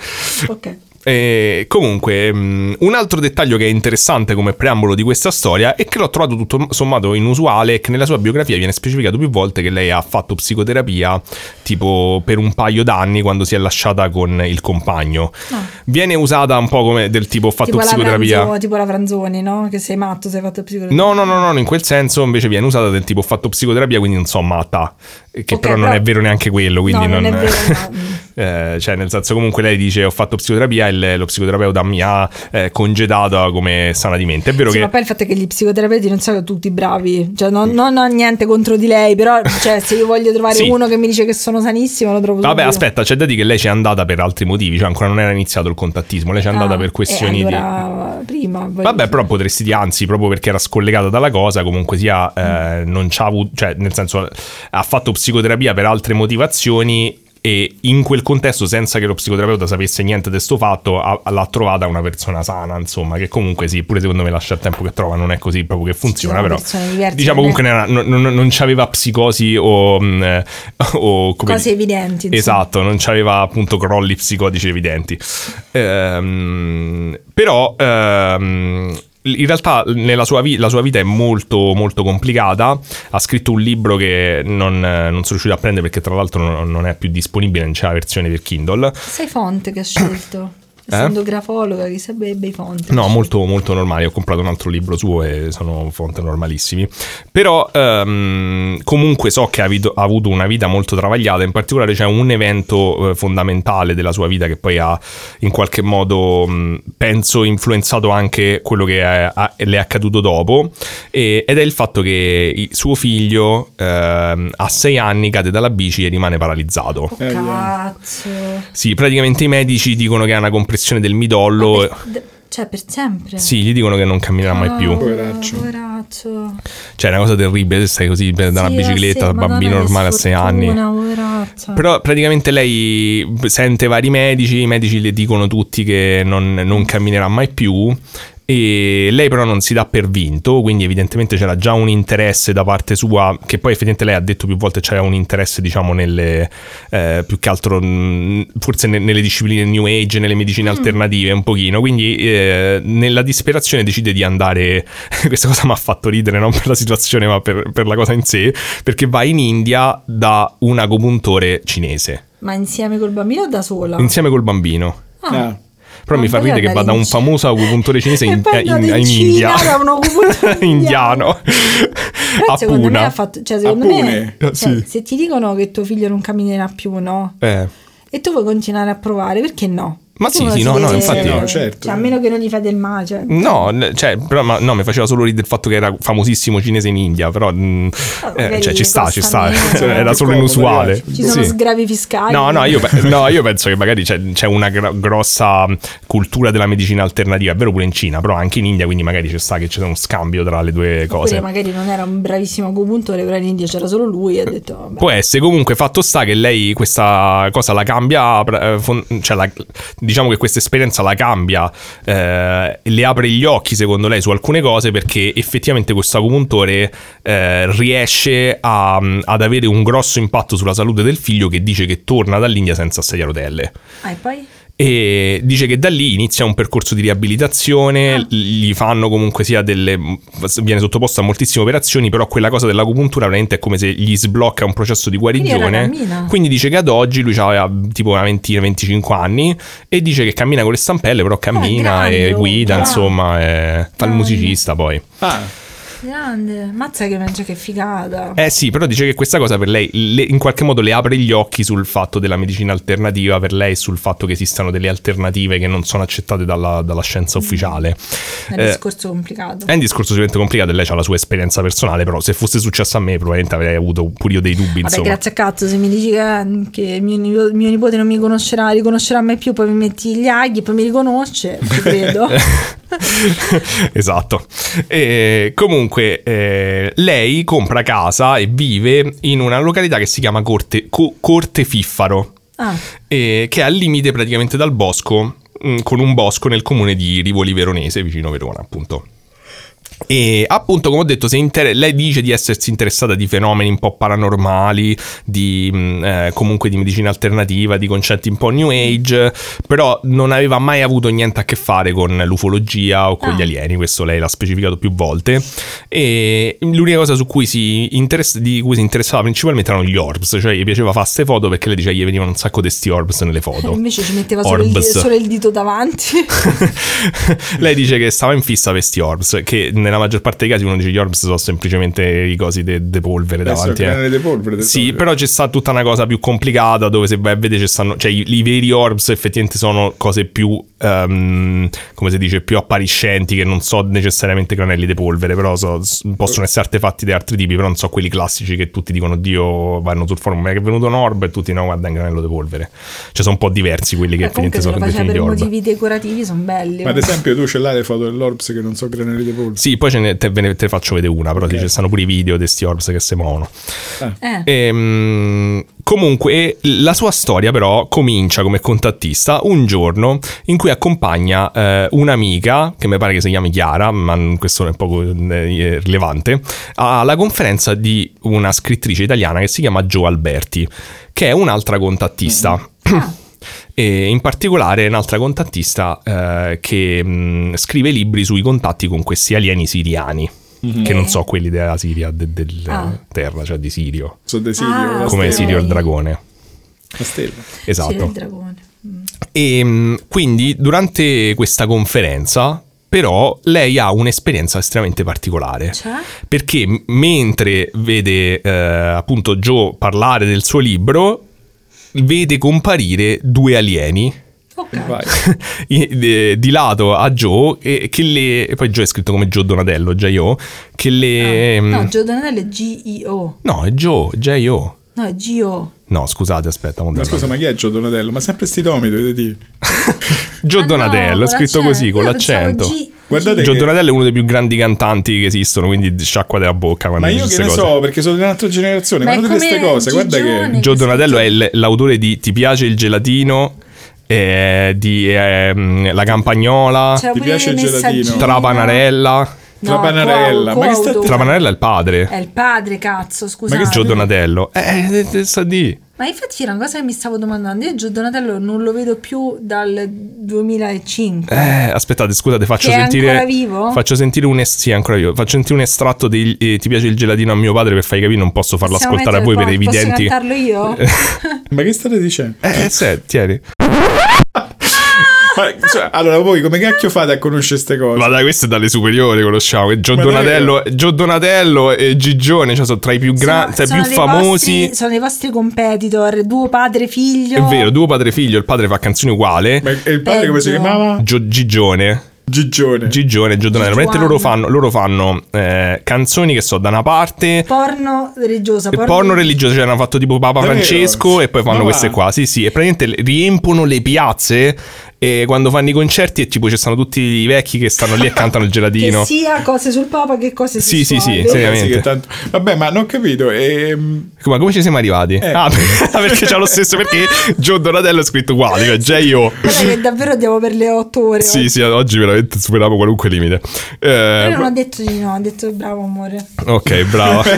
Ok. E comunque, mh, un altro dettaglio che è interessante come preambolo di questa storia è che l'ho trovato tutto sommato inusuale e che nella sua biografia viene specificato più volte che lei ha fatto psicoterapia tipo per un paio d'anni quando si è lasciata con il compagno. No. Viene usata un po' come del tipo ho fatto tipo, la psicoterapia. Franzo- tipo la Franzoni, no? Che sei matto, sei fatto psicoterapia. No, no, no, no, in quel senso invece viene usata del tipo ho fatto psicoterapia, quindi non so matta, che Ok, però non però- è vero neanche quello, quindi No, non è vero, Eh, cioè nel senso comunque lei dice ho fatto psicoterapia e il- lo psicoterapeuta mi ha eh, congedata come sana di mente. È vero Sì, che Mm. ma poi il fatto è che gli psicoterapeuti non sono tutti bravi, cioè non, non ho niente contro di lei, però cioè, se io voglio trovare Sì. uno che mi dice che sono sanissimo lo trovo Vabbè, subito. aspetta, c'è da dire che lei c'è andata per altri motivi, cioè ancora non era iniziato il contattismo, lei c'è andata Ah, per questioni eh, di allora, prima voglio- Vabbè, però potresti dire, anzi, proprio perché era scollegata dalla cosa, comunque sia, eh, non c'ha avuto, cioè, nel senso, ha fatto psicoterapia per altre motivazioni e in quel contesto, senza che lo psicoterapeuta sapesse niente di sto fatto, ha- l'ha trovata una persona sana, insomma, che comunque sì, pure secondo me lascia il tempo che trova, non è così proprio che funziona, sono però... persone diverse, Diciamo non è- comunque non, era- non- non- non c'aveva psicosi o... mh, eh, o come cose dire- evidenti. insomma. Esatto, non c'aveva appunto crolli psicotici evidenti. Ehm, però ehm, in realtà nella sua vi- la sua vita è molto molto complicata. Ha scritto un libro che non, eh, non sono riuscito a prendere perché tra l'altro non, non è più disponibile, non c'è la versione per Kindle. Sai fonte che ha scelto? Essendo grafologa, chissà be- bei fonti. Eh? No, molto, molto normali. Ho comprato un altro libro suo e sono fonte normalissimi. Però ehm, comunque so che ha, avito- ha avuto una vita molto travagliata. In particolare c'è un evento eh, fondamentale della sua vita che poi ha in qualche modo, mh, penso, influenzato anche quello che è- a- le è accaduto dopo. E- ed è il fatto che i- suo figlio ehm, a sei anni cade dalla bici e rimane paralizzato. Oh, Eh, yeah. cazzo. Sì, praticamente i medici dicono che ha una compressione del midollo. Ma per- de- cioè, per sempre. Sì, gli dicono che non camminerà mai più. Ah, Poveraccio. Poveraccio. Cioè, è una cosa terribile, se stai così da una Sì, bicicletta, a da sei- bambino Madonna, che normale a sei anni. sfortuna, poveraccio. Però praticamente lei sente vari medici, i medici le dicono tutti che non, non camminerà mai più. E lei però non si dà per vinto, quindi evidentemente c'era già un interesse da parte sua, che poi effettivamente lei ha detto più volte c'era un interesse diciamo nelle, eh, più che altro mh, forse ne- nelle discipline new age, nelle medicine alternative un pochino, quindi eh, nella disperazione decide di andare, questa cosa mi ha fatto ridere non per la situazione ma per, per la cosa in sé, perché va in India da un agopuntore cinese, Ma insieme col bambino o da sola? insieme Eh. col bambino. Ah. Ah. Però Ma mi fa poi ridere che andare vada in un Cina. famoso agopuntore cinese E in, poi è in- andato in in Cina India, da un agopuntore indiano, Però a secondo me Puna. ha fatto, cioè secondo A me, Pune, cioè, sì. se ti dicono che tuo figlio non camminerà più, no? Eh, E tu vuoi continuare a provare, perché no? Ma Perché sì, uno sì, si no, no, deve- infatti- No, certo. Cioè, a meno che non gli fai del male, cioè. No, n- cioè, però, ma, no, mi faceva solo ridere il fatto che era famosissimo cinese in India, però mh, Ah, eh, magari cioè, ci sta, costa ci sta, meno. eh. cioè, era solo Comodo, inusuale. ragazzi. Ci sono Sì. sgravi fiscali. No, no io, pe- no, io penso che magari c'è, c'è una gro- grossa mh, cultura della medicina alternativa, è vero pure in Cina, però anche in India, quindi magari ci sta che c'è uno scambio tra le due Oppure cose. magari non era un bravissimo agopuntore, però in India c'era solo lui e ha detto "Ah, "Vabbè". Può essere, comunque fatto sta che lei questa cosa la cambia, eh, fon- cioè la- diciamo che questa esperienza la cambia, eh, le apre gli occhi secondo lei su alcune cose perché effettivamente questo acupuntore eh, riesce a- ad avere un grosso impatto sulla salute del figlio che dice che torna dall'India senza sedia a rotelle. Ah, e poi? E dice che da lì inizia un percorso di riabilitazione, Ah. gli fanno comunque sia delle... viene sottoposto a moltissime operazioni, però quella cosa dell'acupuntura veramente è come se gli sblocca un processo di Quindi era guarigione. cammina. Quindi dice che ad oggi lui aveva tipo una ventina, 25 anni e dice che cammina con le stampelle, però cammina Ah, grande, e oh, guida, grande. insomma, e fa il Grande. musicista poi. Ah, Grande, mazza che mangia che figata. Eh sì, però dice che questa cosa per lei le- in qualche modo le apre gli occhi sul fatto della medicina alternativa per lei, sul fatto che esistano delle alternative che non sono accettate dalla, dalla scienza ufficiale. è un eh, discorso complicato. È un discorso sicuramente complicato e lei ha la sua esperienza personale, però se fosse successo a me probabilmente avrei avuto pure io dei Vabbè, dubbi. insomma. grazie a cazzo, se mi dici che, che mio, nipo- mio nipote non mi conoscerà, riconoscerà mai più, poi mi metti gli aghi, poi mi riconosce, ti credo. esatto. E comunque, eh, lei compra casa e vive in una località che si chiama Corte, Co- Corte Fiffaro, Ah, eh, che è al limite praticamente dal bosco, mm, con un bosco nel comune di Rivoli Veronese, vicino Verona, appunto. E appunto, come ho detto, se inter- lei dice di essersi interessata di fenomeni un po' paranormali, di mh, eh, comunque di medicina alternativa, di concetti un po' new age, però non aveva mai avuto niente a che fare con l'ufologia o con Ah. gli alieni, questo lei l'ha specificato più volte. E l'unica cosa su cui si interess- di cui si interessava principalmente erano gli orbs, cioè gli piaceva fare queste foto perché lei diceva gli venivano un sacco di sti orbs nelle foto. eh, Invece ci metteva solo il, Orbs. solo il dito davanti. Lei dice che stava in fissa per sti orbs, che nella maggior parte dei casi uno dice gli orbs sono semplicemente i cosi de, de polvere Adesso davanti. è eh. il canale di polvere, adesso Sì, è- però c'è sta tutta una cosa più complicata dove se vai a vedere ci stanno, cioè i, i veri orbs effettivamente sono cose più, ehm, come si dice, più appariscenti che non so necessariamente granelli di polvere, però so- s- possono essere artefatti di altri tipi, però non so quelli classici che tutti dicono Dio vanno sul forum, ma che è venuto un orb e tutti no guarda è un granello di polvere. Cioè sono un po' diversi quelli che Eh, comunque effettivamente se lo sono faceva definiti per motivi orb. decorativi sono belli. Ma ad esempio tu ce l'hai le foto dell'Orbs che non so granelli di polvere. Sì, poi ce ne, te, ve ne- te ne faccio vedere una, però Ok. ci stanno pure i video di questi orbs che si muovono. Eh. Ehm, comunque, la sua storia però comincia come contattista un giorno in cui accompagna eh, un'amica, che mi pare che si chiami Chiara, ma questo è poco eh, rilevante, alla conferenza di una scrittrice italiana che si chiama Gio Alberti, che è un'altra contattista. ah, E in particolare è un'altra contattista eh, che mh, scrive libri sui contatti con questi alieni siriani, che non so quelli della Siria, de- del Ah. terra, cioioè di Sirio, Sono dei Sirio, Ah, la ok. come stella. Sirio il dragone. La stella. Esatto. Sì, il dragone. Mm. E mh, quindi durante questa conferenza, però, lei ha un'esperienza estremamente particolare. Cioè? Perché m- mentre vede eh, appunto Joe parlare del suo libro, vede comparire due alieni Ok. Vai. i- de- di lato a Joe e che le e poi Joe è scritto come Joe Donatello, J.O. che le Ah, No, mh, Giordanotello è G-I-O. no, è Joe, J.O. No, è G-O. No, scusate, aspetta, mo Ma devo- scusa, ma chi è Gio Donatello? Ma sempre sti nomi dovete dire. Joe Ah, no, Donatello, con scritto così con Io l'accento. pensavo G- Guardate Gio che- Donatello è uno dei più grandi cantanti che esistono, quindi sciacqua della bocca quando Ma io dice che ne queste cose. so, perché sono di un'altra generazione, Ma ma è non queste come cose, guarda Gigione. che... Gio Donatello è il- l'autore di Ti piace il gelatino, eh, di ehm, La Campagnola, C'era Ti pure piace il Messaggino. gelatino? Trapanarella. No, Trapanarella. Cuau- Ma che sta- Cuaudo. Trapanarella è il padre. È il padre, cazzo, Ma scusate. che Gio Donatello? Eh, eh, eh, sta di. Ma infatti era una cosa che mi stavo domandando. Io Gio Donatello non lo vedo più dal 2005. Eh, aspettate, scusate, faccio Che è sentire. ancora vivo? Faccio sentire un es- sì, ancora vivo. Faccio sentire un estratto di eh, Ti piace il gelatino a mio padre per farvi capire, non posso Eh, farlo Possiamo ascoltare a voi per mettere- po- evidenti. Posso cantarlo io? Ma che state dicendo? Eh, eh, se, tieni. Ma, cioè, allora, voi come cacchio fate a conoscere queste cose? Ma dai, questo è dalle superiori, conosciamo. E Gio Ma Donatello, Gio Donatello e Gigione cioè, sono tra i più, gra- tra i più dei famosi. vostri- sono i vostri competitor, duo padre figlio. È vero, due padre e figlio, il padre fa canzoni uguale. Ma e il padre come si Peggio. chiamava? Gio- Gigione. Gigione. Gigione e Gio Donatello. Gigione. Praticamente loro fanno, loro fanno, eh, canzoni che so da una parte. Porno religiosa. e porno religioso, cioè hanno fatto tipo Papa Davvero? Francesco e poi fanno Ma queste va. qua, sì sì, e praticamente riempono le piazze e quando fanno i concerti e tipo ci stanno tutti i vecchi che stanno lì e cantano il gelatino. Che sia cose sul Papa che cose Sì, sì, sessuali. sì, sì. Ragazzi, veramente. che tanto- Vabbè, ma non ho capito. ehm, Ma come ci siamo arrivati? Eh. Ah, perché c'ha lo stesso, perché Gio Donatello è scritto uguale, cioè J.O. Guarda che davvero andiamo per le otto ore. Sì, eh, sì, oggi veramente superiamo qualunque limite. Io Eh, non ho detto di no, ho detto bravo amore. ok, brava.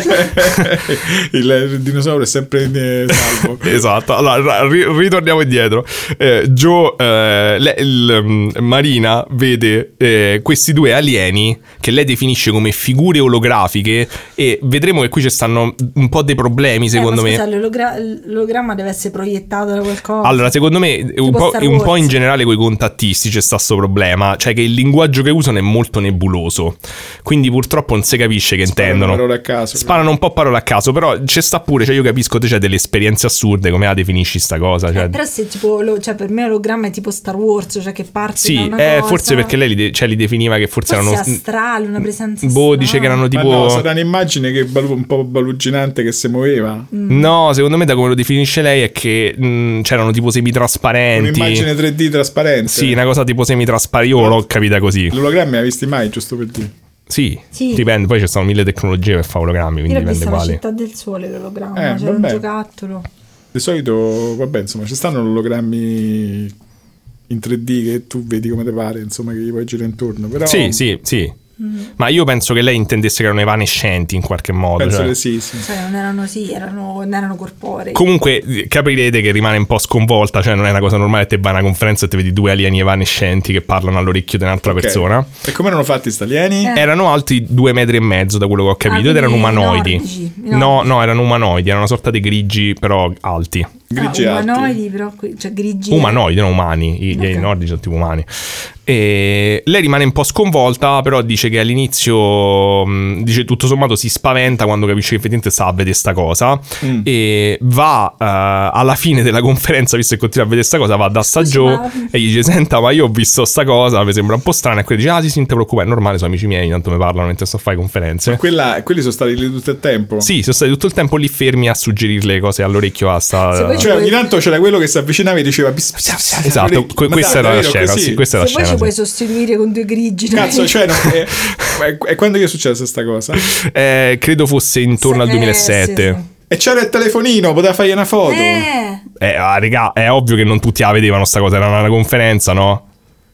il dinosauro è sempre in eh, salvo. Esatto, allora ra- ri- ritorniamo indietro. Eh, Joe, eh, le- il, mm, Marina vede eh, questi due alieni che lei definisce come figure olografiche e vedremo che qui ci stanno un po' dei problemi secondo Eh, ma me. scusa, l'ologra- l'ologramma deve essere proiettato da qualcosa. Allora, secondo me, eh, un Tipo po', Star un po' Wars. in generale con i contattisti c'è sta sto problema, cioè che il linguaggio che usano è molto nebuloso, quindi purtroppo non si capisce che Sparano intendono. parole a caso. Sparano un po' parole a caso, però c'è sta pure, cioè io capisco te c'è delle esperienze assurde, come la definisci sta cosa? Cioè, Eh, però se tipo, lo- cioè, per me l'ologramma è tipo Star Wars, cioè che parte da sì, una eh, cosa- forse perché lei li, de- cioè, li definiva che forse, Forse erano... astrale, una presenza Boh, astrale. dice che erano Ma tipo... no, sarà un'immagine che balu- un po' baluginante che si muoveva. Mm. No, secondo me da come lo definisce lei è che mh, c'erano tipo semitrasparenti. Un'immagine Esatto. 3D trasparente. Sì, una cosa tipo semitrasparente. Io l'ho capita così. L'ologramma l'hai visti mai, giusto per dire. Sì, Sì. dipende, poi ci sono mille tecnologie per fare ologrammi, Io quindi l'ho dipende vista la quali. città del sole l'ologramma, Eh, c'era un vabbè. giocattolo. Di solito, vabbè, insomma, ci stanno ologrammi in 3D che tu vedi come ti pare, insomma, che gli puoi girare intorno. Però Sì, sì, sì. Mm. Ma io penso che lei intendesse che erano evanescenti in qualche modo. Penso cioè. che sì, sì. Cioè, non erano sì, erano, non erano corporei. Comunque eh, capirete che rimane un po' sconvolta, cioè non è una cosa normale, te vai a una conferenza e ti vedi due alieni evanescenti che parlano all'orecchio di un'altra Ok. persona. E come erano fatti sti alieni? Eh. Ah, Erano alti due metri e mezzo da quello che ho capito quindi ed erano umanoidi. nordici, No, nordici. no, erano umanoidi, erano una sorta di grigi però alti. Grigi Ah, alti. umanoidi, però, qui- cioè grigi. Umanoidi, non umani, I- gli Ok. nordici sono tipo umani. E lei rimane un po' sconvolta, però dice che all'inizio, mh, dice tutto sommato, si spaventa quando capisce che effettivamente sa a vedere sta cosa. Mm. E va eh, alla fine della conferenza, visto che continua a vedere sta cosa, va da sta Scusi, Joe ma- e gli dice: Senta, ma io ho visto sta cosa, mi sembra un po' strana. E quello dice: Ah, sì, sì, non ti preoccupare, è normale, sono amici miei, tanto mi parlano mentre sto a fare conferenze. Quella- quelli sono stati lì tutto il tempo. Sì, sono stati tutto il tempo lì fermi a suggerirle cose all'orecchio a sta. eh, Se poi ci Cioè, ogni tanto c'era quello che si avvicinava e diceva "Bis- bis- bis- bis- Esatto, orecchi". que- Ma questa dai, era la davvero scena. così? sì, questa è la Se poi scena. ci puoi sì. sostituire con due grigi. no? Cazzo, cioè, no, eh, eh, e quando gli è successa sta cosa? Eh, credo fosse intorno al Eh, 2007. sì, sì. E c'era il telefonino, poteva fargli una foto. Eh, Eh, ah, raga, è ovvio che non tutti la vedevano sta cosa, era una conferenza, no?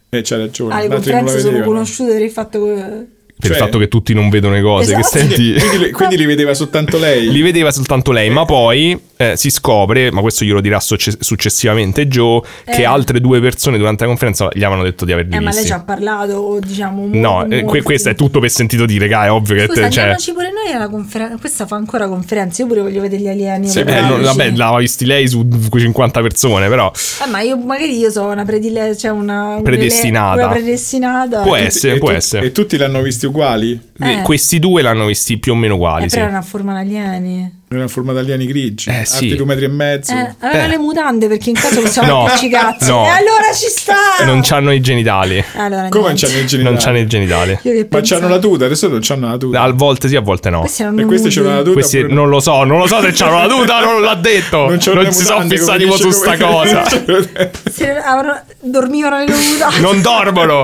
E c'ha ragione. alle gli altri non la Ah, conferenze sono vedevano. conosciute per il fatto che... Per il Cioè- fatto che tutti non vedono le cose, Esatto. che senti... Quindi, li- quindi li vedeva soltanto lei. Li vedeva soltanto lei, ma poi eh, si scopre, ma questo glielo dirà succe- successivamente Joe, Eh. che altre due persone durante la conferenza gli avevano detto di averli Eh, ma lei visti. ci ha parlato, o diciamo... No, molti, eh, que- molti. questo è tutto per sentito dire, raga, è ovvio che... Scusa, te- cioè- andiamoci pure noi alla conferenza. Questa fa ancora conferenze. Io pure voglio vedere gli alieni. Sì, Eh, voglio bravo, non- vederci. vabbè, l'aveva visti lei su 50 persone, però Eh, ma io magari io sono una predile, cioè una un Predestinata. rele- Una predestinata. Può Eh, Tutti- essere, e può tutti- essere. E tutti l'hanno visti uguali. Eh. questi due l'hanno visti più o meno uguali, sì. però era una forma di alieni. Una forma di alieni grigi. Eh, sì. Alti due metri e mezzo. Eh, aveva Eh. le mutande perché in caso possiamo No, no, cazzo. no. Eh, E allora ci sta. Non c'hanno i genitali. Allora, Come non niente. c'hanno i Non genitali? c'hanno i genitali. Io che Ma pensavo- c'hanno la tuta, adesso non c'hanno la tuta. A volte sì, a volte no. Questi erano E questi nudi. c'hanno la tuta. Questi oppure- non lo so, non lo so se c'hanno la tuta, non l'ha detto. Non, c'hanno le si sono mutande, fissati come su dice- sta cosa. Se- avevano- dormivano le nuda. Non dormono.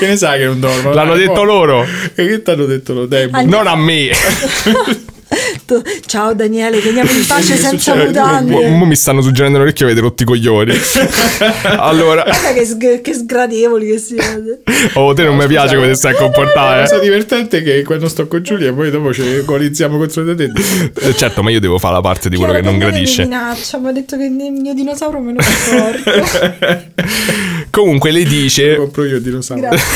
che ne sai che non dormono? L'hanno Dai, detto mo- loro. E che t'hanno detto loro? Dai, Al- Non a me. Certo. Ciao Daniele, teniamo in pace senza succede? Mo- mutande. mo mi stanno suggerendo l'orecchio avete rotti i coglioni. allora, Guarda che, sg- che sgradevoli che siete. oh, te non mi scusate. piace come ti stai a La cosa comportare. eh. divertente è che quando sto con Giulia poi dopo ci coalizziamo contro di te. Eh, Certo, ma io devo fare la parte di quello Chiara che non Daniele mi gradisce. minaccia, mi ha detto che il mio dinosauro me lo porto. Comunque lei dice Compro io il dinosauro. Grazie.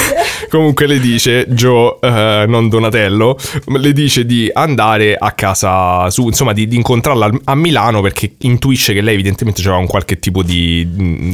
Comunque le dice Joe, eh, non Donatello, le dice di andare a casa su, insomma di, di incontrarla al- a Milano perché intuisce che lei evidentemente aveva un qualche tipo di,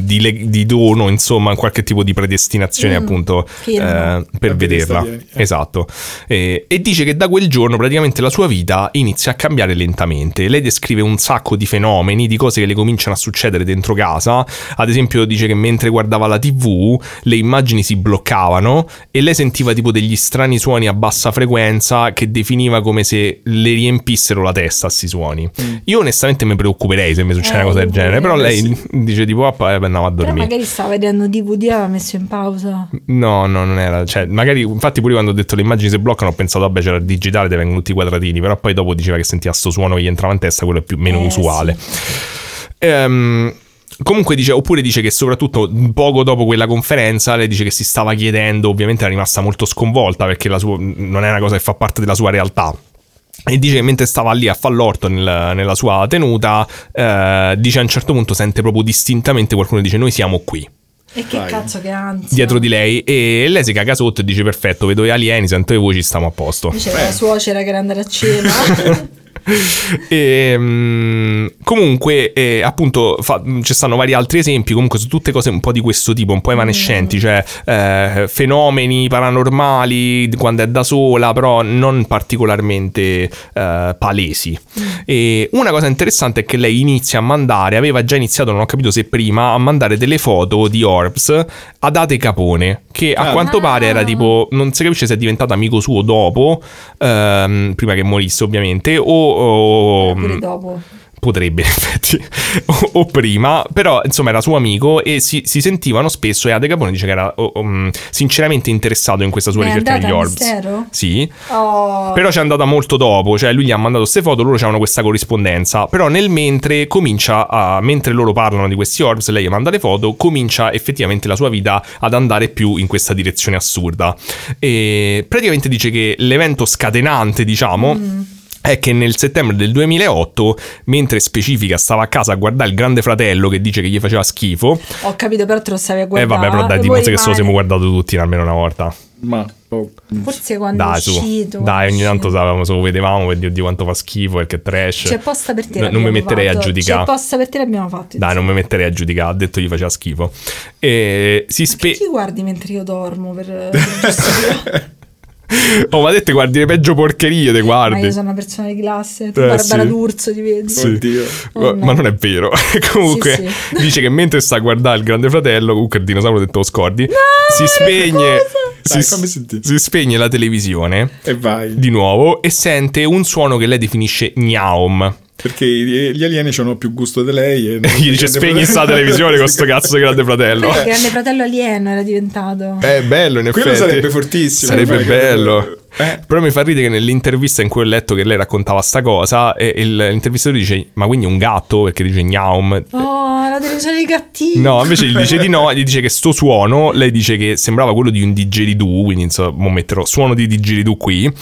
di le- di dono, insomma un qualche tipo di predestinazione Mm, appunto firma. eh, per La vederla. predestinazione, eh. Esatto. E, e dice che da quel giorno praticamente la sua vita inizia a cambiare lentamente. Lei descrive un sacco di fenomeni, di cose che le cominciano a succedere dentro casa. Ad esempio dice che mentre guardava la tv le immagini si bloccavano e lei sentiva tipo degli strani suoni a bassa frequenza che definiva come se le riempissero la testa a sti suoni. Mm. Io onestamente mi preoccuperei se mi succede Eh, una cosa del io genere, pure. però Eh, lei dice tipo "Ah, poi andavo a Però dormire. magari stava vedendo DVD e aveva messo in pausa. No, no, non era. Cioè, magari, infatti, pure quando ho detto le immagini si bloccano, ho pensato, vabbè, c'era il digitale, te vengono tutti i quadratini. Però poi dopo diceva che sentiva sto suono che gli entrava in testa, quello è più meno Eh, usuale. Ehm, comunque dice, oppure dice che soprattutto poco dopo quella conferenza, lei dice che si stava chiedendo, ovviamente era rimasta molto sconvolta perché la sua- non è una cosa che fa parte della sua realtà. E dice che mentre stava lì a fallorto nel- nella sua tenuta, eh, dice a un certo punto sente proprio distintamente qualcuno che dice noi siamo qui E che Vai. cazzo che ansia. dietro di lei e lei si caga sotto e dice perfetto vedo gli alieni sento le voci stiamo a posto Invece era la suocera che era andata a cena. e, mm, comunque eh, appunto fa- mm, ci stanno vari altri esempi comunque su tutte cose un po' di questo tipo un po' evanescenti cioè eh, fenomeni paranormali di quando è da sola però non particolarmente eh, palesi e una cosa interessante è che lei inizia a mandare aveva già iniziato non ho capito se prima a mandare delle foto di orbs ad Ade Capone che a Ah. quanto pare era Ah. tipo non si capisce se è diventato amico suo Eh, dopo ehm, prima che morisse ovviamente o, o- Pure dopo. Potrebbe, in effetti, o, o prima, però insomma era suo amico e si, si sentivano spesso. E Ade Capone dice che era oh, oh, mm, sinceramente interessato in questa sua È ricerca andata degli a orbs. mistero? Sì, Oh, però c'è andata molto dopo, cioè lui gli ha mandato queste foto, loro c'erano questa corrispondenza, però nel mentre comincia a, mentre loro parlano di questi orbs, lei gli manda le foto, comincia effettivamente la sua vita ad andare più in questa direzione assurda. E praticamente dice che l'evento scatenante, diciamo... Mm. È che nel settembre del 2008, mentre specifica stava a casa a guardare il Grande Fratello che dice che gli faceva schifo, ho capito, però te lo stavi a e guardare. Eh, vabbè, però dai, e dimmi poi che se lo rimane- siamo guardato tutti almeno una volta. Ma oh, Forse quando è Dai, su. uscito. Dai, ogni tanto uscito. sapevamo, se lo vedevamo per dire di quanto fa schifo e che trash. C'è posta per te. No, non l'abbiamo mi metterei fatto. a giudicare. C'è posta per te l'abbiamo fatto. Dai, non mi metterei a giudicare. Ha detto gli faceva schifo. E si Perché spe... ti guardi mentre io dormo per, per giustificare? Oh, ma detto guardi le peggio porcherie, te Ma guardi. io sono una persona di classe, tu Eh, Barbara sì. D'Urso ti vedi. Sì. oddio. Oh, no. Ma non è vero. Comunque, Sì, dice che mentre sta a guardare il Grande Fratello, comunque il dinosauro ha detto lo scordi. si spegne. che cosa? si Dai, s- fammi sentire. si spegne la televisione E vai. di nuovo e sente un suono che lei definisce gnaum. Perché i- gli alieni hanno più gusto di lei. E Gli dice spegni sta televisione con sto cazzo di grande fratello. Eh. Sai che grande fratello alieno era diventato. È bello in Quello effetti. sarebbe fortissimo. Sarebbe Fare- bello. Eh? Però mi fa ridere che nell'intervista in cui ho letto che lei raccontava sta cosa, e il- l'intervistatore dice: Ma quindi è un gatto? Perché dice gnaum. Oh, la televisione dei cattivi. No, invece gli dice di no, gli dice che sto suono, lei dice che sembrava quello di un digeridoo, quindi insomma, mo metterò suono di digeridoo qui.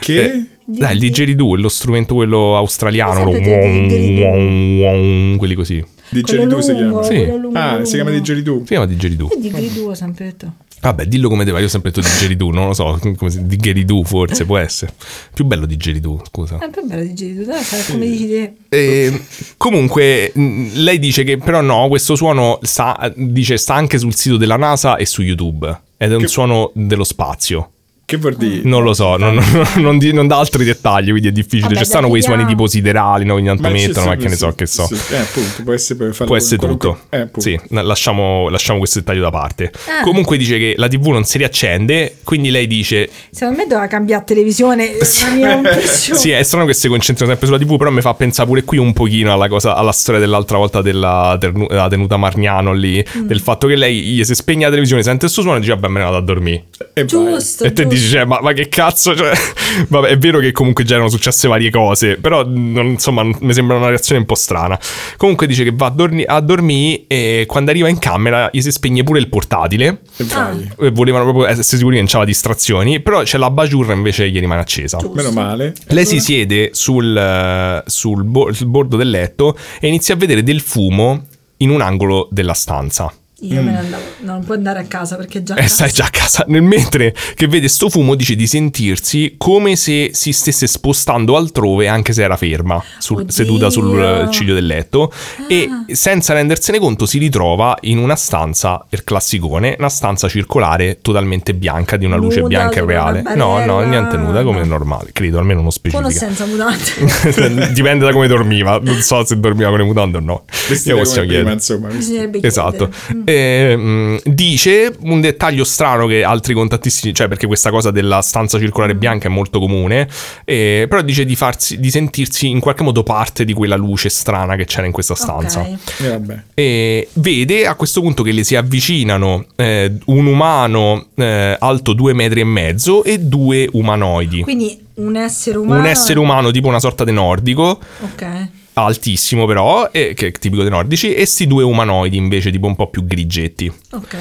Che? Eh, dai, il digeridoo è lo strumento quello australiano, Lo lo sapete, uom, didgeridoo? uom, uom, quelli così. Si Quello Diggeridoo si lungo, chiama. Sì. quello lungo, Ah, si chiama lungo. Diggeridoo. chiama digeridoo. Io di grido ho sempre detto. Vabbè, dillo come te va, io ho sempre detto digeridoo, non lo so, come si, digeridoo forse può essere. Più bello digeridoo, scusa. È più bello di grido, dai, sai come dici te. E, comunque, mh, lei dice che però no, questo suono sta, dice, sta anche sul sito della NASA e su YouTube. Ed è un Che- suono dello spazio. Che vuol dire? Non lo so, non, non- non di- non dà altri dettagli, quindi è difficile. Vabbè, Ci stanno quei vediamo. suoni tipo siderali, no? Ogni tanto ci mettono, ma sono- che ne sì, so, che so. sì. Eh, appunto, può essere per fare Può essere tutto. qualunque- Eh, appunto. sì, na- lasciamo, lasciamo questo dettaglio da parte. Ah. Comunque dice che la TV non si riaccende, quindi lei dice Secondo me doveva cambiare televisione, la mia impressione. Sì, è strano che si concentrino sempre sulla TV, però mi fa pensare pure qui un pochino alla, cosa, alla storia dell'altra volta della, ternu- della tenuta Margnano lì, del fatto che lei gli si spegne la televisione, sente il suo suono e dice vabbè me ne vado a dormire. E vai. Giusto. e te giusto. dici cioè, ma, ma che cazzo, cioè, vabbè è vero che comunque già erano successe varie cose, però non- insomma non- mi sembra una reazione un po' strana. Comunque dice che va a, dormi- a dormire e quando arriva in camera gli si spegne pure il portatile. E Ah, vai. eh, Volevano proprio essere sicuri che non c'era distrazioni, però c'è la bagiurra invece gli rimane accesa. Meno male. Lei si siede sul, eh, sul bo- sul bordo del letto e inizia a vedere del fumo in un angolo della stanza. Io me ne andavo. No, non può andare a casa perché già. E stai Mm. Eh, già a casa. Nel mentre che vede sto fumo dice di sentirsi come se si stesse spostando altrove anche se era ferma, sul- Oddio. Ah. seduta sul eh, ciglio del letto. E senza rendersene conto si ritrova in una stanza, il classicone, una stanza circolare totalmente bianca, di una luce Nuda, bianca e sopra una reale. No, no, barella. niente nuda come è normale, credo, almeno uno Con o specifica. senza mutante. Dipende da come dormiva. Non so se dormiva con le mutande o no. Vestite come Io possiamo prima, chiedere. insomma. Bisognerebbe Esatto. chiedere. Mm. Ehm, dice un dettaglio strano che altri contattisti, cioè perché questa cosa della stanza Mm. circolare bianca è molto comune, eh, però dice di, farsi, di sentirsi in qualche modo parte di quella luce strana che c'era in questa stanza. Ok. E vabbè. E vede a questo punto che le si avvicinano eh, un umano eh, alto due metri e mezzo e due umanoidi. Quindi un essere umano. Un essere um- umano tipo una sorta di nordico Ok. altissimo però, e- che è tipico dei nordici, e sti due umanoidi invece tipo un po' più grigetti. Ok.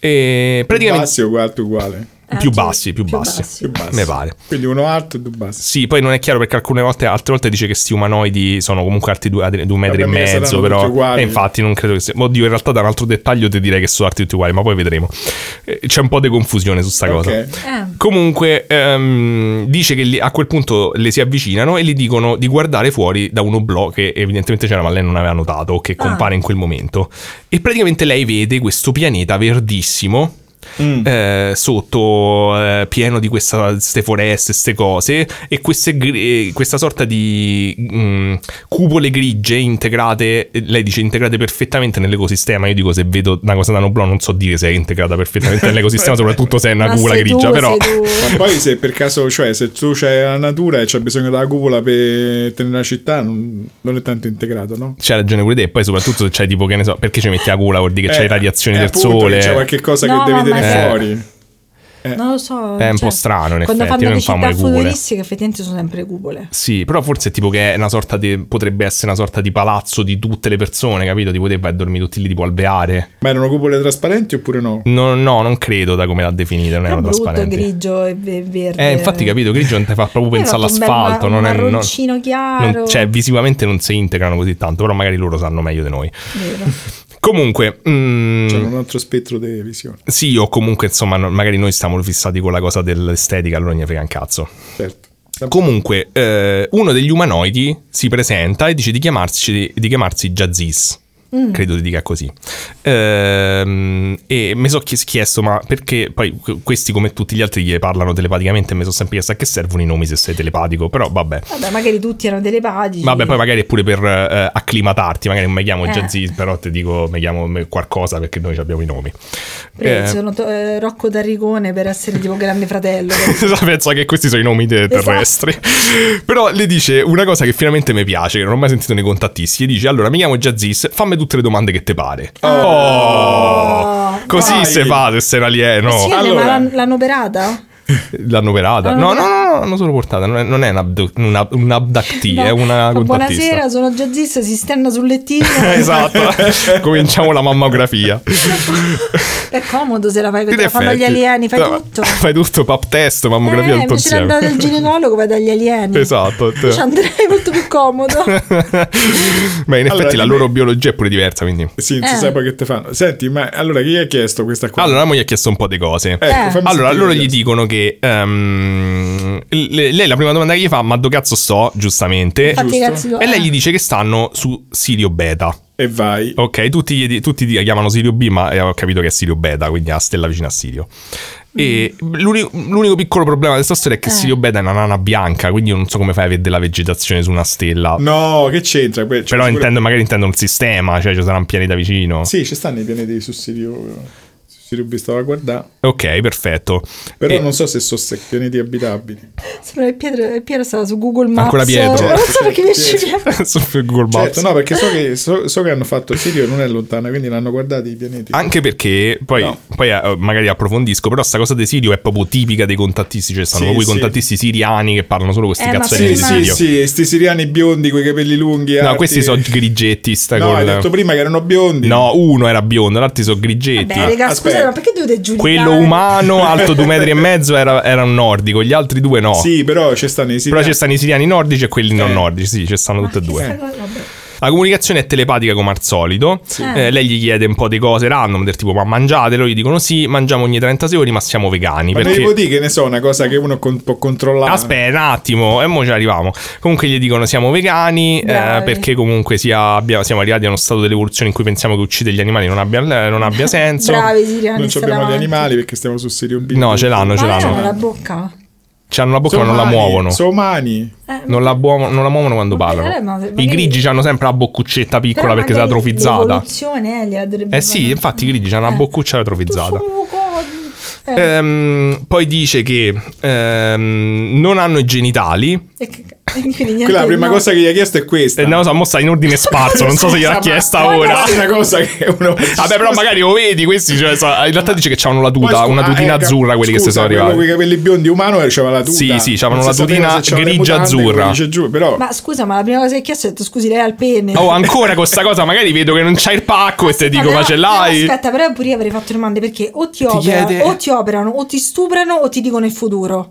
E praticamente Bassi o alto uguale. Eh, più sì, bassi, Ah, più più bassi, bassi. Più bassi. mi pare. Quindi uno alto e due bassi. Sì, poi non è chiaro perché alcune volte, altre volte dice che sti umanoidi sono comunque alti due, adre- due metri Vabbè, mica e mezzo, saranno tutti però... uguali. E infatti non credo che sia... Oddio, in realtà da un altro dettaglio ti direi che sono alti tutti uguali, ma poi vedremo. Eh, C'è un po' di confusione su sta cosa. Ok. Eh. Comunque ehm, dice che li- a quel punto le si avvicinano e gli dicono di guardare fuori da un oblò che evidentemente c'era ma lei non aveva notato che Ah. compare in quel momento. E praticamente lei vede questo pianeta verdissimo Mm. eh, sotto, eh, pieno di queste foreste, queste cose, e queste gri- eh, questa sorta di mm, cupole grigie integrate, eh, lei dice integrate perfettamente nell'ecosistema, io dico se vedo una cosa da noblo non so dire se è integrata perfettamente nell'ecosistema, soprattutto se è una Ma cupola sei tu, sei grigia, però... tu. Ma poi se per caso, cioè, se tu c'è la natura e c'è bisogno della cupola per tenere la città, non, non è tanto integrato, no? C'è ragione pure te, e poi soprattutto se c'è tipo che ne so, perché ci metti la cupola vuol dire che Eh, c'è radiazioni eh, del appunto, che sole. Eh. C'è qualche cosa No, che devi ma- ma tenere sì. fuori. Non lo so. Eh, È un cioè, po' strano, in Quando effetti, fanno non le fanno città le cupole. futuristiche, effettivamente sono sempre le cupole. Sì, però forse è tipo che è una sorta di, potrebbe essere una sorta di palazzo di tutte le persone, capito? Tipo te vai a dormire tutti lì tipo alveare. Ma erano cupole trasparenti oppure no? No, no, non credo da come l'ha definita, non È erano brutto, trasparenti. grigio e ve- verde. Eh, infatti, capito, grigio non ti fa proprio Poi pensare fatto un bel all'asfalto, mar- non è un non- marroncino chiaro. non- cioè, visivamente non si integrano così tanto, però magari loro sanno meglio di noi. Vero. Comunque, mm, C'era un altro spettro di visione, sì, o comunque, insomma, no- magari noi stiamo fissati con la cosa dell'estetica, allora non gli frega un cazzo. certo. Comunque, eh, uno degli umanoidi si presenta e dice di chiamarsi, di chiamarsi Jazziz. Credo ti dica così. Ehm, e mi sono chiesto, ma perché poi que- questi, come tutti gli altri, gli parlano telepaticamente? E mi sono sempre chiesto a che servono i nomi se sei telepatico. Però vabbè. Vabbè, magari tutti erano telepatici. Vabbè, poi magari è pure per eh, acclimatarti. Magari non mi chiamo Eh. Jazziz, però ti dico, mi chiamo me- qualcosa perché noi abbiamo i nomi. Perché Eh, Sono to- eh, Rocco D'Arricone per essere tipo grande fratello. Penso che questi sono i nomi de- Esatto. terrestri. Però le dice una cosa che finalmente mi piace, che non ho mai sentito nei contattisti. Gli dice: Allora, mi chiamo Jazziz, fammi tutte le domande che te pare. Ah. Oh, così dai. se fa se sei un alieno. Eh Sì, Ah. allora. ma l'han- l'hanno operata? L'hanno operata. L'hanno No, no, no, no, non sono portata. Non è, non è un, abdu- una- un abductee, No. è una Fa, contattista. Buonasera, sono jazzista, si stenna sul lettino. esatto. Cominciamo la mammografia. È comodo se la fai In perché la fanno gli effetti, alieni, fai no, tutto. Fai tutto, pap test, mammografia, eh, tutto invece di andare insieme. dal ginecologo vai dagli alieni. Esatto. Io Ci andrei molto più comodo. Ma in Allora, effetti la dimmi- loro biologia è pure diversa, quindi... Sì, non Eh. si sa poi che te fanno. Senti, ma allora chi ha chiesto questa cosa? Allora, mo gli ha chiesto un po' di cose. Eh. ecco, fammi Allora, sentire, loro gli Jazz. dicono che... ehm, le- lei la prima domanda che gli fa, ma do cazzo sto, giustamente. Infatti, giusto. cazzi, E lei eh. gli dice che stanno su Sirio Beta. E vai. Ok, tutti, gli di- tutti gli chiamano Sirio B, ma eh, ho capito che è Sirio Beta, quindi è la stella vicina a Sirio. E l'uni- l'unico piccolo problema di questa storia è che Mm. Eh. Sirio Beta è una nana bianca, quindi io non so come fai a vedere la vegetazione su una stella. No, che c'entra? Que- c'è Però pure- intendo, magari intendo un sistema, cioè ci sarà un pianeta vicino. Sì, ci stanno i pianeti su Sirio. Su Sirio vi stavo a guardare. Ok, perfetto. Però E- non so se sono se- pianeti abitabili. Sembra che Pietro, Piero stava su Google Maps. Ancora Pietro. Ma non so perché mi Certo, esce Pietro. Pietro. su Google Maps. Certo, no, perché so che, so- so che hanno fatto Sirio non è lontana, quindi l'hanno guardato i pianeti. Anche perché poi, No. poi, eh, magari approfondisco, però sta cosa di Sirio è proprio tipica dei contattisti, cioè Sì, stanno proprio i sì. contattisti siriani che parlano solo questi Eh, ma cazzetti Ah, sì, di sì, prima- Sirio. sì, sti siriani biondi con i capelli lunghi. No, alti. questi sono grigetti, sta No, col- hai detto prima che erano biondi. No, uno era biondo, l'altro sono grigetti. Beh, raga, Aspetta. scusate, ma perché dovete giudicare? Quello umano, alto due metri e mezzo, era, era un nordico, gli altri due no. Sì, però ci stanno i Però siriani. ci stanno i siriani nordici e quelli non Eh. nordici, sì, ci stanno Ma tutti e che due. sta cosa- vabbè. La comunicazione è telepatica come al solito. Eh. Eh, lei gli chiede un po' di cose random, del tipo ma mangiate? Loro gli dicono sì, mangiamo ogni 30 secondi, ma siamo vegani. Ma perché... devo dire che ne so, una cosa che uno con- può controllare. Aspetta un attimo, e mo ci arriviamo. Comunque gli dicono siamo vegani eh, Bravi. perché comunque sia- abbia- siamo arrivati a uno stato dell'evoluzione in cui pensiamo che uccidere gli animali non abbia, eh, non abbia senso. Bravi siriani. non ci abbiamo gli stavate. animali perché stiamo su Sirio B. No, ce l'hanno, Ma ce non l'hanno. hanno la bocca. C'hanno la bocca ma non la muovono. Sono umani. Eh, Non la, buo- non la muovono quando Ma parlano. magari- eh, ma magari- I grigi hanno sempre la boccuccetta piccola perché si è atrofizzata. L'evoluzione eh, gliela dovrebbe Eh sì, infatti i grigi hanno Eh. la boccuccia atrofizzata. Suco. Eh, Ehm, poi dice che ehm, non hanno i genitali. e che- quindi niente, Quella la prima no. cosa che gli ha chiesto è questa. E non lo so, mo sta in ordine sparso, non so se gliel'ha chiesta ma- ora. È una cosa che uno. Vabbè, però magari lo vedi, questi, cioè, sa- in realtà dice che c'hanno la Poi, tuta, scusa, una tutina eh, azzurra quelli che si scusa, sono quello arrivati. con i capelli biondi umano eh, c'aveva la tuta. Sì, sì, c'avevano Non la si sapeva tutina se c'avevano le grigia mutande, quello azzurra. dice giù, però Ma scusa, ma la prima cosa che hai chiesto è detto scusi, lei ha il pene. Oh, ancora questa cosa, magari vedo che non c'hai il pacco e te dico, però- ma ce però l'hai? Aspetta, però pure io avrei fatto domande perché o ti, opera- chiede- o ti operano, o ti stuprano, o ti dicono il futuro.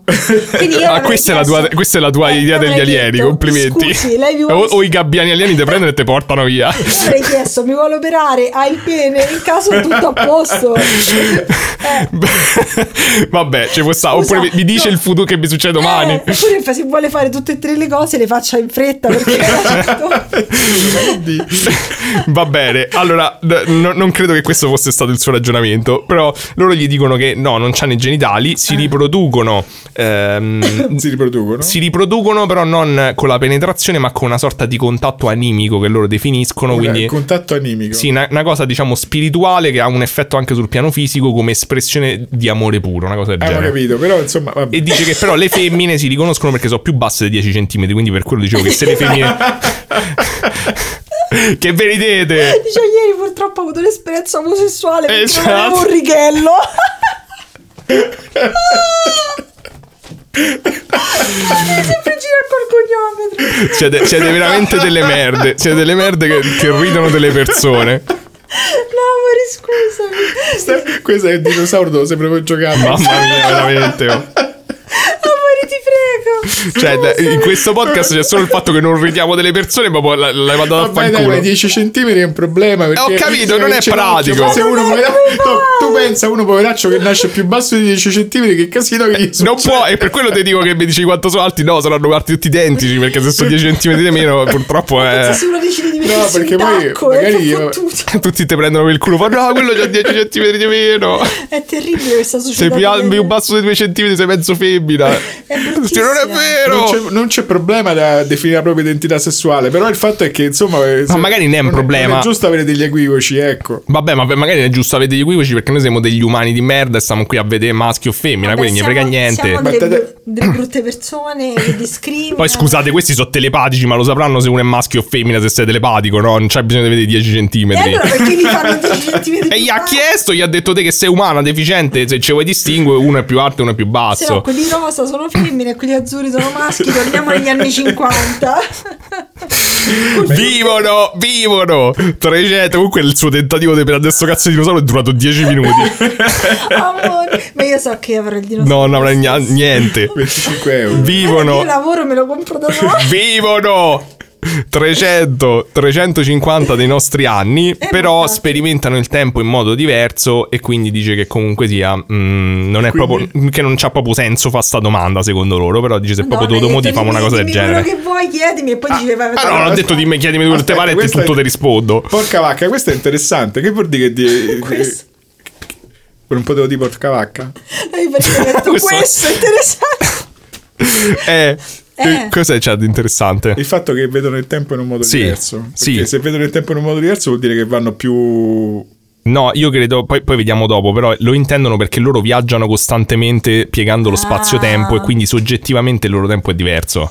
Quindi io Ah, avrei questa è la tua- chiesto- Eh, questa è la tua idea avrei degli alieni, complimenti. Scusi, lei mi o, vuole- o i gabbiani alieni ti prendono e ti portano via. Avrei chiesto, mi vuole operare? Hai il pene? In caso è tutto a posto. Eh. Beh, Vabbè, ci può stare. Scusa, Oppure mi- mi dice no. il futuro che mi succede domani. Eh, oppure fa- se vuole fare tutte e tre le cose le faccia in fretta perché Va bene, allora n- no- non credo che questo fosse stato il suo ragionamento, però loro gli dicono che no, non c'hanno i genitali, Eh. si riproducono. ehm, si riproducono. Si riproducono però non con la penetrazione ma con una sorta di contatto animico che loro definiscono, Un- quindi Contatto animico. sì, una, una cosa diciamo spirituale che ha un effetto anche sul piano fisico come espressione di amore puro, una cosa del Ah, ho genere. capito, però insomma... Vabbè. E dice che però le femmine si riconoscono perché sono più basse di 10 cm, quindi per quello dicevo che se le femmine... che ve ridete! dice ieri purtroppo ho avuto un'esperienza omosessuale perché Esatto. non avevo un righello Devi sempre girare col cognome Siete, siete veramente delle merde, siete delle merde che, che ridono delle persone. no amore scusami Questo è il dinosauro dove stai proprio giocando. Mamma mia, veramente. oh. amore ti prego Cioè, d- in questo podcast c'è solo il fatto che non ridiamo delle persone, ma poi la- l'hai mandata a Vabbè, dai, fanculo. ma 10 centimetri è un problema. Perché Eh, ho capito, non è C'è un occhio, pratico. se uno Ma povera- come fai? tu, tu pensa a uno poveraccio che nasce più basso di 10 centimetri, che casino che gli succede? Non può, e per quello ti dico che mi dici quanto sono alti, no, saranno alti tutti identici, perché se sono 10 cm di meno, purtroppo eh, è... se se uno decide di No, mettersi perché un poi tacco è magari io- fottuto. Tutti ti prendono per il culo, fa no, quello c'ha 10 cm di meno. è terribile questa Sei società più, al- italiana. più basso di 2 cm, sei mezzo femmina. Sì, non è bruttissima. vero. Non c'è, non c'è problema da definire la propria identità sessuale, però il fatto è che insomma. eh, Ma magari ne è un È problema. giusto avere degli equivoci, ecco. Vabbè, ma magari è giusto avere degli equivoci perché noi siamo degli umani di merda e stiamo qui a vedere maschio o femmina, Vabbè, quindi ne siamo- frega niente. siamo Ma delle, te- bru- delle brutte persone che discriminano Poi scusate, questi sono telepatici, ma lo sapranno se uno è maschio o femmina, se sei telepatico, no? Non c'è bisogno di vedere 10 cm. e allora perché gli fanno 10 centimetri E più gli ha bassi? chiesto, gli ha detto te che sei umana, deficiente, se ci vuoi distinguere, uno è più alto e uno è più Se no, basso. quelli rosa sono femmine e quelli azzurri sono maschi, torniamo agli anni 50. Vivono, vivono! 300, comunque il suo tentativo di prendere sto cazzo di dinosauro è durato 10 minuti. Amore, ma io so che avrò il dinosaurio. No, non avrà gna- niente. 25 euro. Eh, Io Vivono, lavoro me lo compro da solo. vivono! 300, 350 dei nostri anni, però infatti. sperimentano il tempo in modo diverso e quindi dice che comunque sia, mm, non è Quindi? proprio, che non c'ha proprio senso fa sta domanda secondo loro, però dice se proprio te lo modifiamo una cosa del genere. quello che vuoi, chiedimi e poi dici vai, vai, Ah, no, vai. non ho detto di me, chiedimi quello che te Aspetta, pare Ah, e ti- ecco, questa è- tutto ti rispondo. Porca vacca, questo è interessante. Che vuol dire che di. Questo- Non potevo dire porca vacca? Eh, perché ho detto Questo- questo, è interessante. Eh, Eh. cos'è c'è di interessante? Il fatto che vedono il tempo in un modo Sì, diverso. Perché sì. se vedono il tempo in un modo diverso vuol dire che vanno più. No, io credo, poi, poi vediamo dopo, però lo intendono perché loro viaggiano costantemente piegando lo Ah. spazio-tempo e quindi soggettivamente il loro tempo è diverso.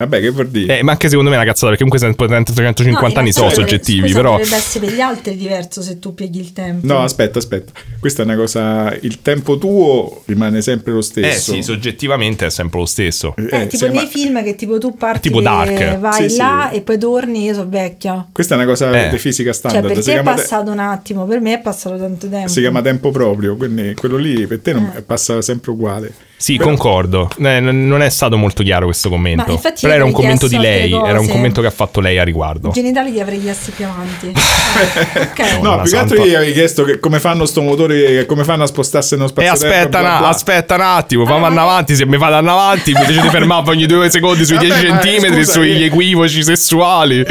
Vabbè, che vuol dire? Eh, ma anche secondo me è una cazzata perché comunque 350 No, anni in sono realtà dovrebbe- soggettivi, scusa, però... Dovrebbe essere per gli altri diverso se tu pieghi il tempo. No, aspetta, aspetta. Questa è una cosa. Il tempo tuo rimane sempre lo Eh stesso. sì, soggettivamente è sempre lo stesso. Eh, Eh, tipo sì, nei ma- film che tipo tu parti Tipo e Dark. vai Sì, là sì. e poi torni io sono vecchia Questa è una cosa Eh. di fisica cioè standard. per si, te è chiama te- passato un attimo per me è passato tanto tempo si chiama tempo proprio, quindi quello lì per te Eh. non- passa sempre uguale. Sì, concordo. Eh, n- non è stato molto chiaro questo commento. Ma infatti io Però era un avrei commento di chiesto altre lei, era un cose. commento che ha fatto lei a i riguardo. genitali li avrei chiesti più avanti Eh, ok No, Madonna più che altro santa. io gli avevi chiesto che come fanno sto motore, come fanno a spostarsi nello E spazio. Eh, aspetta, bla, na- bla. aspetta un attimo, fammi Allora, andare Ah, ma- avanti. Se mi fate andare avanti, mi invece di fermarvi ogni due secondi sui Vabbè, 10 eh, ma, centimetri e scusa, sugli io- equivoci sessuali.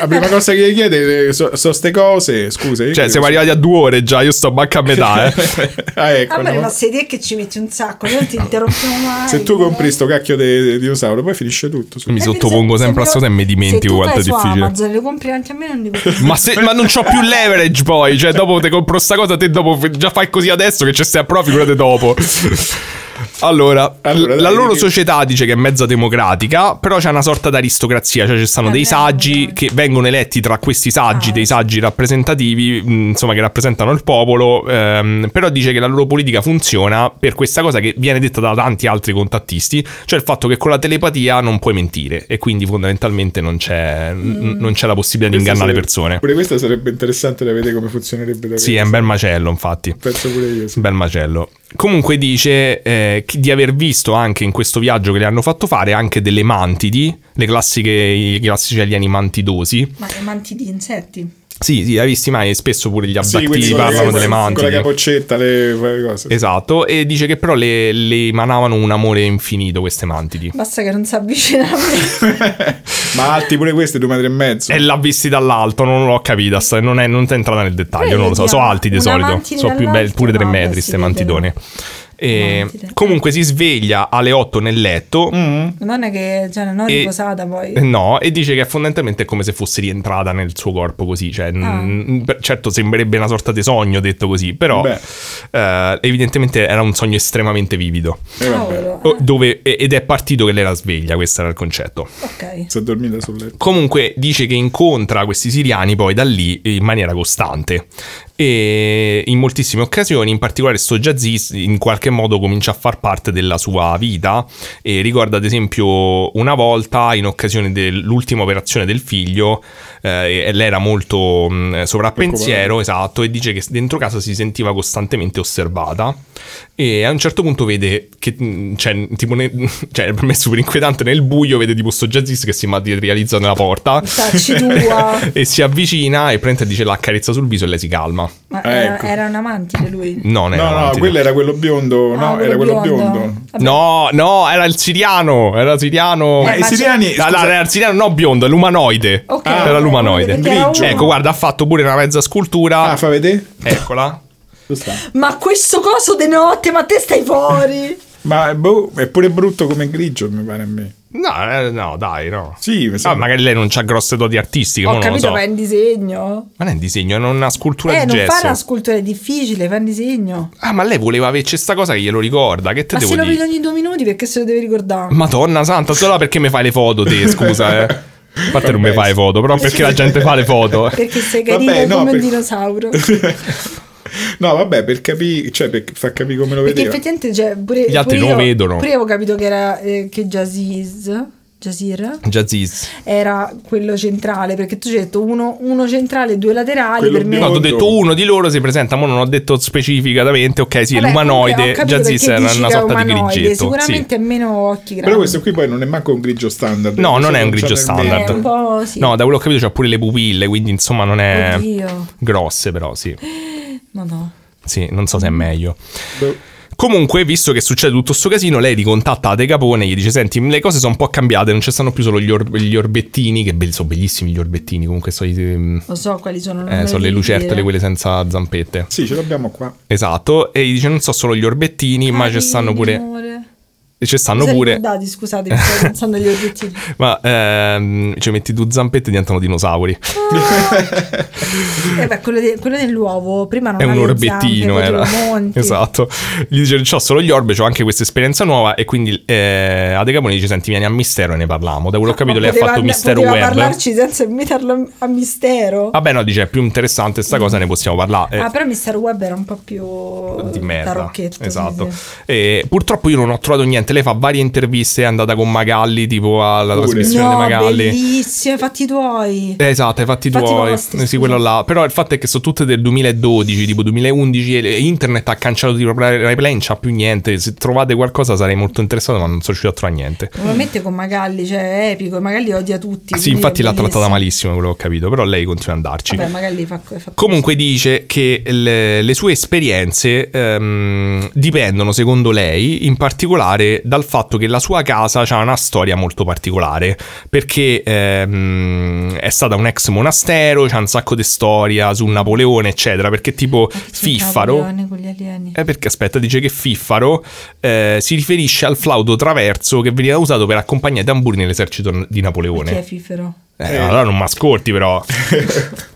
La prima cosa che gli chiede eh, so, so ste cose, scusa. Cioè, siamo arrivati a due ore già, io sto manca a metà, eh. ah, ecco, Amore, no? ma sei te che ci metti un sacco non ti interrompiamo mai Se tu compri sto cacchio di di dinosauro, poi finisce tutto. su- Mi Eh, sottopongo se- sempre a se sto e mi dimentico se tu quanto è vai su difficile. Amazon le compri anche a me non li compri Ma, se- ma non c'ho più leverage poi, cioè dopo te compro sta cosa, te dopo f- già fai così adesso che ci stai a prova, figurate dopo. Allora, Allora, la dai, loro dici. società dice che è mezza democratica, però c'è una sorta d'aristocrazia, cioè ci stanno Eh, dei beh, saggi eh. che vengono eletti tra questi saggi, Ah, dei eh. saggi rappresentativi, mh, insomma che rappresentano il popolo, ehm, però dice che la loro politica funziona per questa cosa che viene detta da tanti altri contattisti, cioè il fatto che con la telepatia non puoi mentire e quindi fondamentalmente non c'è, n- non c'è la possibilità di Questo ingannare sarebbe- persone. Pure questo sarebbe interessante da vedere come funzionerebbe da Sì, è questo. un bel macello, infatti. Penso pure io. sì. Un bel macello. Comunque dice, eh, eh, di aver visto anche in questo viaggio che le hanno fatto fare anche delle mantidi, le classiche, i classici alieni mantidosi. Ma i manti di insetti. Sì, sì, hai visto mai spesso pure gli Sì, abbatti quelli con le- parlano delle Con la mantidi. capoccetta, le quelle cose. Esatto, e dice che però le, le emanavano un amore infinito queste mantidi. Basta che non si avvicina a me. Ma alti pure questi, due metri e mezzo. E l'ha visti dall'alto, non l'ho capita, sta- non è, non è entrata nel dettaglio, Vedi, non lo so, so abbiamo alti di una solito, mantide sono più belli dall'alto, pure 3 vabbè, metri si queste vedono. mantidone. E Mantide. comunque si sveglia alle 8 nel letto, Mm. Madonna che già non ho E- riposata poi. Eh, No, e dice che fondamentalmente è come se fosse rientrata nel suo corpo così, cioè, n- Ah. n- per- certo sembrerebbe una sorta di sogno detto così, però Beh. eh, evidentemente era un sogno estremamente vivido, E vabbè, Cavolo. Eh, o- dove- e- ed è partito che lei era sveglia, questo era il concetto. Ok. si è dormita sul letto. Comunque dice che incontra questi siriani poi da lì in maniera costante e in moltissime occasioni, in particolare sto Jaziz in qualche modo comincia a far parte della sua vita e ricorda ad esempio una volta in occasione dell'ultima operazione del figlio eh, e lei era molto mh, sovrappensiero, esatto, e dice che dentro casa si sentiva costantemente osservata e a un certo punto vede che, mh, cioè, tipo, ne- cioè, per me è super inquietante, nel buio vede tipo sto jazzista che si materializza nella porta Tacci tua. e si avvicina e prende dice l'accarezza sul viso e lei si calma. Ma Ah, era, ecco. era un amante lui. No, non era No, no, avanti. quello era quello biondo. Ah, no, era quello biondo. Vabbè. No, no, era il siriano, era il siriano. Ma Eh, i ma c'è- siriani. Ah, no, scusa, era il siriano, no biondo, è l'umanoide. Ok. Ah, era l'umanoide. Perché era Grigio. uno. Ecco, guarda, ha fatto pure una mezza scultura. Ah, fa vedere? Eccola. Lo sta. Ma questo coso de notte, ma te stai fuori? Ma boh, è pure brutto come grigio, mi pare a me. No, eh, no, dai, no. Sì, mi Ah, sembra- magari lei non ha grosse doti artistiche, Ho mo non lo capito, so. ma è in disegno. Ma non è un disegno, è una scultura eh, di non gesso. fa la scultura, è difficile, fa un disegno. Ah, ma lei voleva averci questa cosa che glielo ricorda. Che te Ma se devo lo vedi dire? ogni due minuti perché se lo devi ricordare? Madonna santa, solo perché mi fai le foto te, scusa, eh. A parte non mi Vabbè. fai le foto, però perché la gente fa le foto. eh. Perché sei Vabbè, carino no, come per- un dinosauro. No, vabbè, per capire, cioè, per far capire come lo Perché vedeva. effettivamente cioè, pure, Gli altri pure non io- vedono. Pure io avevo capito che era eh, che Jaziz Jazir Jazziz. era quello centrale perché tu ci hai detto uno, uno centrale e due laterali Quello per me No, ti ho biondo. detto uno di loro si presenta, ma non ho detto specificatamente, ok, sì, Vabbè, l'umanoide, comunque ho capito Jazziz perché era dici una che è sorta di umanoide, grigetto. Sicuramente sì. è meno occhi grandi. Però questo qui poi non è manco un grigio standard. No, Questo non è un c'ha grigio nel standard. è mezzo. un po' sì. Eh, No, eh. da quello che ho capito c'ha pure le pupille, quindi insomma non è Oddio. grosse, però sì. No, no. Sì, non so se è meglio. Boh. Comunque, visto che succede tutto sto casino, lei ricontatta Ade Capone e gli dice: Senti, le cose sono un po' cambiate, non ci stanno più solo gli, or- gli orbettini, che be- sono bellissimi gli orbettini, comunque so, i- Lo so quali sono non me eh, lo sono le devi lucertole, dire. quelle senza zampette. Sì, ce l'abbiamo qua. Esatto, e gli dice: Non so solo gli orbettini, ma ci Carini, stanno pure. Ah, amore. Ci stanno Mi sono pure. ricordati, scusate, mi stavo pensando agli obiettivi. Ma ehm, ci metti due zampette e diventano dinosauri. Eh beh, quello, de- quello dell'uovo prima non È un avevi zampe, orbettino, poi te lo era. monti. Esatto. Gli dice: C'ho solo gli orbe, c'ho anche questa esperienza nuova. E quindi eh, Ade Capone dice: Senti, vieni a mistero e ne parliamo. Da quello che ho capito, Ma lei ha poteva- fatto mistero poteva web. parlarci senza invitarlo a mistero. Vabbè, no, dice è più interessante sta cosa, ne possiamo parlare. Eh, Ah, però Mr. Web era un po' più di merda. tarocchetto, sì, Esatto. sì. E purtroppo io non ho trovato niente. Lei fa varie interviste, è andata con Magalli, tipo alla Pure. trasmissione di No, Magalli. bellissimo, fatti tuoi. Eh, Esatto, i fatti Fatti tuoi, nostri, Eh sì, scusa. quello là. Però il fatto è che sono tutte del 2012, tipo 2011, e le- internet ha cancellato tipo Rai Rai Play, non c'ha più niente. Se trovate qualcosa sarei molto interessato, ma non sono riuscito a trovare niente. Probabilmente con Magalli, cioè è epico, e Magalli odia tutti. Ah, Sì, quindi infatti è l'ha bellissimo. trattata malissimo, quello che ho capito, però lei continua ad andarci. Vabbè, Magalli fa, fa Comunque dice che le, le sue esperienze ehm, dipendono, secondo lei, in particolare dal fatto che la sua casa ha una storia molto particolare, perché ehm, è stata un ex monastero, c'ha un sacco di storia su Napoleone, eccetera, perché tipo Fiffaro... Con gli alieni. Eh, perché aspetta, dice che Fiffaro eh, si riferisce al flauto traverso che veniva usato per accompagnare i tamburi nell'esercito di Napoleone. Chi è Fifero? Eh, allora non mi ascolti, però.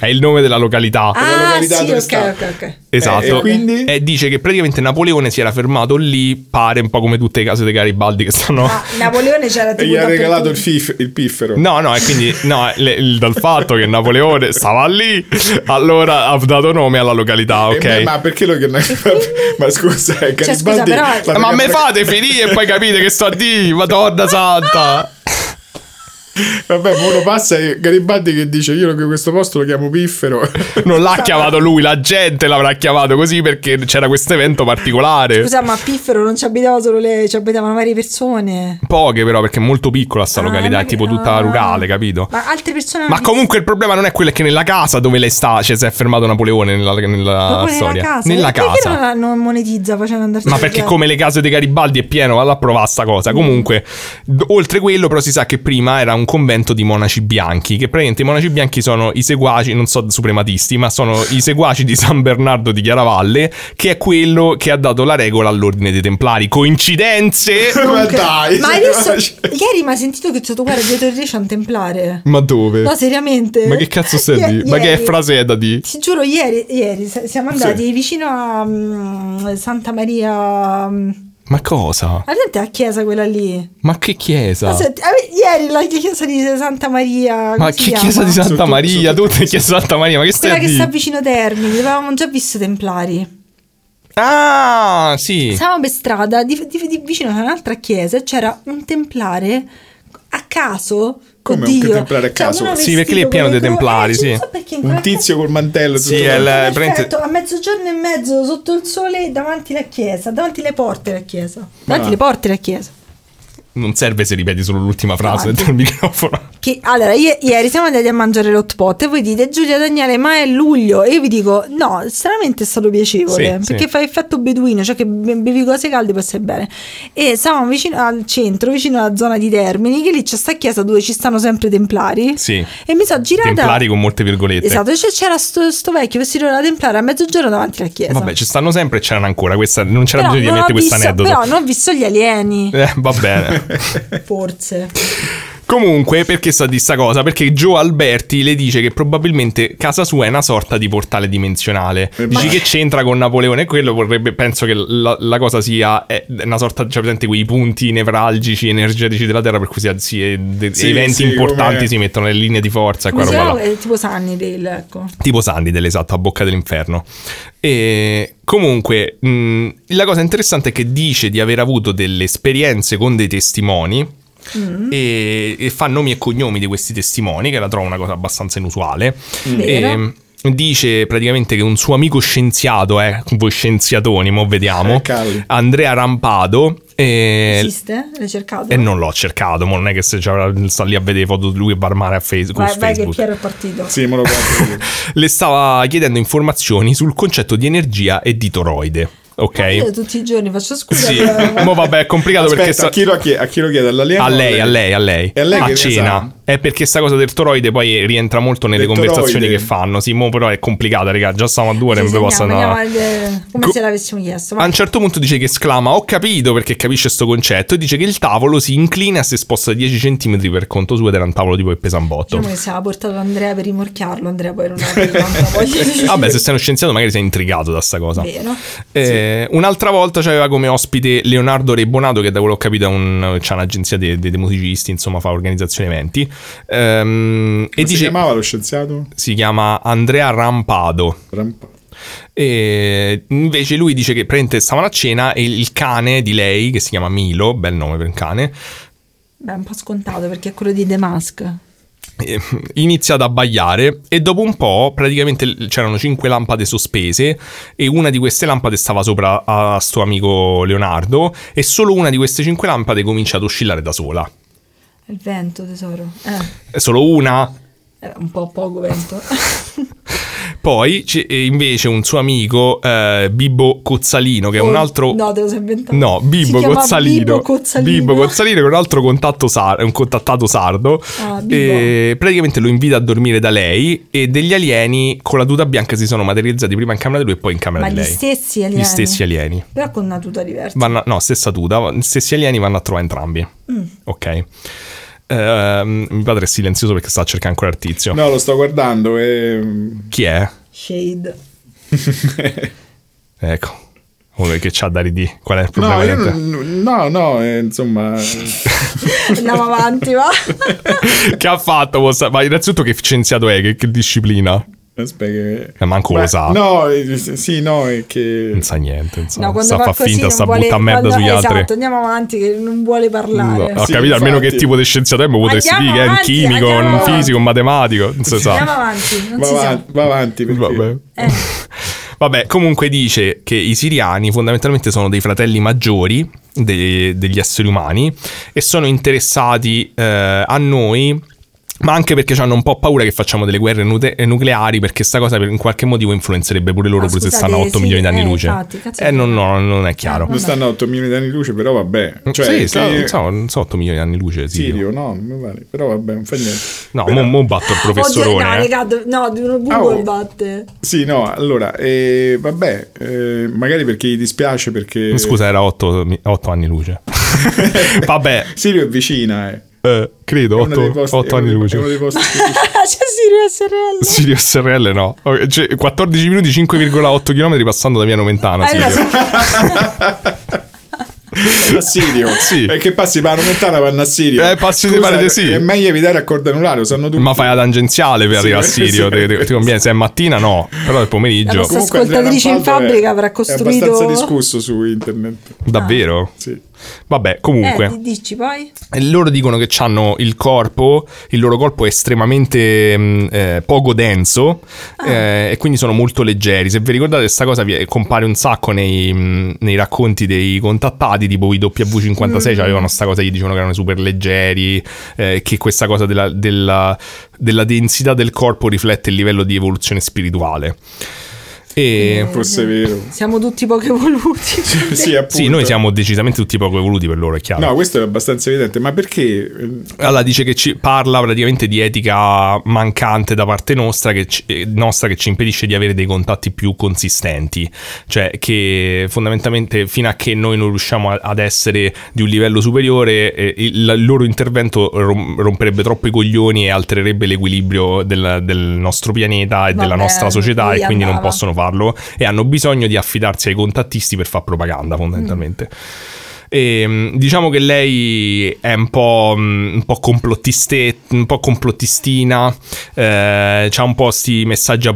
È il nome della località. Ah, sì, località dove ok, sta. ok, ok. Eh, Esatto, e quindi? e dice che praticamente Napoleone si era fermato lì, pare un po' come tutte le case dei Garibaldi che stanno. Ah, Napoleone c'era tipo E gli ha dappertutto. regalato il, fif- il piffero. No, no, e quindi no, le- il- dal fatto che Napoleone stava lì, allora ha dato nome alla località, E me- ok? ma perché lo che Ma scusa, eh, Cioè, scusa, Garibaldi- però- la- Ma me fate finire e poi capite che sto a dire, Madonna santa! Vabbè, ma uno passa e Garibaldi che dice io lo- questo posto lo chiamo Piffero. Non l'ha chiamato lui, la gente l'avrà chiamato così perché c'era questo evento particolare. Scusa, ma a Piffero non ci abitavano solo le... ci abitavano varie persone. Poche però perché è molto piccola sta Ah, località, ma è tipo che- tutta ah. rurale, capito? Ma altre persone... Ma comunque il problema non è quello è che nella casa dove lei sta, cioè si è fermato Napoleone nella, nella Proprio nella storia. casa. Nella Perché casa. non la- non monetizza facendo andarci Ma perché via? come le case dei Garibaldi è pieno alla prova sta cosa. Mm. Comunque, d- oltre quello, però si sa che prima era un convento di monaci bianchi, che praticamente i monaci bianchi sono i seguaci, non so suprematisti, ma sono i seguaci di San Bernardo di Chiaravalle, che è quello che ha dato la regola all'ordine dei Templari. Coincidenze? ma dai. Ma hai visto? Cioè. Ieri mi ha sentito che Sottoguarda dietro il re c'è un templare. ma dove? No, seriamente. Ma che cazzo stai a Ie- dire? Ma che ieri- frase è da di? Ti giuro, ieri, ieri s- siamo andati vicino a mm, Santa Maria. mm, Ma cosa? Hai presente la chiesa quella lì? Ma che chiesa? Ma senti, ave- ieri la chiesa di Santa Maria. Ma come si che chiama? chiesa di Su Santa tutto- Maria? su tutto- Tutte chiese di Santa Maria, ma che stai Quella a che sta dire? vicino Termini, dove avevamo già visto i Templari. Ah, sì. Stavamo per strada, di, di- di- vicino a un'altra chiesa, e c'era un templare a caso. Come un oddio. templare a caso? uno Sì, perché vestito lì è pieno con le dei templari, croci, sì. non so perché in Un quella tizio col mantello. Sì, tutto- è la- Perfetto, prende- a mezzogiorno e mezzo sotto il sole davanti alla chiesa, davanti le porte della chiesa. Davanti Ah. le porte della chiesa. Non serve se ripeti solo l'ultima frase Avanti. dentro il microfono. Che, allora, i- ieri siamo andati a mangiare l'hot pot e voi dite Giulia Daniele, ma è luglio? E io vi dico: no, stranamente è stato piacevole Sì, perché sì. fa effetto beduino, cioè che be- bevi cose calde per stare bene. E stavamo vicino al centro, vicino alla zona di Termini, che lì c'è sta chiesa dove ci stanno sempre i templari. Sì. E mi sono girata. Templari con molte virgolette. Esatto, e c'è- c'era sto, sto vecchio vestito da templare a mezzogiorno davanti alla chiesa. Vabbè, ci stanno sempre e c'erano ancora. Questa, non c'era esatto. Però bisogno di non ho mettere questo visto- aneddoto. Però non ho visto gli alieni, Eh, va bene. forse. Comunque, perché sta di sta cosa? Perché Joe Alberti le dice che probabilmente casa sua è una sorta di portale dimensionale. Eh, Dici ma- che c'entra con Napoleone e quello vorrebbe. Penso che la, la cosa sia eh, una sorta. Cioè, presente quei punti nevralgici, energetici della Terra, per cui si, si- eh, de- Sì, eventi sì, importanti come- si mettono nelle linee di forza e Come quella si roba là. chiama? È tipo Sunnydale, ecco. Tipo Sandidel, esatto, a bocca dell'inferno. E comunque, mh, la cosa interessante è che dice di aver avuto delle esperienze con dei testimoni. Mm. E, e fa nomi e cognomi di questi testimoni, che la trovo una cosa abbastanza inusuale. E, Vero. mh, dice praticamente che un suo amico scienziato, eh, voi scienziatoni, mo vediamo, Eh, Carli. Andrea Rampado. eh, Esiste? L'hai cercato? e non l'ho cercato, ma non è che se c'era- sta lì a vedere foto di lui e barmare a face- con Vai, vai che Facebook Piero è partito. Sì, me lo guardo. le stava chiedendo informazioni sul concetto di energia e di toroide. Io Ok? tutti i giorni faccio scusa. Sì. però- Mo vabbè, è complicato Aspetta, perché sta- a, chi lo, a chi- a chi lo chiede? All'alieno? a lei, a lei, a lei. Ah, E a lei che ne cena. È perché sta cosa del toroide poi rientra molto Del nelle conversazioni toroide. che fanno. Sì, mo però è complicata, raga. Già stiamo a due, Sì, non vi segniamo, posso andiamo andare. al- eh, come Co- se l'avessimo chiesto. A vai. un certo punto dice che esclama: Ho capito perché capisce questo concetto. E dice che il tavolo si inclina e si sposta 10 cm per conto suo. Ed era un tavolo tipo che pesa un botto. Diciamo che se l'ha portato Andrea per rimorchiarlo. Andrea poi non aveva tanta voglia di Vabbè, se sei uno scienziato, magari sei intrigato da sta cosa. Vero. Eh, Un'altra volta c'aveva come ospite Leonardo Rebonato, che da quello che ho capito è un, c'ha un'agenzia dei dei- dei musicisti, insomma, fa organizzazione eventi. Ehm, e Come si dice: chiamava lo scienziato? si chiama Andrea Rampado. Rampa- E invece lui dice che praticamente stavano a cena e il cane di lei, che si chiama Milo, bel nome per un cane, Beh, è un po' scontato perché è quello di The Mask. eh, inizia ad abbaiare e dopo un po' praticamente l- c'erano cinque lampade sospese e una di queste lampade stava sopra a suo amico Leonardo e solo una di queste cinque lampade comincia ad oscillare da sola. È Il vento, tesoro. Eh, È Solo una. era un po' poco vento. Poi c'è e invece un suo amico eh, Bibbo Cozzalino che è un Oh, altro... No, te lo sei inventato. No, Bibbo Si chiama Cozzalino. Bibbo Cozzalino. Bibbo Cozzalino che è un altro contatto sar- un contattato sardo. Ah, Bibbo. e praticamente lo invita a dormire da lei e degli alieni con la tuta bianca si sono materializzati prima in camera di lui e poi in camera Ma di gli lei. stessi alieni. Gli stessi alieni. Però con una tuta diversa. Vanno, no, stessa tuta, gli stessi alieni vanno a trovare entrambi. Mm. Ok. Ehm, mio padre è silenzioso perché sta a cercare ancora il tizio. No, lo sto guardando e... Chi è? Shade. Ecco. Uno che c'ha da ridì. Qual è il problema? No, io di te? non- no, no, eh, insomma... eh, Andiamo avanti, va. che ha fatto? possa- Ma innanzitutto che scienziato è? Che, che disciplina? Aspetta che... Eh, manco Beh, lo sa. No, eh, sì, no, è che... Non sa niente, insomma. No, quando sta fa fa così finta, non sta vuole- butta merda quando- sugli altri. Esatto, andiamo avanti che non vuole parlare. No, ho Sì, capito almeno che infatti. tipo di scienziato è, ma potresti Andiamo dire che è un avanti, chimico, andiamo un avanti. fisico, un matematico, non si Andiamo sa. avanti, non Va si sa. avanti, va avanti perché- Vabbè. Eh. Vabbè, comunque dice che i siriani fondamentalmente sono dei fratelli maggiori de- degli esseri umani e sono interessati eh, a noi, ma anche perché hanno un po' paura che facciamo delle guerre nute- nucleari, perché sta cosa per, in qualche motivo influenzerebbe pure loro, Ah, pure se scusate, stanno a 8 sì, milioni di anni eh, luce. infatti, cazzo Eh, eh, di- non, no, non è chiaro. Non stanno a 8 milioni di anni luce, però vabbè. Cioè, Mm, sì, che- sta- non so, non so 8 milioni di anni luce, sì. Sirio, no, mi pare. Però vabbè, non fa niente. No, Però- mo, mo batto il professorone. Oddio, no, eh. regà, do- no, di uno Ah, Google oh. batte. Sì, no, allora, eh, vabbè, eh, magari perché gli dispiace perché... Scusa, era 8, anni luce. Vabbè, Sirio è vicina, eh. eh, credo È uno 8, dei posti- è uno anni dei- È uno luce. dei posti... C'è Sirio SRL. Sirio SRL no. Ok, cioè, 14 minuti 5,8 km passando da via Noventana. Allora, Sirio. a Sirio. Sì. E che passi per la lontana vanno a Sirio. Eh, passi di Scusa, parte, sì. È meglio evitare a corda anulare, lo sanno tutti. Ma fai la tangenziale per Sì, arrivare a sì, Sirio. sì. Te- te- ti conviene se è mattina no, però è La pomeriggio. nostra- Comunque Andrea Ascoltatrice in Lampaldo è- fabbrica avrà È costruito- abbastanza discusso su internet. Davvero? Sì. Vabbè, comunque. eh, di- dici poi? E loro dicono che hanno il corpo, il loro corpo è estremamente mh, eh, poco denso eh, e quindi sono molto leggeri. Se vi ricordate, questa cosa vi- compare un sacco nei, mh, nei racconti dei contattati, tipo i W56 avevano questa cosa, gli dicevano che erano super leggeri, eh, che questa cosa della, della- della densità del corpo riflette il livello di evoluzione spirituale. E... Forse è vero. Siamo tutti poco evoluti. Sì, appunto. Sì, noi siamo decisamente tutti poco evoluti per loro, è chiaro. No, questo è abbastanza evidente, ma perché eh, Allora dice che ci parla praticamente di etica mancante da parte nostra che, ci, eh, nostra che ci impedisce di avere dei contatti più consistenti, cioè che fondamentalmente fino a che noi non riusciamo a- ad essere di un livello superiore eh, il, il loro intervento rom- romperebbe troppo i coglioni e altererebbe l'equilibrio del, del nostro pianeta e Vabbè, della nostra società lui e quindi non andava. possono farlo e hanno bisogno di affidarsi ai contattisti per fare Mm. propaganda fondamentalmente. E, mh, diciamo che lei è un po', mh, un po', complottiste- un po complottistina, eh, ha un po' questi messaggi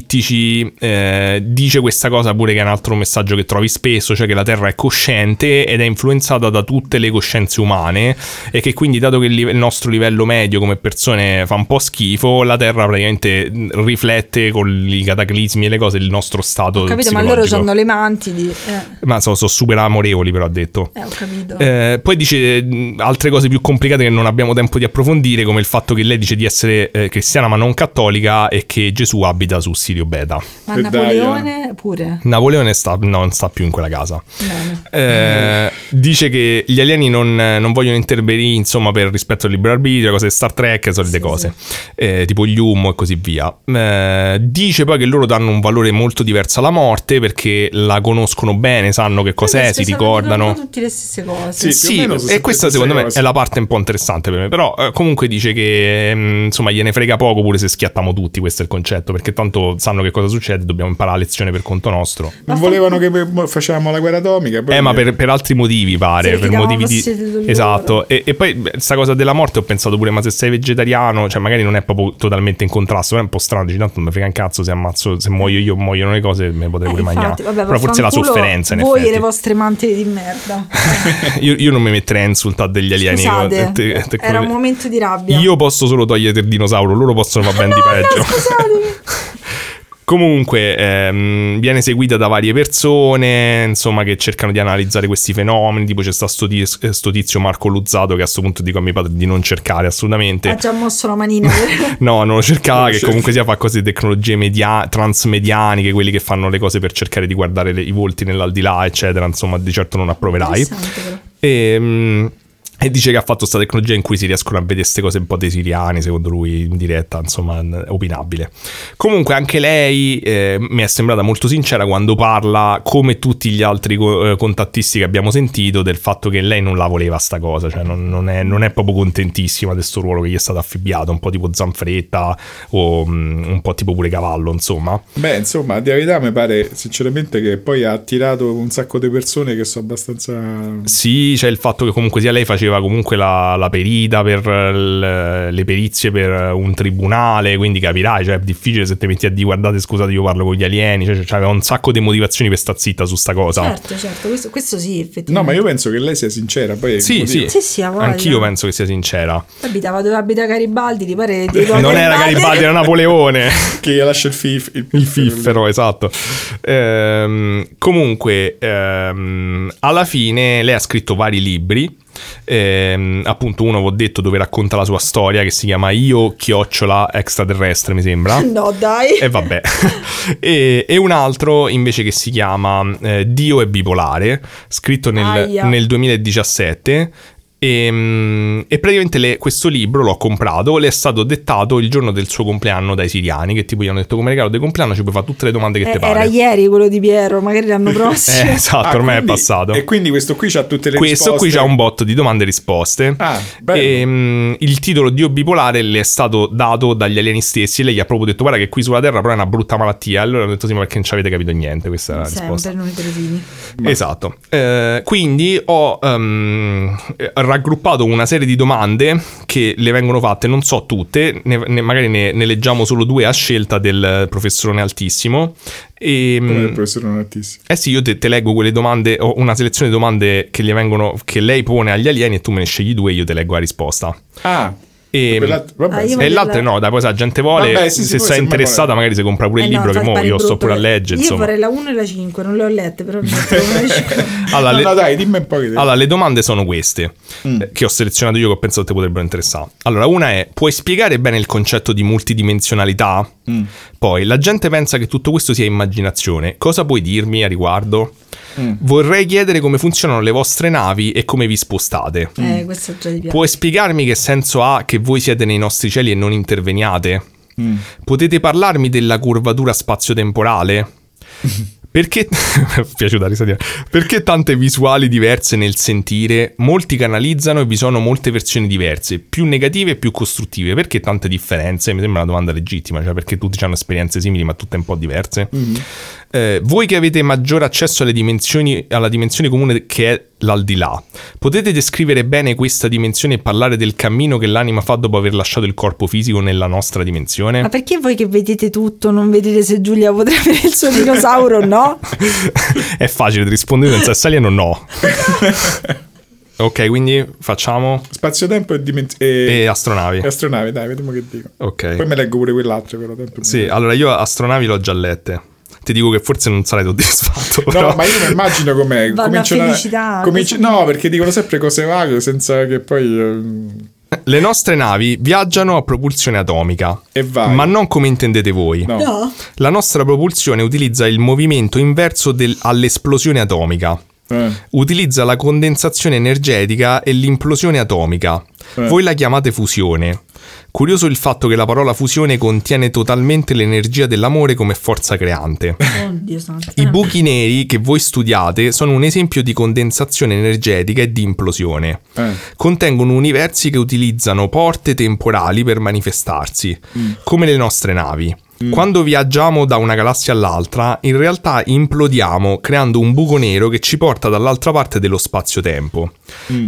apocalittici, eh, dice questa cosa pure che è un altro messaggio che trovi spesso, cioè che la Terra è cosciente ed è influenzata da tutte le coscienze umane e che quindi dato che il, live- il nostro livello medio come persone fa un po' schifo, la Terra praticamente mh, riflette con i cataclismi e le cose il nostro stato Ho capito, ma loro psicologico. hanno le mantidi. Eh, Ma sono sono super amorevoli però ha detto. eh, ho capito. Eh, poi dice mh, altre cose più complicate che non abbiamo tempo di approfondire, come il fatto che lei dice di essere eh, cristiana ma non cattolica e che Gesù abita su Sirio Beta. ma eh, Napoleone pure. Napoleone sta- no, non sta più in quella casa. Bene. Eh, Mm. dice che gli alieni non, non vogliono intervenire insomma per rispetto al libero arbitrio, cose di Star Trek, e solite Sì, cose, eh, tipo gli humo e così via. Eh, dice poi che loro danno un valore molto diverso alla morte perché la conoscono bene, sanno che cos'è, Vabbè, si spesso ricordano. dicono tutte le stesse cose. Sì, più o Sì, meno sono sempre e questa queste secondo me cose. è la parte un po' interessante per me, però eh, comunque dice che ehm, insomma gliene frega poco pure se schiattiamo tutti, questo è il concetto, perché tanto sanno che cosa succede, dobbiamo imparare la lezione per conto nostro. non volevano che pe- facevamo la guerra atomica? Poi Eh, ma per, per altri motivi pare, Sì, per perché motivi davano fastidio di... loro. Esatto, e, e poi beh, sta cosa della morte ho pensato pure, ma se sei vegetariano, cioè magari non è proprio totalmente in contrasto, ma è un po' strano, dici tanto non mi frega un cazzo se ammazzo, se muoio io, muoiono le cose, me le potrei Eh, pure infatti, mangiare. vabbè, Però forse è la vaffanculo sofferenza in voi effetti. e le vostre mantidi di merda Io, io non mi metterei a insultare degli alieni. scusate Io- te- te- era un momento di rabbia Io posso solo togliere il dinosauro, loro possono far ben di no, peggio. no, scusatemi. Comunque, ehm, viene seguita da varie persone, insomma, che cercano di analizzare questi fenomeni. Tipo, c'è sta sto, dis- eh, sto tizio Marco Luzzato che a sto punto dico a mio padre di non cercare assolutamente. Ah, ha già mosso la manina per- No, non lo cercava, Non lo che cerca. comunque sia fa cose di tecnologie media- transmedianiche, quelli che fanno le cose per cercare di guardare le- i volti nell'aldilà, eccetera. Insomma, di certo non approverai. Interessante, però. E, mm, e dice che ha fatto questa tecnologia in cui si riescono a vedere queste cose un po' dei siriani, secondo lui, in diretta, insomma, n- opinabile. Comunque anche lei eh, mi è sembrata molto sincera quando parla, come tutti gli altri co- eh, contattisti che abbiamo sentito, del fatto che lei non la voleva sta cosa, cioè non, non è, non è proprio contentissima di questo ruolo che gli è stato affibbiato, un po' tipo Zanfretta o mm, un po' tipo pure Cavallo, insomma. Beh, insomma, a dire la verità mi pare sinceramente che poi ha attirato un sacco di persone che sono abbastanza... Sì, c'è il fatto che comunque sia lei faceva serviva comunque la, la perita per l- le perizie per un tribunale, quindi capirai, cioè è difficile se te metti a dire guardate scusate io parlo con gli alieni, cioè, cioè c'aveva un sacco di motivazioni per sta zitta su sta cosa. Certo, certo, questo, questo sì, effettivamente. No, ma io penso che lei sia sincera. Poi è il Sì, motivo. sì. Sì, sì, ha voglia. Anch'io penso che sia sincera. Abitava dove abita Garibaldi, ti pare? di- Eh, Non era Garibaldi, era Napoleone. Che gli lascia il fif. Il fiffero, esatto. Ehm, comunque, ehm, alla fine lei ha scritto vari libri. Ehm, appunto, uno ho detto dove racconta la sua storia che si chiama Io chiocciola extraterrestre, mi sembra. No, dai. E vabbè. e, e un altro invece che si chiama eh, Dio è bipolare, scritto nel, Aia. nel 2017. E, mm, e praticamente le- questo libro l'ho comprato, le è stato dettato il giorno del suo compleanno dai siriani che tipo gli hanno detto come regalo di compleanno ci puoi fare tutte le domande che Eh, ti era pare. ieri quello di Piero, magari l'anno prossimo. Eh, esatto, Ah, ormai quindi- è passato. E quindi questo qui c'ha tutte le Questo qui risposte. c'ha un botto di domande e risposte. Ah, bello. E, mm, il titolo Dio bipolare le è stato dato dagli alieni stessi e lei gli ha proprio detto guarda che qui sulla Terra però è una brutta malattia. Allora hanno detto sì ma perché non ci avete capito niente questa è la risposta. Sempre noi cretini. Esatto. Eh, quindi ho ehm, eh, raggruppato una serie di domande che le vengono fatte, non so tutte, ne- ne- magari ne, ne leggiamo solo due a scelta del professorone altissimo. E, Come il mm, professor Nonatissimo. eh sì, io te, te leggo quelle domande, ho una selezione di domande che, gli vengono, che lei pone agli alieni e tu me ne scegli due e io te leggo la risposta. Ehm, Ah, E, quell'altro- vabbè, Ah, io sì. voglio e l'altra la- no, dai, poi se la gente vuole, Vabbè, sì, sì, se poi sei se interessata vuole. magari si compra pure il Eh no, libro che fai mo fare io brutto, sto pure a eh. leggere, Io insomma. vorrei la 1 e la 5, non le ho lette, però mi metto una e la 5. Allora, No, le- no, dai, dimmi un po' che Allora, le domande sono queste, Mm. eh, che ho selezionato io che ho pensato ti potrebbero interessare. Allora, una è, puoi spiegare bene il concetto di multidimensionalità? Mm. Poi, la gente pensa che tutto questo sia immaginazione. Cosa puoi dirmi a riguardo? Mm. Vorrei chiedere come funzionano le vostre navi e come vi spostate. Eh, questo già di piace. Mm. Puoi spiegarmi che senso ha che voi siete nei nostri cieli e non interveniate? Mm. Potete parlarmi della curvatura spazio-temporale? Perché, mi è piaciuta la risatina. Perché tante visuali diverse nel sentire? Molti canalizzano e vi sono molte versioni diverse, più negative e più costruttive. Perché tante differenze? Mi sembra una domanda legittima, cioè perché tutti hanno esperienze simili ma tutte un po' diverse. Eh, voi che avete maggior accesso alle dimensioni, alla dimensione comune che è l'aldilà, potete descrivere bene questa dimensione e parlare del cammino che l'anima fa dopo aver lasciato il corpo fisico nella nostra dimensione? Ma perché voi che vedete tutto non vedete se Giulia potrà avere il suo dinosauro o no? È facile rispondere senza salieno no. ok, quindi facciamo Spazio-tempo eh, e, diment- e e... astronavi. e astronavi, dai, vediamo che dico. Poi Ok. mi leggo pure quell'altro, però tanto Sì, allora io astronavi l'ho già lette. Ti dico che forse non sarai soddisfatto, No, però ma io mi immagino com'è. Vanno a cominciano felicità, cominci- cosa- No, perché dicono sempre cose vaghe senza che poi... ehm, le nostre navi viaggiano a propulsione atomica, E vai. ma non come intendete voi. No. No. La nostra propulsione utilizza il movimento inverso del- all'esplosione atomica. Eh. Utilizza la condensazione energetica e l'implosione atomica. Eh. Voi la chiamate fusione. Curioso il fatto che la parola fusione contiene totalmente l'energia dell'amore come forza creante. Oddio santo. I buchi neri che voi studiate sono un esempio di condensazione energetica e di implosione. Eh. Contengono universi che utilizzano porte temporali per manifestarsi, come le nostre navi. Quando viaggiamo da una galassia all'altra, in realtà implodiamo creando un buco nero che ci porta dall'altra parte dello spazio-tempo.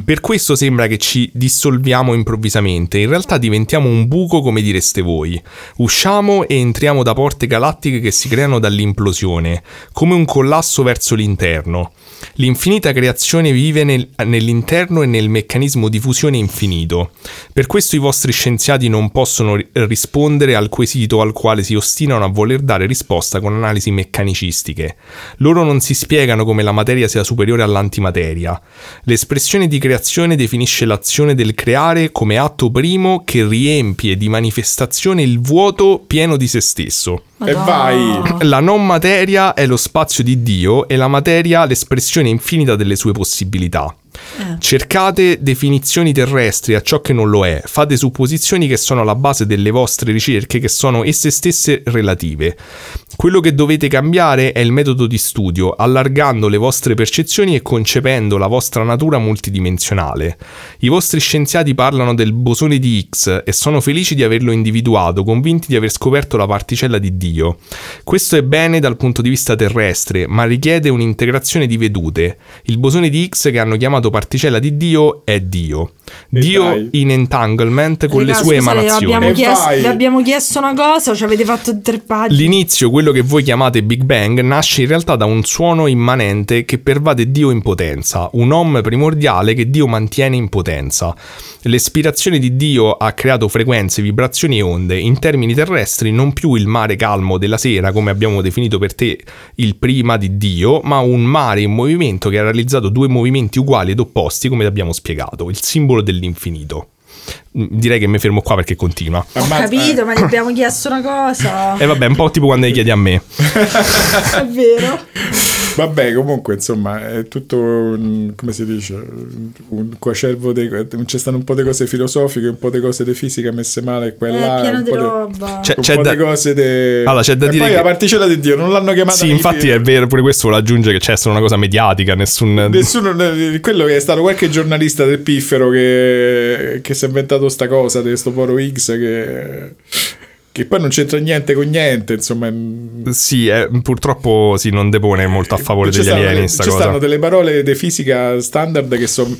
Per questo sembra che ci dissolviamo improvvisamente, in realtà diventiamo un buco come direste voi. Usciamo e entriamo da porte galattiche che si creano dall'implosione, come un collasso verso l'interno. L'infinita creazione vive nel- nell'interno e nel meccanismo di fusione infinito. Per questo i vostri scienziati non possono ri- rispondere al quesito al quale si ostinano a voler dare risposta con analisi meccanicistiche. Loro non si spiegano come la materia sia superiore all'antimateria. L'espressione di creazione definisce l'azione del creare come atto primo che riempie di manifestazione il vuoto pieno di se stesso. E vai. Cioè, La non materia è lo spazio di Dio e la materia l'espressione infinita delle sue possibilità. Eh. Cercate definizioni terrestri a ciò che non lo è, fate supposizioni che sono alla base delle vostre ricerche che sono esse stesse relative. Quello che dovete cambiare è il metodo di studio, allargando le vostre percezioni e concependo la vostra natura multidimensionale. I vostri scienziati parlano del bosone di Higgs e sono felici di averlo individuato, convinti di aver scoperto la particella di Dio. Questo è bene dal punto di vista terrestre, ma richiede un'integrazione di vedute. Il bosone di Higgs, che hanno chiamato particella di Dio è Dio. E Dio dai. in entanglement con Raga, le sue scusate, emanazioni. Abbiamo E chiesto, vai. le abbiamo chiesto una cosa, ci avete fatto tre pagine. L'inizio, quello che voi chiamate Big Bang, nasce in realtà da un suono immanente che pervade Dio in potenza, un om primordiale che Dio mantiene in potenza. L'espirazione di Dio ha creato frequenze, vibrazioni e onde, in termini terrestri non più il mare calmo della sera, come abbiamo definito per te il prima di Dio, ma un mare in movimento che ha realizzato due movimenti uguali ed opposti, come abbiamo spiegato, il simbolo dell'infinito. Mm, Direi che mi fermo qua perché continua. Ho Ammazza- capito, ma gli abbiamo chiesto una cosa. E vabbè, un po' tipo quando gli chiedi a me. È vero. eh, Vabbè, comunque, insomma, è tutto un, come si dice, un coacervo dei, ci stanno un po' di cose filosofiche, un po' di cose di fisica messe male e È quella, Eh, pieno un di po' di roba. Cioè, un c'è po' da- di cose de... Allora, c'è da e dire poi che- la particella di Dio non l'hanno chiamata Sì, nei infatti film. è vero, pure questo lo aggiunge che c'è solo una cosa mediatica, nessun... Nessuno, quello che è stato qualche giornalista del piffero che, che si è inventato sta cosa di sto poro X che, che poi non c'entra niente con niente insomma è- Sì, è- purtroppo sì, non depone molto a favore Eh, Ci degli stanno- alieni sta ci cosa. stanno delle parole di fisica standard che sono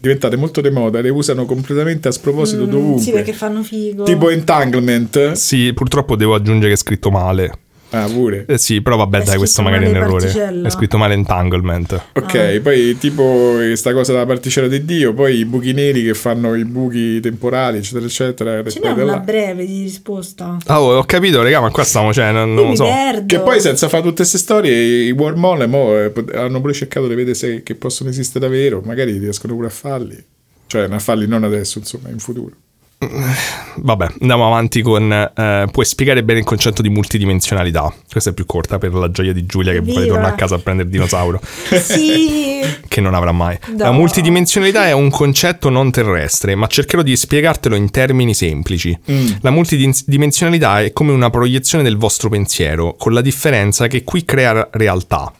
diventate molto de moda le usano completamente a sproposito Mm, dovunque Sì, perché fanno figo. tipo entanglement Sì, purtroppo devo aggiungere che è scritto male. ah pure Eh sì, però vabbè, È dai, questo scritto magari è un male errore. particella. È scritto male entanglement. Ok, Ah. poi tipo questa cosa della particella di Dio, poi i buchi neri che fanno i buchi temporali, eccetera, eccetera. Ce e poi n'è da una là. breve di risposta. Ah, Oh, ho capito, raga, ma qua stiamo, cioè, non, non Io lo mi so. perdo. Che poi senza fare tutte queste storie i Warmole mo, eh, pot- hanno pure cercato di vedere se che possono esistere davvero, magari riescono pure a farli. Cioè, a farli non adesso, insomma, in futuro. Vabbè, andiamo avanti con... eh, puoi spiegare bene il concetto di multidimensionalità. Questa è più corta per la gioia di Giulia che vuole Evviva. tornare a casa a prendere il dinosauro. Sì. che non avrà mai. La No. multidimensionalità è un concetto non terrestre, ma cercherò di spiegartelo in termini semplici. Ah, La multidimensionalità è come una proiezione del vostro pensiero, con la differenza che qui crea realtà.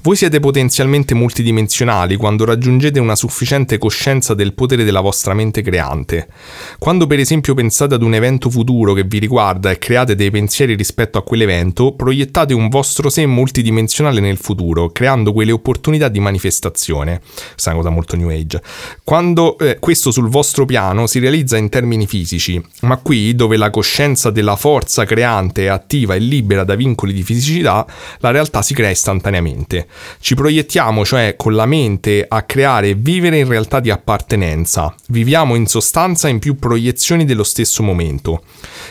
Voi siete potenzialmente multidimensionali quando raggiungete una sufficiente coscienza del potere della vostra mente creante. Quando per esempio pensate ad un evento futuro che vi riguarda e create dei pensieri rispetto a quell'evento, proiettate un vostro sé multidimensionale nel futuro, creando quelle opportunità di manifestazione. Questa è una cosa molto new age. Quando eh, questo sul vostro piano si realizza in termini fisici, ma qui dove la coscienza della forza creante è attiva e libera da vincoli di fisicità, la realtà si crea istantaneamente. Ci proiettiamo cioè con la mente a creare e vivere in realtà di appartenenza. Viviamo in sostanza in più proiezioni dello stesso momento.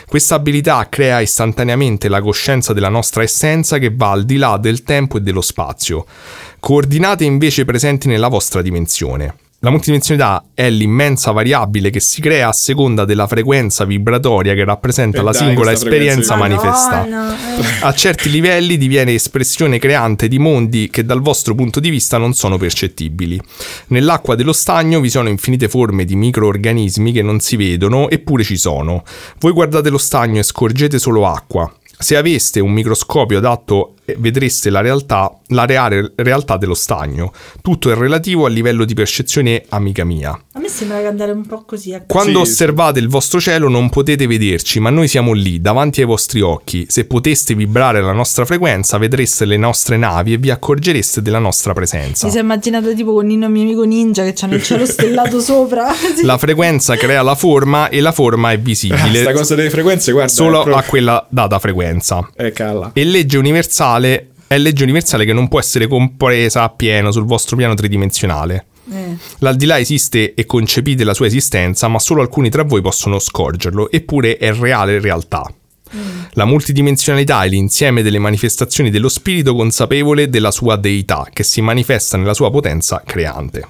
Questa abilità crea istantaneamente la coscienza della nostra essenza che va al di là del tempo e dello spazio. Coordinate invece presenti nella vostra dimensione. La multidimensionalità è l'immensa variabile che si crea a seconda della frequenza vibratoria che rappresenta E la Eh dai, singola questa frequenza esperienza io- manifesta. Madonna, eh. A certi livelli diviene espressione creante di mondi che dal vostro punto di vista non sono percettibili. Nell'acqua dello stagno vi sono infinite forme di microorganismi che non si vedono eppure ci sono. Voi guardate lo stagno e scorgete solo acqua. Se aveste un microscopio adatto eh, vedreste la realtà, la reale realtà dello stagno. Tutto è relativo a livello di percezione amica mia. A me sembra che andare un po' così. ecco. a- Quando Sì, sì. osservate il vostro cielo non potete vederci, ma noi siamo lì, davanti ai vostri occhi. Se poteste vibrare la nostra frequenza, vedreste le nostre navi e vi accorgereste della nostra presenza. Mi si è immaginato tipo con Nino mio amico ninja che c'hanno il cielo stellato sopra. Sì. La frequenza crea la forma e la forma è Ah, visibile sta cosa delle frequenze, guarda, solo è proprio- a quella data frequenza. eh, calla. E legge universale è legge universale che non può essere compresa appieno sul vostro piano tridimensionale. Eh. L'aldilà esiste e concepite la sua esistenza, ma solo alcuni tra voi possono scorgerlo, eppure è reale realtà. La multidimensionalità è l'insieme delle manifestazioni dello spirito consapevole della sua deità, che si manifesta nella sua potenza creante.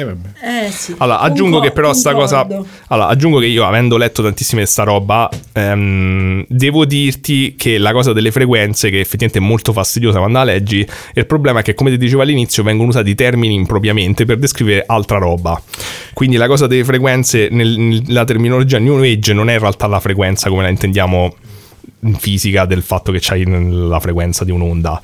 Eh, vabbè. Eh sì. Allora, aggiungo Concor- che però sta cosa... concordo. Allora, aggiungo che io, avendo letto tantissime di sta roba, ehm, devo dirti che la cosa delle frequenze, che effettivamente è molto fastidiosa quando la leggi, e il problema è che, come ti dicevo all'inizio, vengono usati termini impropriamente per descrivere altra roba. Quindi la cosa delle frequenze, nel- nella terminologia New Age, non è in realtà la frequenza come la intendiamo in fisica del fatto che c'hai la frequenza di un'onda.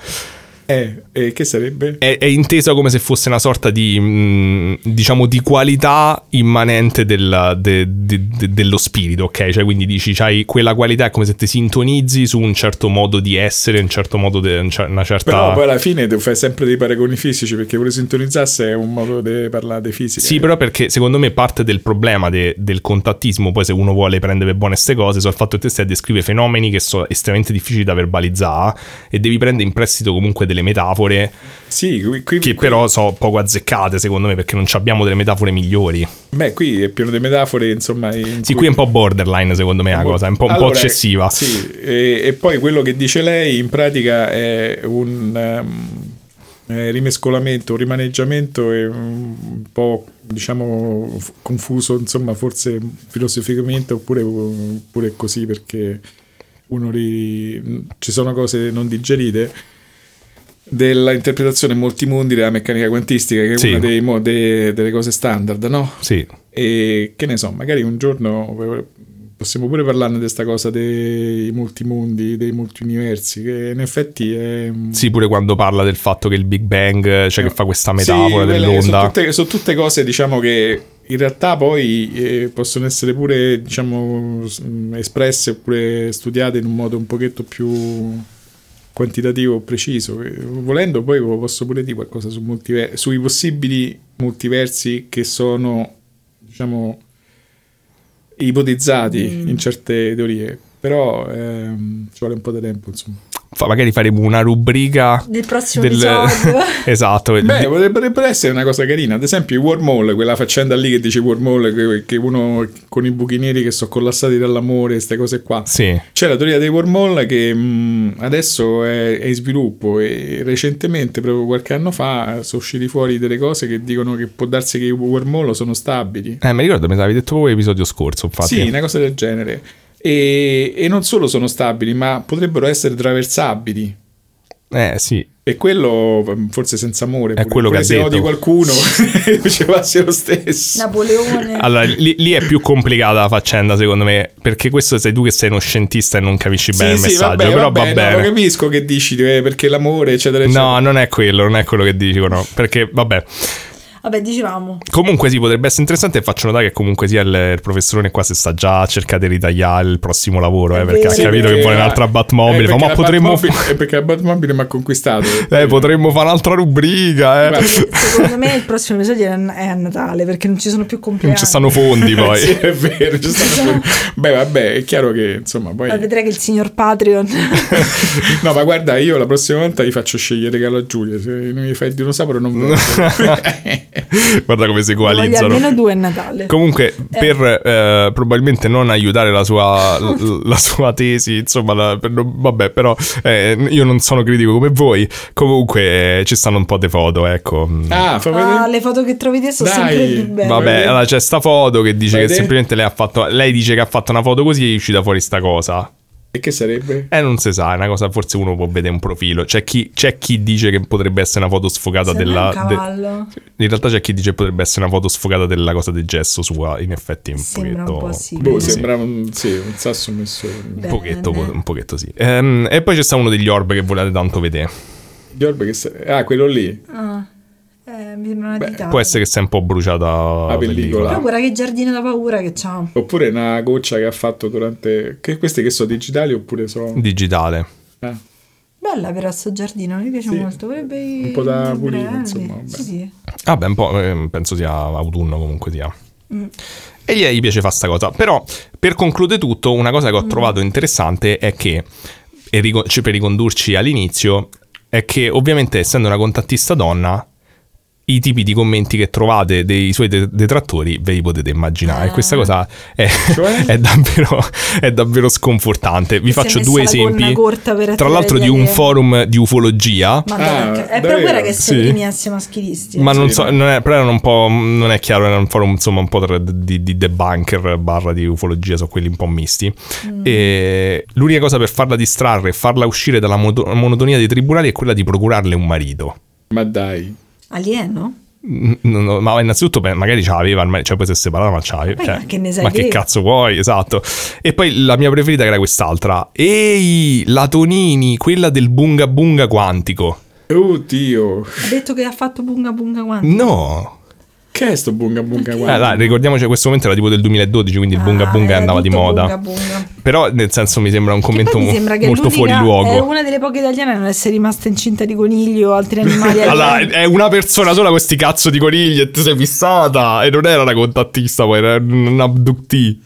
Eh, eh, che sarebbe? È, è intesa come se fosse una sorta di, mh, diciamo, di qualità immanente della- de- de- de- dello spirito, ok? Cioè, quindi dici, c'hai quella qualità, è come se ti sintonizzi su un certo modo di essere, un certo modo, de- un cer- una certa... Però poi alla fine devo fare sempre dei paragoni fisici perché pure sintonizzasse è un modo di parlare di fisica. Sì, però perché secondo me parte del problema de- del contattismo, poi se uno vuole prendere per buone queste cose, so il fatto che te stai a descrivere fenomeni che sono estremamente difficili da verbalizzare e devi prendere in prestito comunque delle metafore Sì, qui, qui- che però sono poco azzeccate secondo me perché non abbiamo delle metafore migliori. beh, qui è pieno di metafore, insomma. in Sì, cui- qui è un po' borderline secondo me la cosa, è un po', un po' Allora, eccessiva. Sì, e, e poi quello che dice lei in pratica è un ehm, eh, rimescolamento, un rimaneggiamento e un po' diciamo f- confuso, insomma, forse filosoficamente oppure, oppure così perché uno ri- ci sono cose non digerite della interpretazione in molti mondi della meccanica quantistica che è Sì. una dei mo- de- delle cose standard, no? Sì. E che ne so, magari un giorno possiamo pure parlarne di questa cosa dei multimondi, dei multiuniversi, che in effetti è... Sì, pure quando parla del fatto che il Big Bang, cioè che fa questa metafora Sì, quelle- Sono dell'onda. tutte, sono tutte cose, diciamo, che in realtà poi eh, possono essere pure, diciamo, s- mh, espresse oppure studiate in un modo un pochetto più quantitativo o preciso. Eh, Volendo poi vi posso pure dire qualcosa su multiver- sui possibili multiversi che sono, diciamo, ipotizzati in certe teorie. Però ehm, ci vuole un po' di tempo, insomma. Fa- magari faremo una rubrica Del prossimo del... episodio. esatto. Beh, potrebbe essere una cosa carina. Ad esempio, i wormhole, quella faccenda lì che dice wormhole, che, che uno con i buchi neri che sono collassati dall'amore, queste cose qua. Sì. C'è la teoria dei wormhole che mh, adesso è, è in sviluppo e recentemente, proprio qualche anno fa, sono usciti fuori delle cose che dicono che può darsi che i wormhole sono stabili. Eh, mi ricordo, me l'avevi detto voi episodio scorso, infatti. Sì, una cosa del genere. E- e non solo sono stabili, ma potrebbero essere traversabili. Eh, sì. E quello mh, forse senza amore. È quello che ha se detto. odi qualcuno, ci passi lo stesso. Napoleone. Allora, lì, lì è più complicata la faccenda, secondo me, perché questo sei tu che sei uno scientista e non capisci bene il messaggio, però va no, bene. lo capisco che dici eh, perché l'amore, eccetera, eccetera. No, non è quello, cioè. non è quello che dicono, perché vabbè. Vabbè, dicevamo. Comunque sì, potrebbe essere interessante e faccio notare che comunque sia il, il professorone qua si sta già cercando di ritagliare il prossimo lavoro, eh, È perché vero. Sì, ha capito perché- che vuole un'altra Batmobile, eh, fa, ma perché la potremmo, Batmobile- eh, perché la Batmobile mi ha conquistato. eh, potremmo fare un'altra rubrica, eh. Guarda, Secondo me il prossimo episodio è a- è a Natale perché non ci sono più Non compleanni. ci stanno fondi poi. Sì, è vero. ci stanno- Beh, vabbè, è chiaro che insomma poi. Ma Vedrai che il signor Patreon. No, ma guarda, io la prossima volta gli faccio scegliere regalo a Giulia. Se non mi fai il dinosauro, non Ah, vengo. Guarda come si Voglio equalizzano. almeno due a Natale. Comunque, per eh, probabilmente non aiutare la sua, l- la sua tesi, insomma, la- per non- vabbè, però eh, io non sono critico come voi. Comunque, eh, ci stanno un po' di foto, ecco. ah, fa Ah, vedere. le foto che trovi te sono Dai. sempre più belle. Va Vabbè, vedi? allora c'è sta foto che dice Vedi? che semplicemente lei ha fatto. Lei dice che ha fatto una foto così e è uscita fuori sta cosa. E che sarebbe? Eh, non si sa, è una cosa, forse uno può vedere un profilo. C'è chi, c'è chi dice che potrebbe essere una foto sfogata Secondo me è della. un de- cavallo. in realtà c'è chi dice che potrebbe essere una foto sfogata della cosa del gesso sua. In effetti, è un Sembra un pochetto. po' sì. Boh, Bene. sembrava un, sì, un sasso messo. Bene. eh. Un pochetto, un pochetto sì. Ehm, e poi c'è sta uno degli orb che volete tanto vedere. Gli orbe che sa- Ah, quello lì. Ah, eh, mi sembra una Beh, dita. Può essere che sia un po' bruciata la pellicola. Però guarda che giardino da paura che c'ha. Oppure una goccia che ha fatto durante. Che, queste che sono digitali oppure sono. digitale. Ah, Bella però sto giardino, mi piace Sì. molto. Vorrebbe Un po' da vorrebbe pulire, andarmene. insomma, vabbè. Sì, sì. Ah, beh, un po', ehm, penso sia autunno comunque sia. Mm. E gli, gli piace fare sta cosa. Però, per concludere tutto, una cosa Mm. che ho trovato interessante è che, e rico- cioè, per ricondurci all'inizio, è che ovviamente essendo una contattista donna, i tipi di commenti che trovate dei suoi de- detrattori ve li potete immaginare. Ah. Questa cosa è, Cioè? è davvero, è davvero sconfortante. Vi Si è faccio messa due la gonna esempi. corta per Tra attirare l'altro gli di un alieni. forum di ufologia. Madonna, Ah, che- eh, però guarda davvero? che sono Sì. i primi assi maschilisti. Ma eh. non Sì, so, ma- non è, però era un po'. Non è chiaro, era un forum insomma un po' tra- di, di debunker barra di ufologia, sono quelli un po' misti. Mm. E l'unica cosa per farla distrarre e farla uscire dalla modo- monotonia dei tribunali è quella di procurarle un marito. ma dai. Alieno? Mm, no, no, ma innanzitutto beh, magari ce l'aveva, il mari- cioè poi si è separata, ma ce l'aveva. Poi, cioè, ma che ne sai ma che te? cazzo vuoi? Esatto. E poi la mia preferita era quest'altra. Ehi, la Tonini, quella del bunga bunga quantico. Oh Dio. Ha detto che ha fatto bunga bunga quanto? No. Che è sto bunga bunga Eh, là, guarda? ricordiamoci questo momento era tipo del 2012, quindi il bunga Ah, bunga era andava di tutto moda. bunga bunga. Però nel senso mi sembra un Che commento poi mi sembra che molto fuori l'unica- È luogo. una delle poche italiane a non essere rimasta incinta di coniglio o altri animali. Allora, è una persona sola questi cazzo di conigli e ti sei fissata. E non era una contattista, poi era un abductee.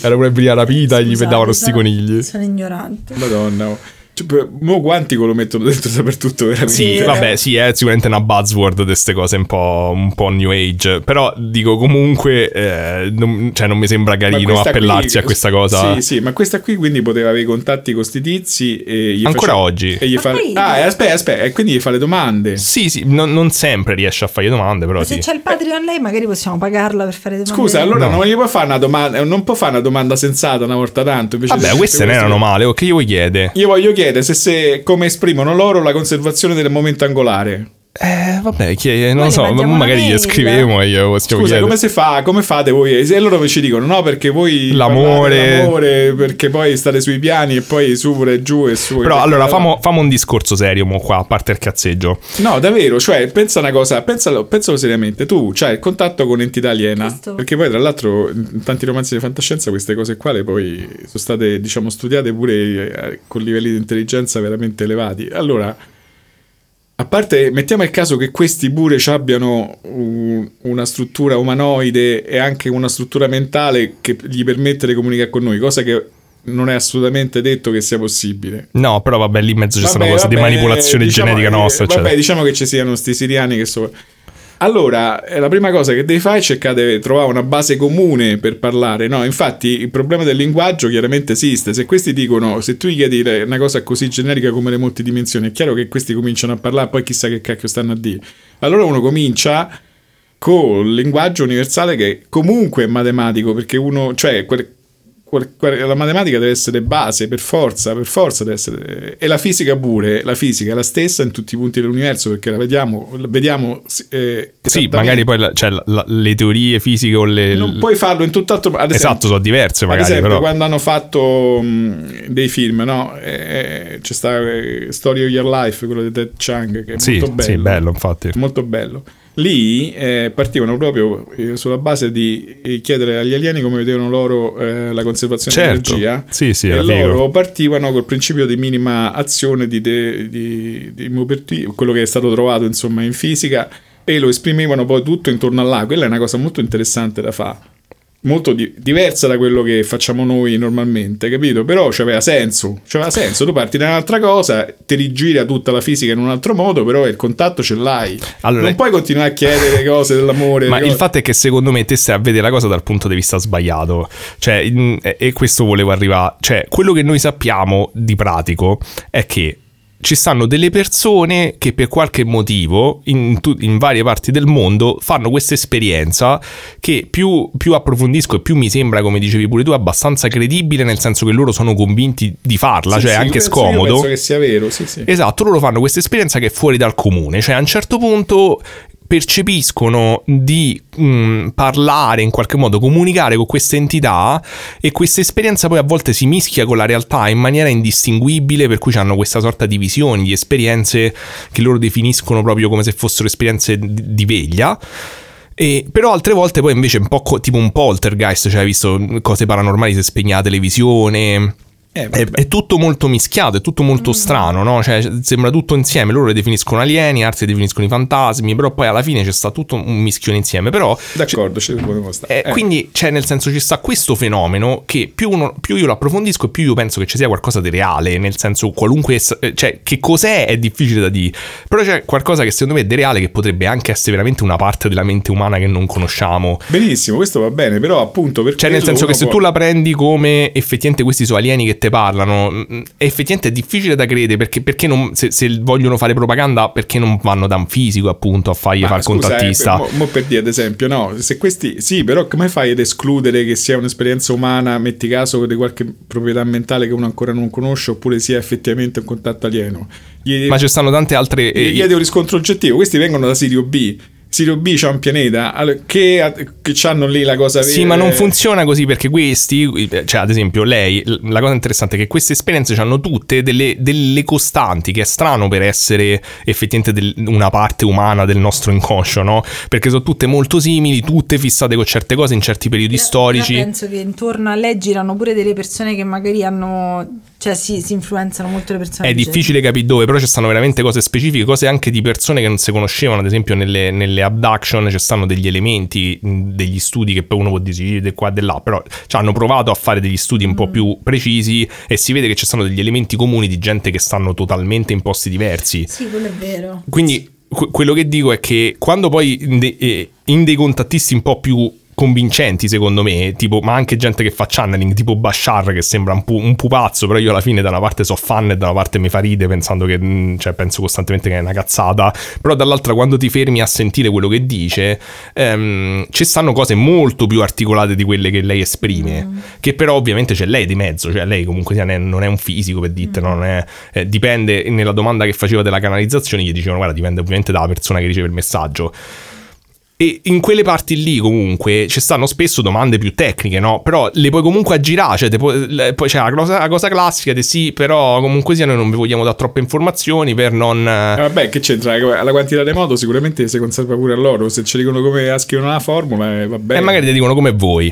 Era una via rapita e gli Scusate, davano sti sono- conigli. Sono ignorante. Madonna. oh. Cioè, per- mo quantico lo mettono dentro dappertutto veramente. Sì, vabbè, sì, è sicuramente una buzzword di queste cose un po', un po' new age. Però dico comunque, eh, non, cioè, non mi sembra Ma carino questa qui- appellarsi a questa cosa. Sì, sì, ma questa qui quindi poteva avere i contatti con sti tizi e gli Ancora face- oggi. E gli Ma fa... poi- Ah, e aspetta, aspetta, e quindi gli fa le domande. Sì, sì, non, non sempre riesce a fare domande, però Se sì. c'è il Patreon lei magari possiamo pagarla per fare domande. Scusa, allora No. non gli può fare una domanda, non può fare una domanda sensata una volta tanto. Invece Vabbè, di- queste non erano male, o che io chiede? Io voglio chiedere se, se- come esprimono loro la conservazione del momento angolare. Eh, vabbè, chi- non Poi lo le so, mandiamo ma- una magari gli mail. scriviamo e glielo possiamo Scusa, chiedere. come, si fa, come fate voi? E loro ci dicono no perché voi L'amore. parlate dell'amore, perché poi state sui piani e poi su pure giù e su. e Però perché- allora famo, famo un discorso serio mo qua, a parte il cazzeggio. No, davvero, cioè, pensa una cosa, pensalo, pensalo seriamente. Tu c'hai il contatto con entità aliena, Questo- perché poi tra l'altro in tanti romanzi di fantascienza queste cose qua le poi sono state, diciamo, studiate pure eh, con livelli di intelligenza veramente elevati. Allora, a parte, mettiamo il caso che questi pure ci abbiano un- una struttura umanoide e anche una struttura mentale che gli permette di comunicare con noi, cosa che non è assolutamente detto che sia possibile. No, però vabbè, lì in mezzo ci sono Vabbè, cose di vabbè, manipolazione diciamo- genetica nostra, eh, eccetera. Vabbè, diciamo che ci siano sti siriani che so. Allora, eh, la prima cosa che devi fare è cercare di trovare una base comune per parlare, no? Infatti, il problema del linguaggio chiaramente esiste. Se questi dicono, se tu gli chiedi le- una cosa così generica come le multidimensioni, è chiaro che questi cominciano a parlare, poi chissà che cacchio stanno a dire. Allora uno comincia con il linguaggio universale che comunque è matematico, perché uno, cioè, quel- quel- quel- la matematica deve essere base per forza, per forza deve essere, e la fisica pure, la fisica è la stessa in tutti i punti dell'universo, perché la vediamo, la vediamo eh, Sì, esattamente. magari poi la- cioè, la- la- le teorie fisiche o le... non puoi farlo in tutt'altro ad esempio, Esatto, sono diverse magari, ad esempio, però... quando hanno fatto mh, dei film, no? Eh, eh, c'è sta eh, Story of Your Life, quello di Ted Chang, che è Sì, molto bello. sì, bello, infatti. Molto bello. Lì eh, partivano proprio eh, sulla base di eh, chiedere agli alieni come vedevano loro eh, la conservazione Certo. dell'energia. Sì, sì, e era figo. loro partivano col principio di minima azione di, de- di- di Maupertuis, quello che è stato trovato insomma in fisica, e lo esprimevano poi tutto intorno all'acqua. Quella è una cosa molto interessante da fare. Molto di- diversa da quello che facciamo noi normalmente, capito? Però c'aveva senso, c'aveva senso. Tu parti da un'altra cosa, ti rigira tutta la fisica in un altro modo, però il contatto ce l'hai. Allora- non puoi continuare a chiedere cose dell'amore. Ma le il cose- fatto è che secondo me te stai a vedere la cosa dal punto di vista sbagliato. Cioè, in- e e questo volevo arrivare. Cioè, quello che noi sappiamo di pratico è che ci stanno delle persone che per qualche motivo in, tu- in varie parti del mondo fanno questa esperienza che più, più approfondisco e più mi sembra, come dicevi pure tu, abbastanza credibile, nel senso che loro sono convinti di farla, Sì, cioè sì, è anche penso- io scomodo. Penso che sia vero, sì, sì. Esatto, loro fanno questa esperienza che è fuori dal comune, cioè a un certo punto percepiscono di mh, parlare in qualche modo, comunicare con questa entità e questa esperienza poi a volte si mischia con la realtà in maniera indistinguibile, per cui hanno questa sorta di visioni, di esperienze che loro definiscono proprio come se fossero esperienze di, di veglia. E- però altre volte poi invece un po' co- tipo un poltergeist, cioè hai visto mh, cose paranormali, si è spegna la televisione, Eh, è, è tutto molto mischiato, è tutto molto strano, no? Cioè, sembra tutto insieme. Loro le definiscono alieni, altri definiscono i fantasmi, però poi alla fine c'è sta tutto un mischione insieme. Però. D'accordo, ci dobbiamo stare. eh, Eh, Quindi, cioè, nel senso, ci sta questo fenomeno che più, uno- più io lo approfondisco, più io penso che ci sia qualcosa di reale. Nel senso, qualunque. es- eh, Cioè, che cos'è è difficile da dire. Però c'è qualcosa che secondo me è di reale, che potrebbe anche essere veramente una parte della mente umana che non conosciamo. Benissimo, questo va bene, però appunto per Cioè, nel quello senso che uno se può- tu la prendi come effettivamente questi sono alieni che te parlano, mh, effettivamente è difficile da credere perché, perché non, se, se vogliono fare propaganda, perché non vanno da un fisico appunto a fargli Ma fare il scusa, eh, contattista? per- mo, mo per dire, ad esempio, no, se questi sì, però come fai ad escludere che sia un'esperienza umana, metti caso di qualche proprietà mentale che uno ancora non conosce, oppure sia effettivamente un contatto alieno? Gli- Ma ci stanno tante altre. eh, gli chiede un riscontro oggettivo. Questi vengono da Sirio B. Sirio B c'ha un pianeta allora, che, che hanno lì la cosa Sì, ma non funziona così perché questi, cioè ad esempio lei, l- la cosa interessante è che queste esperienze hanno tutte delle, delle costanti, che è strano per essere effettivamente del- una parte umana del nostro inconscio, no? Perché sono tutte molto simili, tutte fissate con certe cose in certi periodi Io- storici. Io penso che intorno a lei girano pure delle persone che magari hanno. cioè si, si influenzano molto le persone. È vicine. difficile capire dove, però ci stanno veramente cose specifiche, cose anche di persone che non si conoscevano, ad esempio nelle, nelle abduction ci stanno degli elementi, mh, degli studi che poi uno può dire sì, di qua e di là, però ci hanno provato a fare degli studi un po' più precisi e si vede che ci stanno degli elementi comuni di gente che stanno totalmente in posti diversi. Sì, quello è vero. Quindi que- quello che dico è che quando poi in, de- eh, in dei contattisti un po' più convincenti secondo me, tipo, ma anche gente che fa channeling, tipo Bashar che sembra un, pu- un pupazzo, però io alla fine da una parte so fan e da una parte mi fa ride pensando che, mm, cioè penso costantemente che è una cazzata, però dall'altra quando ti fermi a sentire quello che dice, ehm, ci stanno cose molto più articolate di quelle che lei esprime, che però ovviamente c'è lei di mezzo, cioè lei comunque sia, ne- non è un fisico per dirte, no, non è, eh, dipende, nella domanda che faceva della canalizzazione gli dicevano guarda dipende ovviamente dalla persona che riceve il messaggio. E in quelle parti lì comunque ci stanno spesso domande più tecniche, no? Però le puoi comunque aggirare, cioè, te puoi- le- poi c'è la cosa, la cosa classica di sì, però comunque sia noi non vi vogliamo dare troppe informazioni per non... eh, Eh, vabbè, che c'entra? La quantità di moto sicuramente si conserva pure a loro. Se ci dicono come la scrivono la formula, eh, va bene. E magari ti dicono come voi,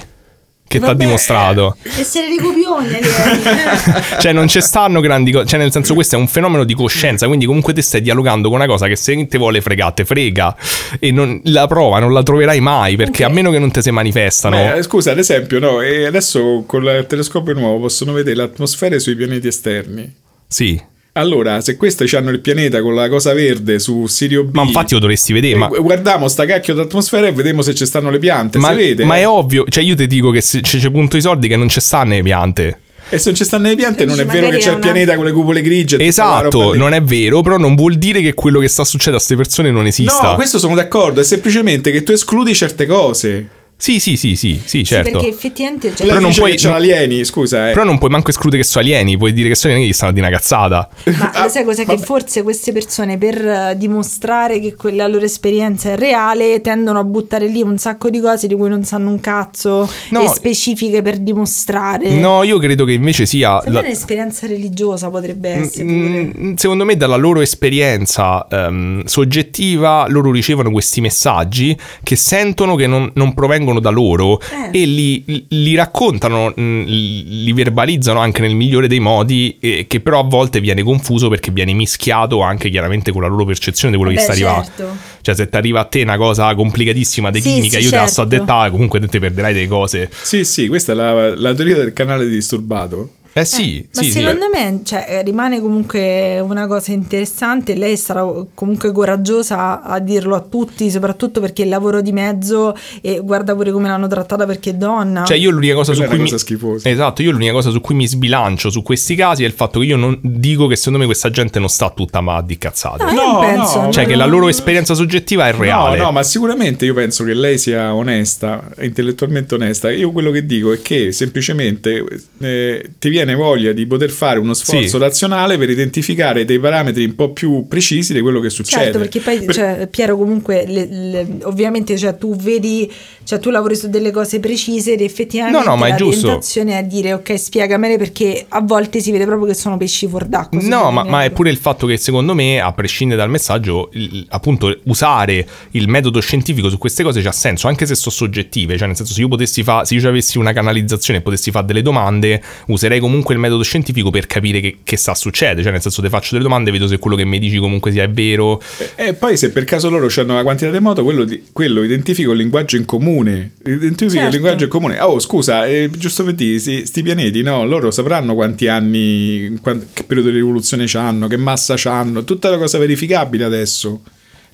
che ti ha Vabbè. eh, dimostrato. Essere eh, dei copioni alieni. cioè non ci stanno grandi cose, cioè nel senso questo è un fenomeno di coscienza, quindi comunque te stai dialogando con una cosa che se te vuole fregate frega e non, la prova non la troverai mai perché Ok. a meno che non te si manifestano. Beh, eh, scusa, ad esempio, no, e adesso con il telescopio nuovo possono vedere le atmosfere sui pianeti esterni. Sì. Allora, se questi hanno il pianeta con la cosa verde su Sirio B, eh, Ma infatti lo dovresti vedere, ma gu- guardiamo sta cacchio d'atmosfera e vediamo se ci stanno le piante. Ma, si vede. ma è ovvio, cioè io ti dico che se c'è, c'è punto i soldi che non ci stanno le piante. E se non ci stanno le piante, non è Dici, vero che magari c'è è il una- pianeta con le cupole grigie. e tutta quella roba Esatto, lì. non è vero, però non vuol dire che quello che sta succedendo a queste persone non esista. No, questo sono d'accordo. È semplicemente che tu escludi certe cose. Sì, sì, sì, sì, sì, certo. Perché effettivamente. Cioè, Lei non dice puoi- che c'erano alieni, scusa. Eh. Però non puoi manco escludere che sono alieni, puoi dire che sono alieni che gli stanno di una cazzata. Ma Ah, sai cos'è? Che vabbè. forse queste persone per eh, dimostrare che quella loro esperienza è reale tendono a buttare lì un sacco di cose di cui non sanno un cazzo No. e specifiche per dimostrare. No, io credo che invece sia... Sembra un'esperienza religiosa potrebbe essere. pure. Mm, Secondo me, dalla loro esperienza ehm, soggettiva, loro ricevono questi messaggi che sentono che non, non provengono da loro Eh. e li, li raccontano, mm, li li verbalizzano anche nel migliore dei modi, eh, che però a volte viene confuso perché viene mischiato anche chiaramente con la loro percezione di quello Vabbè, che sta arrivando. certo. Cioè, se ti arriva a te una cosa complicatissima di Sì, chimica, sì, io te la so a certo. dettare, comunque te te perderai delle cose. Sì, sì, questa è la, la teoria del canale disturbato. Eh sì, Ma sì, sì. secondo me cioè, eh, rimane comunque una cosa interessante. Lei sarà comunque coraggiosa a dirlo a tutti, soprattutto perché il lavoro di mezzo e guarda pure come l'hanno trattata perché è donna. Cioè, io l'unica cosa Quella su è cui. una mi- cosa schifosa. Esatto, io l'unica cosa su cui mi sbilancio su questi casi è il fatto che io non dico che secondo me questa gente non sta tutta ma di cazzate. No, io No, non penso. no, non Cioè, che la lo- loro esperienza soggettiva è reale. No, no, ma sicuramente io penso che lei sia onesta, è intellettualmente onesta. Io quello che dico è che semplicemente eh, ti viene voglia di poter fare uno sforzo Sì. razionale per identificare dei parametri un po' più precisi di quello che succede. Certo, perché poi Per- cioè, Piero comunque le- le- ovviamente cioè, tu vedi, cioè, tu lavori su delle cose precise ed effettivamente No, no, ma è la giusto. tentazione è dire ok spiegamele perché a volte si vede proprio che sono pesci fuor d'acqua. ecco. No, ma, ma è pure pure il fatto che secondo me, a prescindere dal messaggio, il- appunto usare il metodo scientifico su queste cose ha senso, anche se sono soggettive, cioè nel senso se io potessi fa, se io avessi una canalizzazione e potessi fare delle domande, userei comunque il metodo scientifico per capire che, che sta succedendo, cioè nel senso te faccio delle domande, vedo se quello che mi dici comunque sia è vero, E Eh, poi se per caso loro hanno la quantità di moto, quello, di- quello identifica il linguaggio in comune. Identifica il Certo. linguaggio in comune. Oh, scusa, eh, giusto per dire, sì, sti pianeti, no? Loro sapranno quanti anni, quan- che periodo di rivoluzione hanno, che massa hanno, tutta la cosa verificabile adesso.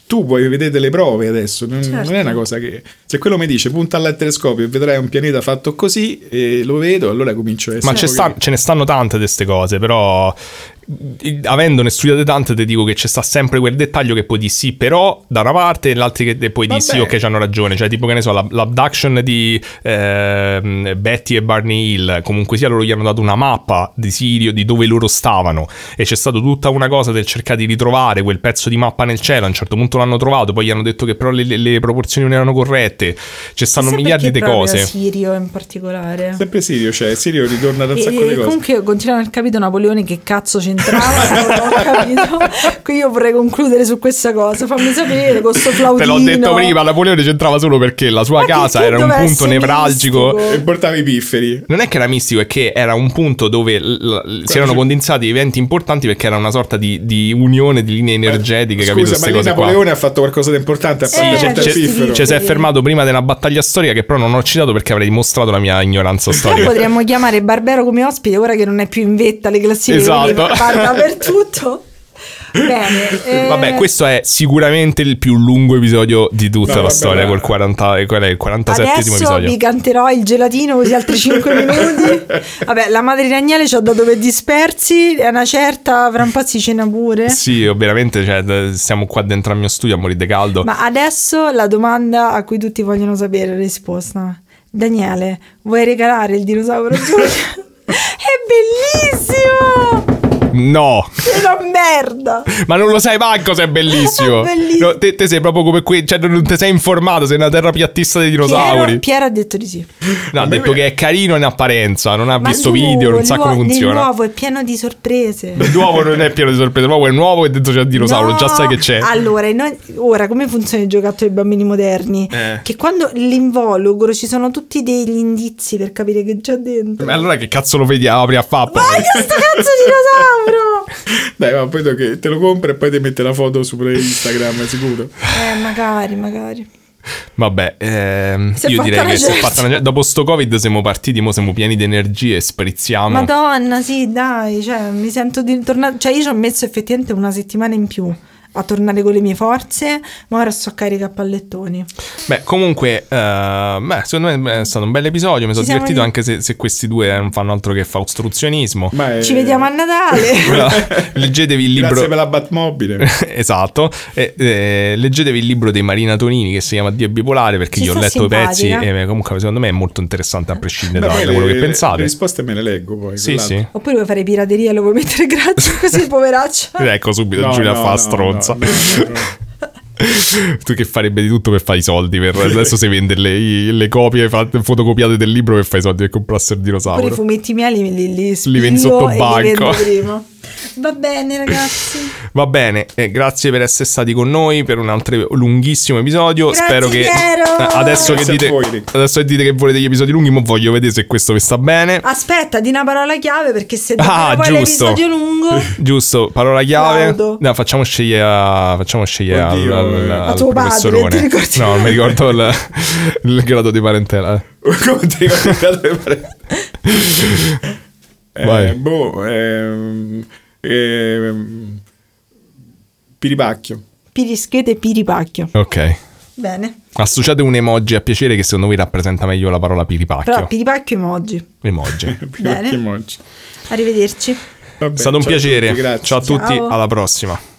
Tu puoi vedere delle prove adesso, non, non Certo. è una cosa che... Se quello mi dice punta al telescopio e vedrai un pianeta fatto così e lo vedo, allora comincio a essere... Ma ce, un sta- pochino- ce ne stanno tante di queste cose, però avendone studiate tante, ti dico che c'è sta sempre quel dettaglio che puoi dire sì, però da una parte e l'altra che te- puoi dire sì, Vabbè. ok, hanno ragione. Cioè, tipo che ne so, la- l'abduction di ehm, Betty e Barney Hill, comunque sia, loro gli hanno dato una mappa di Sirio, di dove loro stavano. E c'è stata tutta una cosa del cercare di ritrovare quel pezzo di mappa nel cielo. A un certo punto l'hanno trovato, poi gli hanno detto che però le, le- le proporzioni non erano corrette. Ci stanno Chissà miliardi di perché proprio cose. Sirio in particolare. Sempre Sirio, cioè Sirio ritorna da un E- sacco di e cose. comunque io continuo a non capito Napoleone che cazzo c'entrava, non l'ho capito. Quindi io vorrei concludere su questa cosa. Fammi sapere con sto flautino. Te l'ho detto prima, Napoleone c'entrava solo perché la sua Ma che casa tu era un dovessi punto nevralgico. mistico. E portavi i pifferi. Non è che era mistico, è che era un punto dove l- l- si erano condensati eventi importanti perché era una sorta di, di unione di linee energetiche, Scusa, capito? ma Queste lì cose Napoleone ha fatto qualcosa di importante a Sì, parte eh, portare c'è- il piffero. qua. Cioè, si è fermato prima della battaglia storica che però non ho citato perché avrei dimostrato la mia ignoranza Poi storica. Eh, potremmo chiamare Barbero come ospite ora che non è più in vetta le classifiche, quindi Esatto. va dappertutto. Bene. eh, Vabbè, questo è sicuramente il più lungo episodio di tutta No, la vabbè, storia, ma- col 40, e qual è il 47 Adesso episodio. vi canterò il gelatino così altri 5 minuti. Vabbè, la madre di Agnele ci ha dato per dispersi, è una certa, fra un po' si cena pure. Sì, io veramente, cioè, d- siamo qua dentro al mio studio a morire di caldo. Ma adesso la domanda a cui tutti vogliono sapere la risposta. Daniele, vuoi regalare il dinosauro Junior? è bellissimo! No! È una merda! Ma non lo sai manco se è bellissimo. È bellissimo. No, te, te sei proprio come qui, cioè non ti sei informato, sei una terrapiattista dei Piero, dinosauri. Piero ha detto di sì. No, ha me- detto che è carino in apparenza, non ha Ma visto no, video, non sa l'uo- come nel funziona. nuovo è pieno di sorprese. Il nuovo non è pieno di sorprese, il nuovo è nuovo e dentro c'è il dinosauro, No! già sai che c'è. Allora, noi- ora come funziona il giocattolo dei bambini moderni? Eh. Che quando l'involucro ci sono tutti degli indizi per capire che è già dentro. Ma Allora che cazzo lo vedi? Apri a pappa. Vai che sto cazzo di dinosauro! Dai, ma poi che te lo compra e poi ti mette la foto su Instagram, sicuro. Eh, magari, magari. Vabbè, ehm, Si è io fatta direi una che si è certa. fatta una... dopo sto Covid siamo partiti, mo siamo pieni di energie e sprizziamo. Madonna, sì, dai, cioè, mi sento di tornare. Cioè, io ci ho messo effettivamente una settimana in più a tornare con le mie forze, ma ora sto carica a pallettoni. Beh, comunque, eh, beh, secondo me è stato un bel episodio, mi sono siamo divertito di- anche se, se questi due eh, non fanno altro che fa ostruzionismo. Ma è- Ci vediamo a Natale. Però leggetevi il libro. Grazie per la Batmobile. Esatto, E, eh, leggetevi il libro dei Marina Tonini che si chiama Dio è bipolare perché Ci io ho sta letto i pezzi simpatica. e eh, comunque secondo me è molto interessante a prescindere Beh, da, poi da quello le- che Le pensate. risposte me le leggo poi. Sì, sì. quell'altro. Oppure vuoi fare pirateria e lo vuoi mettere grazie così, poveraccia. Ed Ecco subito No, Giulia no, fa no, stronza. no, no, no. tu che farebbe di tutto per fare i soldi. Per, adesso si vende le, le copie fatte- fotocopiate del libro per fare i soldi per comprasse il Oppure i dinosauro. fumetti miei li, li, li spillo vendo sotto e banco. li vendo prima. Va bene, ragazzi. Va bene, eh, grazie per essere stati con noi per un altro lunghissimo episodio. Grazie, Spero che Piero! Eh, adesso che, Grazie a dite, voi, Rick. adesso che dite che volete gli episodi lunghi, mo voglio vedere se questo vi sta bene. Aspetta, di una parola chiave perché se Ah, davvero vuoi giusto. l'episodio lungo. Giusto, parola chiave. Claudio. No, facciamo scegliere, a- facciamo scegliere al- Oddio, al- eh. al A tuo padre, professorone. ti ricordi? No, non mi ricordo il, il grado di parentela. Come ti ricordi? Eh, Vai. boh, ehm, ehm, piripacchio. Pirischete e piripacchio. Ok. Bene. Associate un emoji a piacere che secondo voi rappresenta meglio la parola piripacchio. Però piripacchio emoji. Emoji. Piripacchio Bene. emoji. Arrivederci. Vabbè, È stato un ciao a piacere. tutti, grazie. ciao a tutti, Ciao. alla prossima.